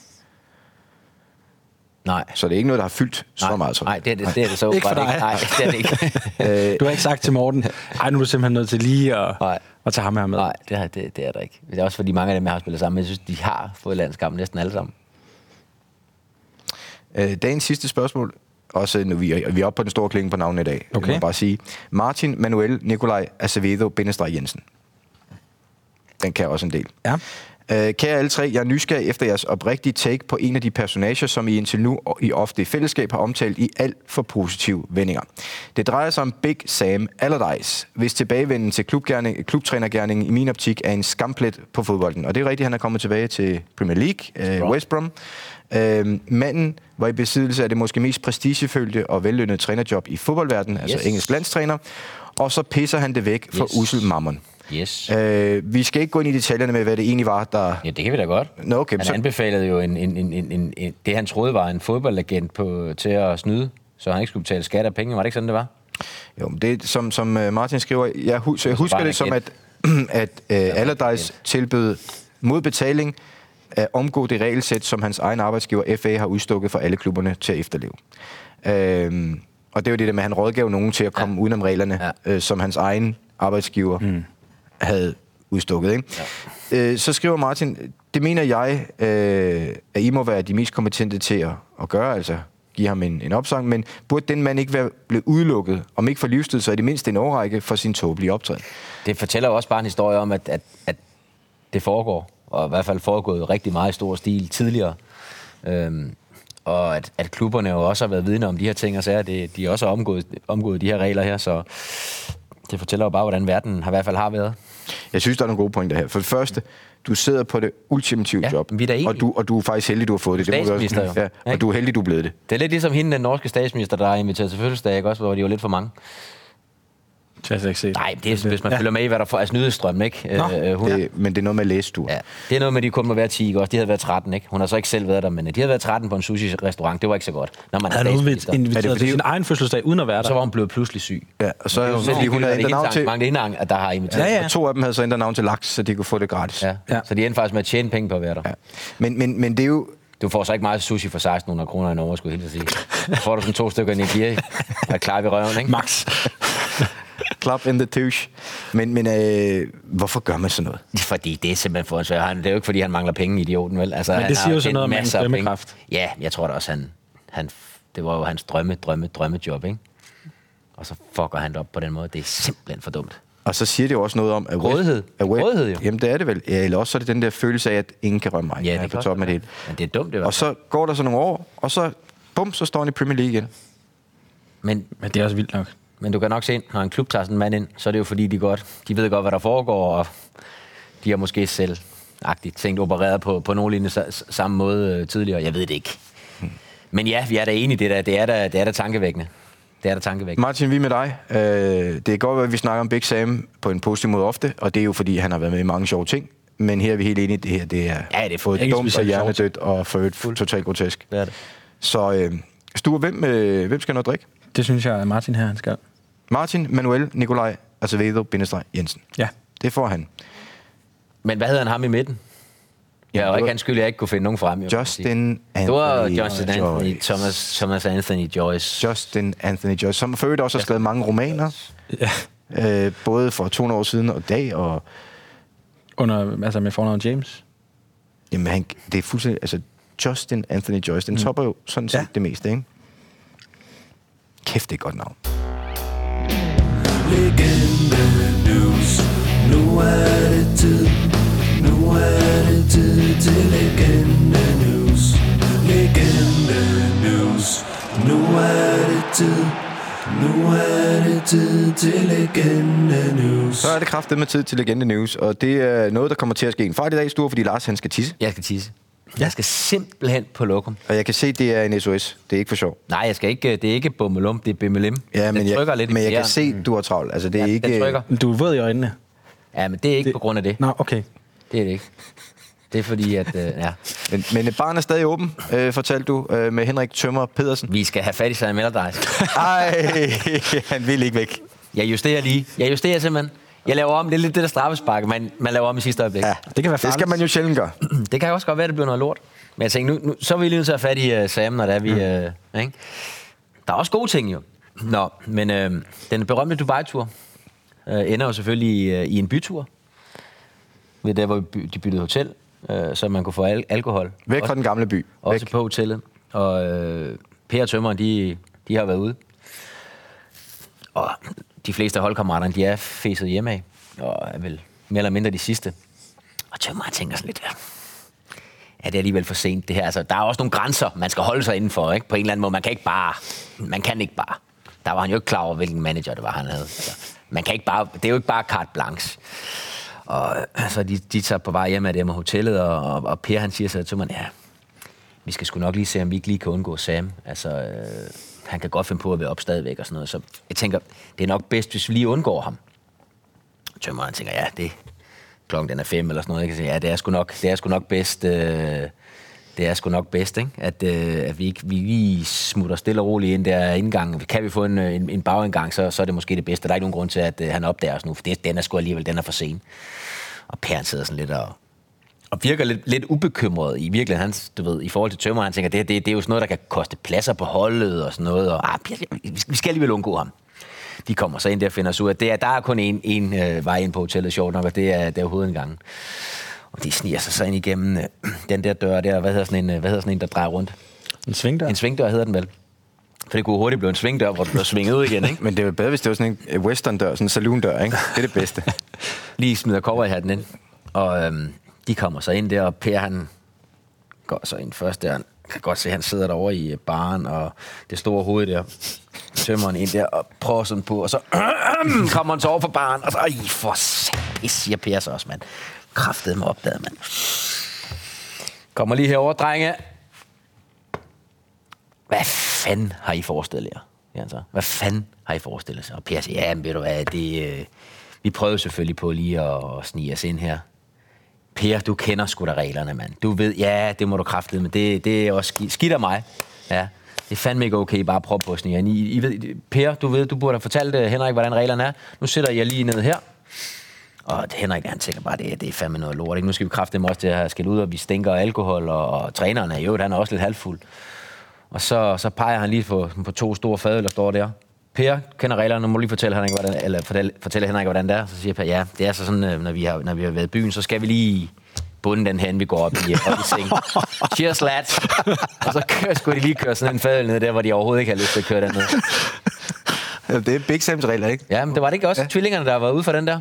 S4: nej.
S2: Så det er ikke noget, der har fyldt så
S4: nej,
S2: meget. Så.
S4: Nej, det, er det, det er det så
S3: Ikke for
S4: åbenbart
S3: dig.
S4: ikke. Nej, det er det ikke.
S3: Du har ikke sagt til Morten, ej, nu er du simpelthen nødt til lige at,
S4: Øh, Nej.
S3: at tage ham her med.
S4: Nej, det, har- det, det er der ikke. Det er også fordi mange af dem, jeg har spillet sammen med, jeg synes, de har fået landskamp næsten alle sammen.
S2: Øh, dagens sidste spørgsmål. Også nu, vi, er, vi er oppe på den store klinge på navnet i dag. Det
S3: Okay.
S2: Må jeg bare sige. Martin Manuel Nikolaj Acevedo Bindestreg Jensen. Den kan jeg også en del.
S3: Ja.
S2: Øh, kære alle tre, jeg er nysgerrig efter jeres oprigtige take på en af de personager, som I indtil nu og I ofte i fællesskab har omtalt i alt for positive vendinger. Det drejer sig om Big Sam Allardyce, hvis tilbagevenden til klubgerne- klubtrænergærningen i min optik er en skamplet på fodbolden. Og det er rigtigt, han er kommet tilbage til Premier League, øh, West Brom. Øh, manden var i besiddelse af det måske mest prestigefyldte og vellønnede trænerjob i fodboldverdenen, yes. altså
S4: Yes.
S2: engelsk landstræner. Og så pisser han det væk for
S4: Yes.
S2: ussel mammon.
S4: Yes.
S2: Øh, vi skal ikke gå ind i detaljerne med, hvad det egentlig var, der...
S4: Ja, det kan vi da godt.
S2: Nå, okay,
S4: han
S2: så-
S4: anbefalede jo en, en, en, en, en, en, det, han troede var en fodboldagent på, til at snyde, så han ikke skulle betale skat af penge. Var det ikke sådan, det var?
S2: Jo, men det er, som, som øh, Martin skriver, jeg, hus, jeg husker
S4: bare
S2: det som,
S4: en
S2: at, at øh, Allardyce tilbød mod betaling at omgå det regelsæt, som hans egen arbejdsgiver FA har udstukket for alle klubberne til at efterleve. Øhm, og det var det der med, at han rådgav nogen til at komme ja. udenom reglerne, ja. øh, som hans egen arbejdsgiver mm. havde udstukket. Ikke? Ja. Øh, så skriver Martin, det mener jeg, øh, at I må være de mest kompetente til at, at gøre, altså give ham en, en opsang, men burde den mand ikke være blevet udelukket, om ikke for livstid, så i det mindste en årrække for sin tåbelige optræden?
S4: Det fortæller jo også bare en historie om, at, at, at det foregår, og i hvert fald foregået rigtig meget i stor stil tidligere. Øhm, og at, at klubberne jo også har været vidne om de her ting og sager. Det, de også har omgået, omgået de her regler her, så det fortæller jo bare, hvordan verden har i hvert fald har været.
S2: Jeg synes, der er nogle gode pointer her. For det første, du sidder på det ultimative
S4: Ja,
S2: job,
S4: vi er da enige.
S2: og, du, og du er faktisk heldig, du har fået det. det vi også-
S4: Statsminister jo.
S2: ja, og
S4: Ikke?
S2: du er heldig, du er blevet det.
S4: Det er lidt ligesom hende, den norske statsminister, der er inviteret til fødselsdag, ikke? også, hvor de var lidt for mange.
S3: Det har jeg slet ikke set.
S4: Nej, det er, hvis man ja. følger med i, hvad der får altså nyhedsstrømmen, ikke?
S3: Nå,
S4: Øh, hun,
S2: det men det er noget med læsestuer.
S4: ja. Det er noget med, at de kun må være 10, ikke? også? De havde været 13, ikke? Hun har så ikke selv været der, men de havde været 13 på en sushi-restaurant. Det var ikke så godt, når man er
S3: Han er
S4: statsminister.
S3: udvidet- inviteret
S2: Er det
S3: til
S2: fordi-
S3: sin egen fødselsdag, uden at være
S4: Og så
S3: der.
S4: var hun blevet pludselig syg.
S2: ja og så er hun,
S4: Så
S2: fordi hun havde ændret navn til...
S4: Mange indang, at der har inviteret.
S3: Ja, ja.
S2: Og to af dem havde så ændret navn til laks, så de kunne få det gratis.
S4: ja.
S3: Ja.
S4: ja. Så de endte faktisk med at tjene penge på at være der.
S2: Ja. Men, men, men det er jo...
S4: Du får så ikke meget sushi for 1600 kroner i en overskud, helt at sige. Så får du sådan to stykker nigiri, der klarer vi røven, ikke?
S3: Max.
S2: Club in the douche. Men, men øh, hvorfor gør man sådan noget?
S4: Fordi det er simpelthen for en svær. Han, det er jo ikke, fordi han mangler penge, idioten, vel? Altså,
S3: Men det
S4: han har
S3: siger jo så
S4: tjent
S3: noget om hans
S4: masser af penge.
S3: dømmekraft.
S4: Ja, jeg tror da også, han, han, det var jo hans drømme, drømme, drømmejob, ikke? Og så fucker han det op på den måde. Det er simpelthen for dumt.
S2: Og så siger det jo også noget om... At West-
S4: Rådighed.
S2: At West,
S4: Rådighed, jo.
S2: Jamen, det er det vel. Ja, eller også så er det den der følelse af, at ingen kan røre mig.
S4: Ja,
S2: jeg er
S4: det
S2: på
S4: kan
S2: toppen af det hele.
S4: Men det er dumt, det var.
S2: Og så går der så nogle år, og så... Bum, så står han i Premier League igen.
S4: Men,
S3: Men det er også vildt nok.
S4: men du kan nok se, når en klub tager sådan en mand ind, så er det jo fordi, de, godt, de ved godt, hvad der foregår, og de har måske selv agtigt tænkt opereret på, på nogenlunde sa- s- samme måde øh, tidligere. Jeg ved det ikke. Men ja, vi er da enige i det der. Det er da, det er da tankevækkende. Det er da tankevækkende.
S2: Martin, vi er med dig. Øh, det kan godt være, at vi snakker om Big Sam på en positiv måde ofte, og det er jo fordi, han har været med i mange sjove ting. Men her er vi helt enige, i, det her det er,
S4: Ja, det er
S2: både
S3: ikke
S2: dumt og
S3: specielt sjovt.
S2: hjernedødt og for øvrigt totalt grotesk.
S4: Det er det.
S2: Så øh, Sture, hvem, øh, hvem skal noget drikke?
S3: Det synes jeg, at Martin her, han skal.
S2: Martin, Manuel, Nikolaj, Acevedo, Bindestreg, Jensen.
S3: Ja.
S2: Det får han.
S4: Men hvad hedder han ham i midten? Ja,
S2: det
S4: og ikke
S2: var-
S4: hans skyld, jeg ikke kunne finde nogen frem. jo, kan man sige.
S2: Justin
S4: Det var
S2: Anthony
S4: Justin Anthony,
S2: Joyce.
S4: Thomas, Thomas Anthony Joyce.
S2: Justin Anthony Joyce, som for øvrigt også har skrevet mange romaner,
S3: ja.
S2: øh, både for 200 år siden og i dag, og
S3: Under, altså med fornavn James.
S2: jamen, han, det er fuldstændig, altså Justin Anthony Joyce, den topper jo sådan set
S3: Ja.
S2: det meste, ikke? Kæft, det er et godt navn.
S6: Legende news. Nu er det tid. Nu er det tid til legende news. Legende news. Nu er det tid. Nu er det tid til legende news.
S2: Så er det kraftet med tid til Legende News, og det er noget, der kommer til at ske en fejl i dag, Sture, fordi Lars han skal tisse.
S4: Jeg skal tisse. Jeg skal simpelthen på lokum.
S2: Og jeg kan se, det er en SOS. Det er ikke for sjov.
S4: Nej, jeg skal ikke. øh, Det er ikke bummelum, det er bimmelim.
S2: Ja, men
S4: den trykker
S2: jeg,
S4: lidt i
S2: men jeg kan
S4: fjeren.
S2: se, du har travlt. Altså, det er
S4: Ja,
S2: ikke...
S4: den trykker.
S3: Du er våd i øjnene.
S4: Ja, men det er ikke det... på grund af det.
S3: Nå, okay.
S4: Det er det ikke. Det er fordi, at... Øh, ja.
S2: Men, men øh, barn er stadig åben, øh, fortalte du, øh, med Henrik Tømmer Pedersen.
S4: Vi skal have fat i Søren Mellerdeis.
S2: Ej, han vil ikke væk.
S4: Jeg justerer lige. Jeg justerer simpelthen. Jeg laver om. Det er lidt det der straffespark, man, man laver om i sidste øjeblik.
S2: Ja,
S3: Det kan være
S2: det skal
S3: farligt.
S2: man jo sjældent gøre.
S4: Det kan også godt være, det bliver noget lort. Men jeg tænkte, nu, nu så er vi lige nødt til at have fat i uh, Sam, når der er vi... Uh, ikke? Der er også gode ting jo. Nå, men uh, den berømte Dubai-tur uh, ender jo selvfølgelig i, uh, i en bytur. Ved der, hvor vi by- de byttede hotel, uh, så man kunne få al- alkohol.
S2: Væk
S4: også,
S2: fra den gamle by.
S4: Også
S2: Væk.
S4: på hotellet. Og uh, Per og Tømmeren, de, de har været ude. Og de fleste af holdkammeraterne, de er fæset hjemme af. Og er vel mere eller mindre de sidste. Og Tømmeren tænker sådan lidt, ja, Ja, det er alligevel for sent, det her. Altså, der er også nogle grænser, man skal holde sig indenfor, ikke? På en eller anden måde. Man kan ikke bare... Man kan ikke bare. Der var han jo ikke klar over, hvilken manager det var, han havde. Altså, man kan ikke bare... Det er jo ikke bare carte blanche. Og øh, så de, de tager på vej hjem af det her med hotellet, og, og, og Per han siger så til mig, ja, vi skal sgu nok lige se, om vi ikke lige kan undgå Sam. Altså, øh, han kan godt finde på at være op stadigvæk og sådan noget. Så jeg tænker, det er nok bedst, hvis vi lige undgår ham. Tømmeren tænker, ja, det klokken den er fem eller sådan noget. Ikke? Så, ja, det er sgu nok, det er sgu nok bedst, øh, det er sgu nok bedst, ikke? At, øh, at vi, ikke, vi lige smutter stille og roligt ind der indgangen. Kan vi få en, øh, en, en bagindgang, så, så er det måske det bedste. Der er ikke nogen grund til, at øh, han opdager os nu, for det, den er sgu alligevel, den er for sen. Og Per han sidder sådan lidt og, og virker lidt, lidt ubekymret i virkeligheden. Han, du ved, i forhold til tømmer, han tænker, det, her, det, det er jo sådan noget, der kan koste pladser på holdet og sådan noget. Og, ah, Pia, vi skal- vi skal alligevel undgå ham. De kommer så ind der og finder os ud af, det er, der er kun én, én øh, vej ind på hotellet, sjovt nok, og det er, det er hovedindgangen. Og de sniger sig så ind igennem øh, den der dør der, hvad hedder sådan en, øh, hvad hedder sådan en der drejer rundt?
S3: En svingdør.
S4: En svingdør hedder den vel? For det kunne hurtigt blive en svingdør, hvor du bliver svinget ud igen, ikke?
S2: Men det er jo bedre, hvis det var sådan en øh, western-dør, sådan en saloon-dør, ikke? Det er det bedste.
S4: lige smider cover i hatten ind. Og øhm, de kommer så ind der, og Per han går så ind først der. Han kan godt se, at han sidder derovre i øh, baren, og det store hoved der tømmer han ind der og prøver sådan på, og så kommer han så over for baren, og så, ej, for satan, siger Per så også, mand. Kraftede mig opdaget, mand. Kommer lige herover, drenge. Hvad fanden har I forestillet jer? Ja, så. Hvad fanden har I forestillet sig? Og Per siger, ja, men ved du hvad, det, øh, vi prøvede selvfølgelig på lige at, at snige os ind her. Per, du kender sgu da reglerne, mand. Du ved, ja, det må du kraftede, men det, det er også skidt, skidt af mig. Ja, det er fandme ikke okay, bare at prøve på at snige jer ind. I, I ved, per, du ved, du burde have fortalt øh, Henrik, hvordan reglerne er. Nu sætter jeg lige ned her. Og Henrik, han tænker bare, det, er- det er fandme noget lort. Ikke? Nu skal vi kraftedeme også til at have skældt ud, og vi stinker af alkohol, og, og træneren er jo, han er også lidt halvfuld. Og så, så peger han lige på, på to store fadøl, der står der. Per kender reglerne, nu må du lige fortælle Henrik, hvordan, eller fortælle, fortælle Henrik, hvordan det er. Så siger Per, ja, det er så sådan, øh, når vi, har, når vi har været i byen, så skal vi lige bunden den hen, vi går op i, øh, op i seng. Cheers, lads! Og så kører, skulle de lige køre sådan en fadel ned der, hvor de overhovedet ikke har lyst til at køre derned.
S2: Ja, det er Big Sams regler, ikke?
S4: Ja, men det var det ikke også ja. tvillingerne, der var ude for den der?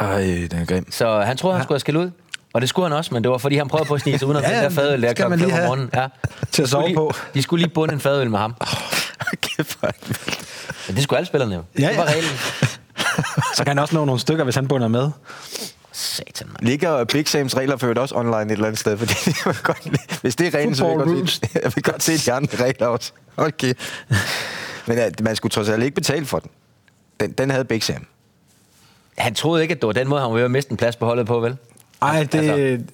S2: Ej, den er grim.
S4: Så han troede, han skulle have skæld ud. Og det skulle han også, men det var fordi, han prøvede på at snige sig udenom
S3: Ja,
S4: ja, den der
S3: men
S4: fadøl, der
S3: skal man
S4: klokken
S3: lige
S4: fem om
S3: have
S4: morgenen. Ja.
S3: til at
S4: De skulle
S3: sove
S4: lige,
S3: på.
S4: De skulle lige bunde en fadøl med ham.
S2: Kæft, hvor er det vildt.
S4: Men det skulle alle spillerne jo.
S3: Ja,
S4: det var
S3: ja.
S4: reglen.
S3: Så kan han også nå nogle stykker, hvis han bunder med.
S4: Satan, mand.
S2: Ligger Big Sams regler for øvrigt også online et eller andet sted? Fordi det vil godt, hvis det er rent, så vil jeg
S3: Football
S2: godt, se, jeg vil godt se de andre regler også. Okay. Men ja, man skulle trods alt ikke betale for den. Den, den havde Big Sam.
S4: Han troede ikke, at det var den måde, han var ved at miste en plads på holdet på, vel?
S3: Ej, det,
S4: Altså.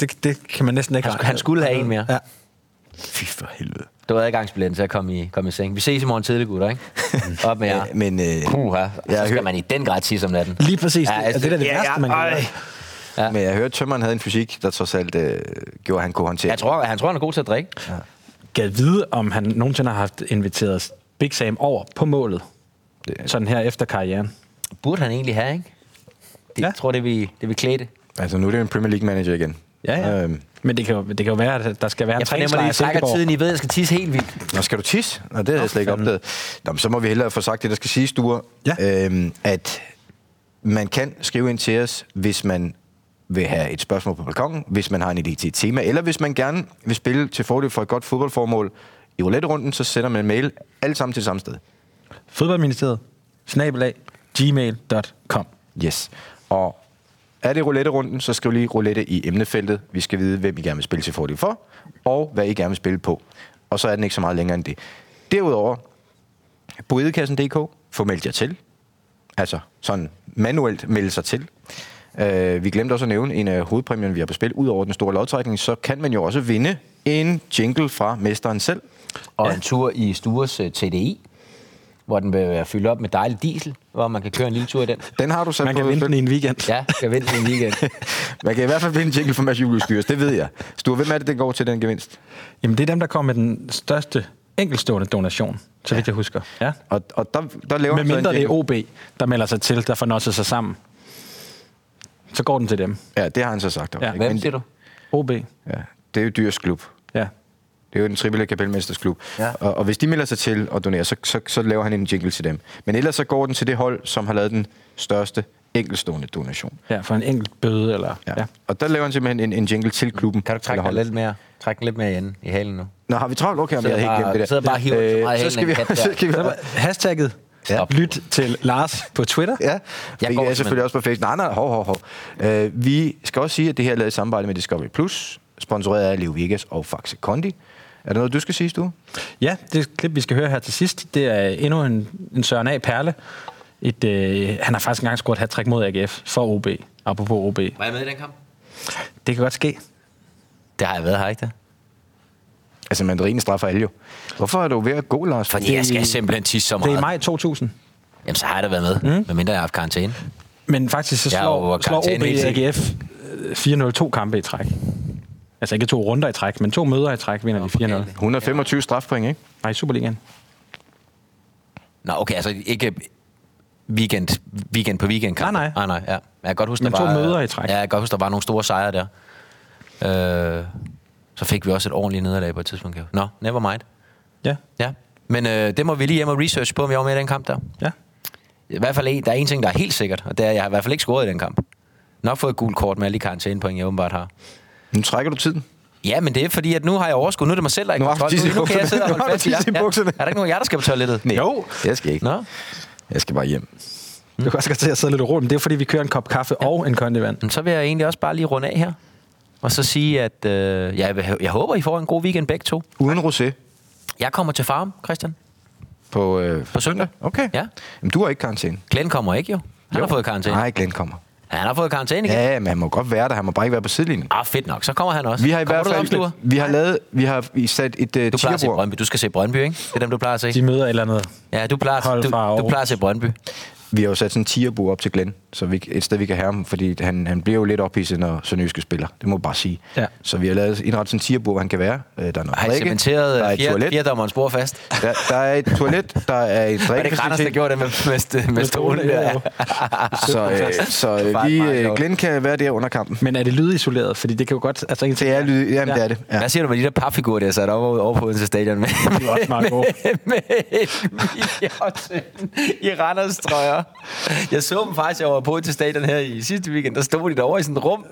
S3: det, det kan man næsten ikke...
S4: Han skulle- han skulle have en mere.
S3: Ja.
S2: Fy for helvede.
S4: Det var adgangsbilletten til at komme i, komme i seng. Vi ses i morgen tidlig, gutter, ikke? Op med jer.
S2: Men, øh,
S4: Puha.
S2: jeg
S4: Så
S2: har
S4: skal
S2: hørt-
S4: man i den grad tisse om natten.
S3: Lige præcis. Ja, altså, det, det er da det
S2: ja,
S3: ja, værste, man kan
S2: ja,
S3: gøre.
S2: ej. men jeg hørte, at tømmeren havde en fysik, der trods alt øh, gjorde, at han kunne håndtere.
S4: Jeg tror, han tror, han er god til at drikke. Ja.
S3: Gad vide, om han nogensinde har haft inviteret Big Sam over på målet.
S2: Det-
S3: Sådan her efter karrieren.
S4: Burde han egentlig have, ikke? Det,
S3: Ja.
S4: ja. Jeg tror, det vi, det vi klæde
S2: Altså, nu er det jo en Premier League manager igen. Øhm,
S3: Men det kan, jo, det kan jo være, at der skal være en
S4: Jeg fornemmer lige,
S3: træningslejr i
S4: at trækker
S3: Silkeborg.
S4: tiden. I ved, at jeg skal tisse helt vildt.
S2: Nå, skal du tisse? Nå, det havde jeg slet ikke opdaget. Nå, men så må vi hellere få sagt det, der skal siges, Dure.
S3: Ja.
S2: Øhm, at man kan skrive ind til os, hvis man vil have et spørgsmål på balkongen, hvis man har en idé til et tema, eller hvis man gerne vil spille til fordel for et godt fodboldformål i roulette-runden, så sender man en mail alle sammen til samme sted.
S3: Fodboldministeriet. Snabelag. Gmail.com.
S2: Yes. Og er det roulette-runden, så skriv lige roulette i emnefeltet. Vi skal vide, hvem I gerne vil spille til fordel for, og hvad I gerne vil spille på. Og så er den ikke så meget længere end det. Derudover, boedekassen.dk, få meldt jer til. Altså sådan manuelt melde sig til. Uh, vi glemte også at nævne en af hovedpræmierne, vi har på spil. Udover den store lodtrækning, så kan man jo også vinde en jingle fra mesteren selv.
S4: Og ja. en tur i Stures uh, TDI, hvor den vil være fyldt op med dejlig diesel, hvor man kan køre en lille tur i den.
S2: Den har du sat
S3: Man
S2: på
S3: kan vinde
S2: spil.
S3: den i en weekend.
S4: Ja, jeg venter en weekend.
S2: Man kan i hvert fald vinde en jingle fra Mads Julius Dyrs, det ved jeg. Sture, hvem er det, den går til den gevinst?
S3: Jamen, det er dem, der kommer med den største enkelstående donation, så vidt jeg husker. Ja.
S2: Og, og der, der laver
S3: Med
S2: han så
S3: mindre
S2: en
S3: det er
S2: jingle.
S3: OB, der melder sig til, der fornosser sig sammen. Så går den til dem.
S2: Ja, det har han så sagt. Også,
S3: Ja.
S2: ikke?
S4: Hvem
S2: Men
S4: siger du?
S3: OB.
S2: det- Ja, det er jo dyrs klub.
S3: Ja.
S2: Det er jo den triple kapelmesters klub. Ja. Og, og, hvis de melder sig til og donerer, så, så, så, laver han en jingle til dem. Men ellers så går den til det hold, som har lavet den største enkelstående donation.
S3: Ja, for en enkelt bøde, eller... Ja. ja.
S2: Og der laver han simpelthen en, en jingle til klubben.
S4: Kan du trække
S2: eller
S4: den
S2: holdet.
S4: lidt mere, trække den lidt mere igen i halen nu?
S2: Nå, har vi travlt? Okay, om jeg
S4: Sidder
S2: havde helt
S4: bare-
S2: glemt det der.
S4: sidder bare og hiver så
S2: så
S4: meget i hælen
S2: skal vi,
S4: af en kat
S2: så
S4: der.
S2: skal vi,
S3: Så var hashtagget
S4: Ja.
S3: ja. lyt til Lars på Twitter.
S2: Ja, jeg
S4: går
S2: går er
S4: simpelthen.
S2: selvfølgelig også på Facebook. Nej, nej, hov, hov, hov. Øh, vi skal også sige, at det her er lavet i samarbejde med Discovery+, Plus, sponsoreret af Leo Vegas og Faxe Kondi. Er der noget, du skal sige, Stue?
S3: Ja, det klip, vi skal høre her til sidst, det er endnu en, en Søren A. Perle. Et, øh, han har faktisk engang scoret hat mod AGF for OB, apropos OB.
S4: Var jeg med i den kamp?
S3: Det kan godt ske.
S4: Det har jeg været, har jeg ikke det?
S2: Altså, mandarinen straffer alle jo. Hvorfor er du ved at gå, Lars?
S4: Fordi jeg skal simpelthen tisse så meget.
S3: Det er i maj 2000.
S4: Jamen, så har jeg da været med, mm. medmindre jeg har haft karantæne.
S3: Men faktisk så
S4: Jeg er
S3: slår,
S4: over
S3: slår
S4: karantæne
S3: OB
S4: hele tiden.
S3: AGF øh, 4-0-2 kampe i træk. Altså ikke to runder i træk, men to møder i træk vinder de 4-0.
S2: 125 strafpoint, ikke?
S3: Nej, i Superligaen.
S4: Nå, okay, altså ikke weekend, weekend på weekend kamp. Ah,
S3: Nej, nej.
S4: Nej, nej, ja. Jeg kan godt huske,
S3: Men
S4: der
S3: to
S4: var,
S3: møder i træk.
S4: Ja, jeg kan godt huske, der var nogle store sejre der. Øh, så fik vi også et ordentligt nederlag på et tidspunkt. kan jeg huske. Nå, never mind.
S3: Ja,
S4: Ja. Men øh, det må vi lige hjem og research på, om jeg var med i den kamp der.
S3: ja.
S4: I hvert fald en, der er en ting, der er helt sikkert, og det er, at jeg har i hvert fald ikke scoret i den kamp. Nok fået et gult kort med alle de karantænepoint, jeg åbenbart har.
S2: Nu trækker du tiden.
S4: Ja, men det er fordi, at nu har jeg overskud. Nu er det mig selv, der er i
S2: Nu har du
S4: kontrol.
S2: tisse i
S4: Nu, nu kan jeg
S2: bukserne.
S4: sidde og
S2: Nu
S4: holde
S2: har du
S4: fast i jer.
S2: tisse i
S4: Ja. Er
S2: bukserne.
S4: der ikke nogen af jer, der skal på toilettet? Nej.
S2: Jo. Jeg skal ikke.
S4: Nå,
S2: Jeg skal bare hjem.
S3: Du kan også godt til at sidde lidt og ro, men det er fordi, vi kører en kop kaffe og en kondi vand.
S4: Men så vil jeg egentlig også bare lige runde af her. Og så sige, at øh, jeg, vil- jeg håber, I får en god weekend begge to.
S2: Uden rosé
S4: Jeg kommer til farm, Christian.
S2: på, øh,
S4: På søndag.
S2: Okay.
S4: Ja.
S2: Jamen, du har ikke karantæne.
S4: Glenn kommer ikke jo. Han jo. har fået karantæne.
S2: Nej, Glenn kommer.
S4: Ja, Han har fået karantæne igen. Ja.
S2: Ja, men han må godt være der. Han må bare ikke være på sidelinjen.
S4: Ah, fedt nok. Så kommer han også.
S2: Vi har i
S4: kommer
S2: hvert fald...
S4: Du, derop, Sture?
S2: vi har lavet... Vi har sat et øh,
S4: du plejer at se
S2: tierbord.
S4: Brøndby. Du skal se Brøndby, ikke? Det er dem, du plejer at se.
S3: De møder et eller andet.
S4: Ja, du plejer,
S3: Hold
S4: du,
S3: fra
S4: du
S3: Aarhus.
S4: plejer at se Brøndby.
S2: Vi har jo sat sådan en tierbu op til Glenn, så vi, et sted, vi kan have ham, fordi han, han bliver jo lidt ophidset, når Sønderjyske øh, spiller. Det må man bare sige.
S3: Ja.
S2: Så vi har lavet indrettet sådan en tierbu, hvor han kan være. Øh, Der er noget
S4: Har I
S2: drikke, der er
S4: cementeret øh,
S2: et toilet,
S4: fjerdommerens spor fast?
S2: der, der, er et toilet, der er et
S4: Var det ikke Randers, der
S2: drikkefacilitet.
S4: gjorde det med, med, med stolen?
S3: Ja,
S4: Ja.
S3: jo.
S2: Så, øh, så øh,
S4: Meget, meget
S2: lige, øh,
S4: sjovt.
S2: Glenn kan være der under kampen.
S3: Men er det lydisoleret? Fordi det kan jo godt... Altså, en ting
S2: Det er lyd, jamen ja. det er det. Ja.
S4: Hvad siger du med de der papfigurer, der er sat op over på Odense Stadion med,
S3: er også meget gode.
S4: med, med idioten i Randers trøjer? Jeg så dem faktisk, jeg var på Odense Stadion her i sidste weekend, der stod de derovre i sådan et rum.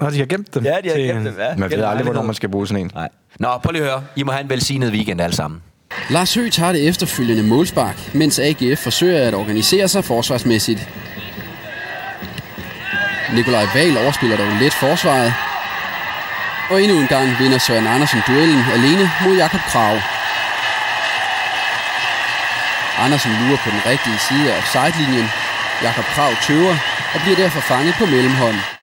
S3: Nå, de har gemt dem.
S4: Ja, de har
S3: til-
S4: gemt dem.
S2: Man ved
S4: Ja. Gemt
S2: aldrig, hvornår
S4: lejligheden.
S2: man skal bruge sådan en.
S4: Nej. Nå, prøv lige at høre. I må have en velsignet weekend alle sammen.
S7: Lars Høgh tager det efterfølgende målspark, mens AGF forsøger at organisere sig forsvarsmæssigt. Nikolaj Val overspiller dog let forsvaret. Og endnu en gang vinder Søren Andersen duellen alene mod Jakob Krav. Andersen lurer på den rigtige side af offside-linjen. Jakob Krav tøver og bliver derfor fanget på mellemhånd.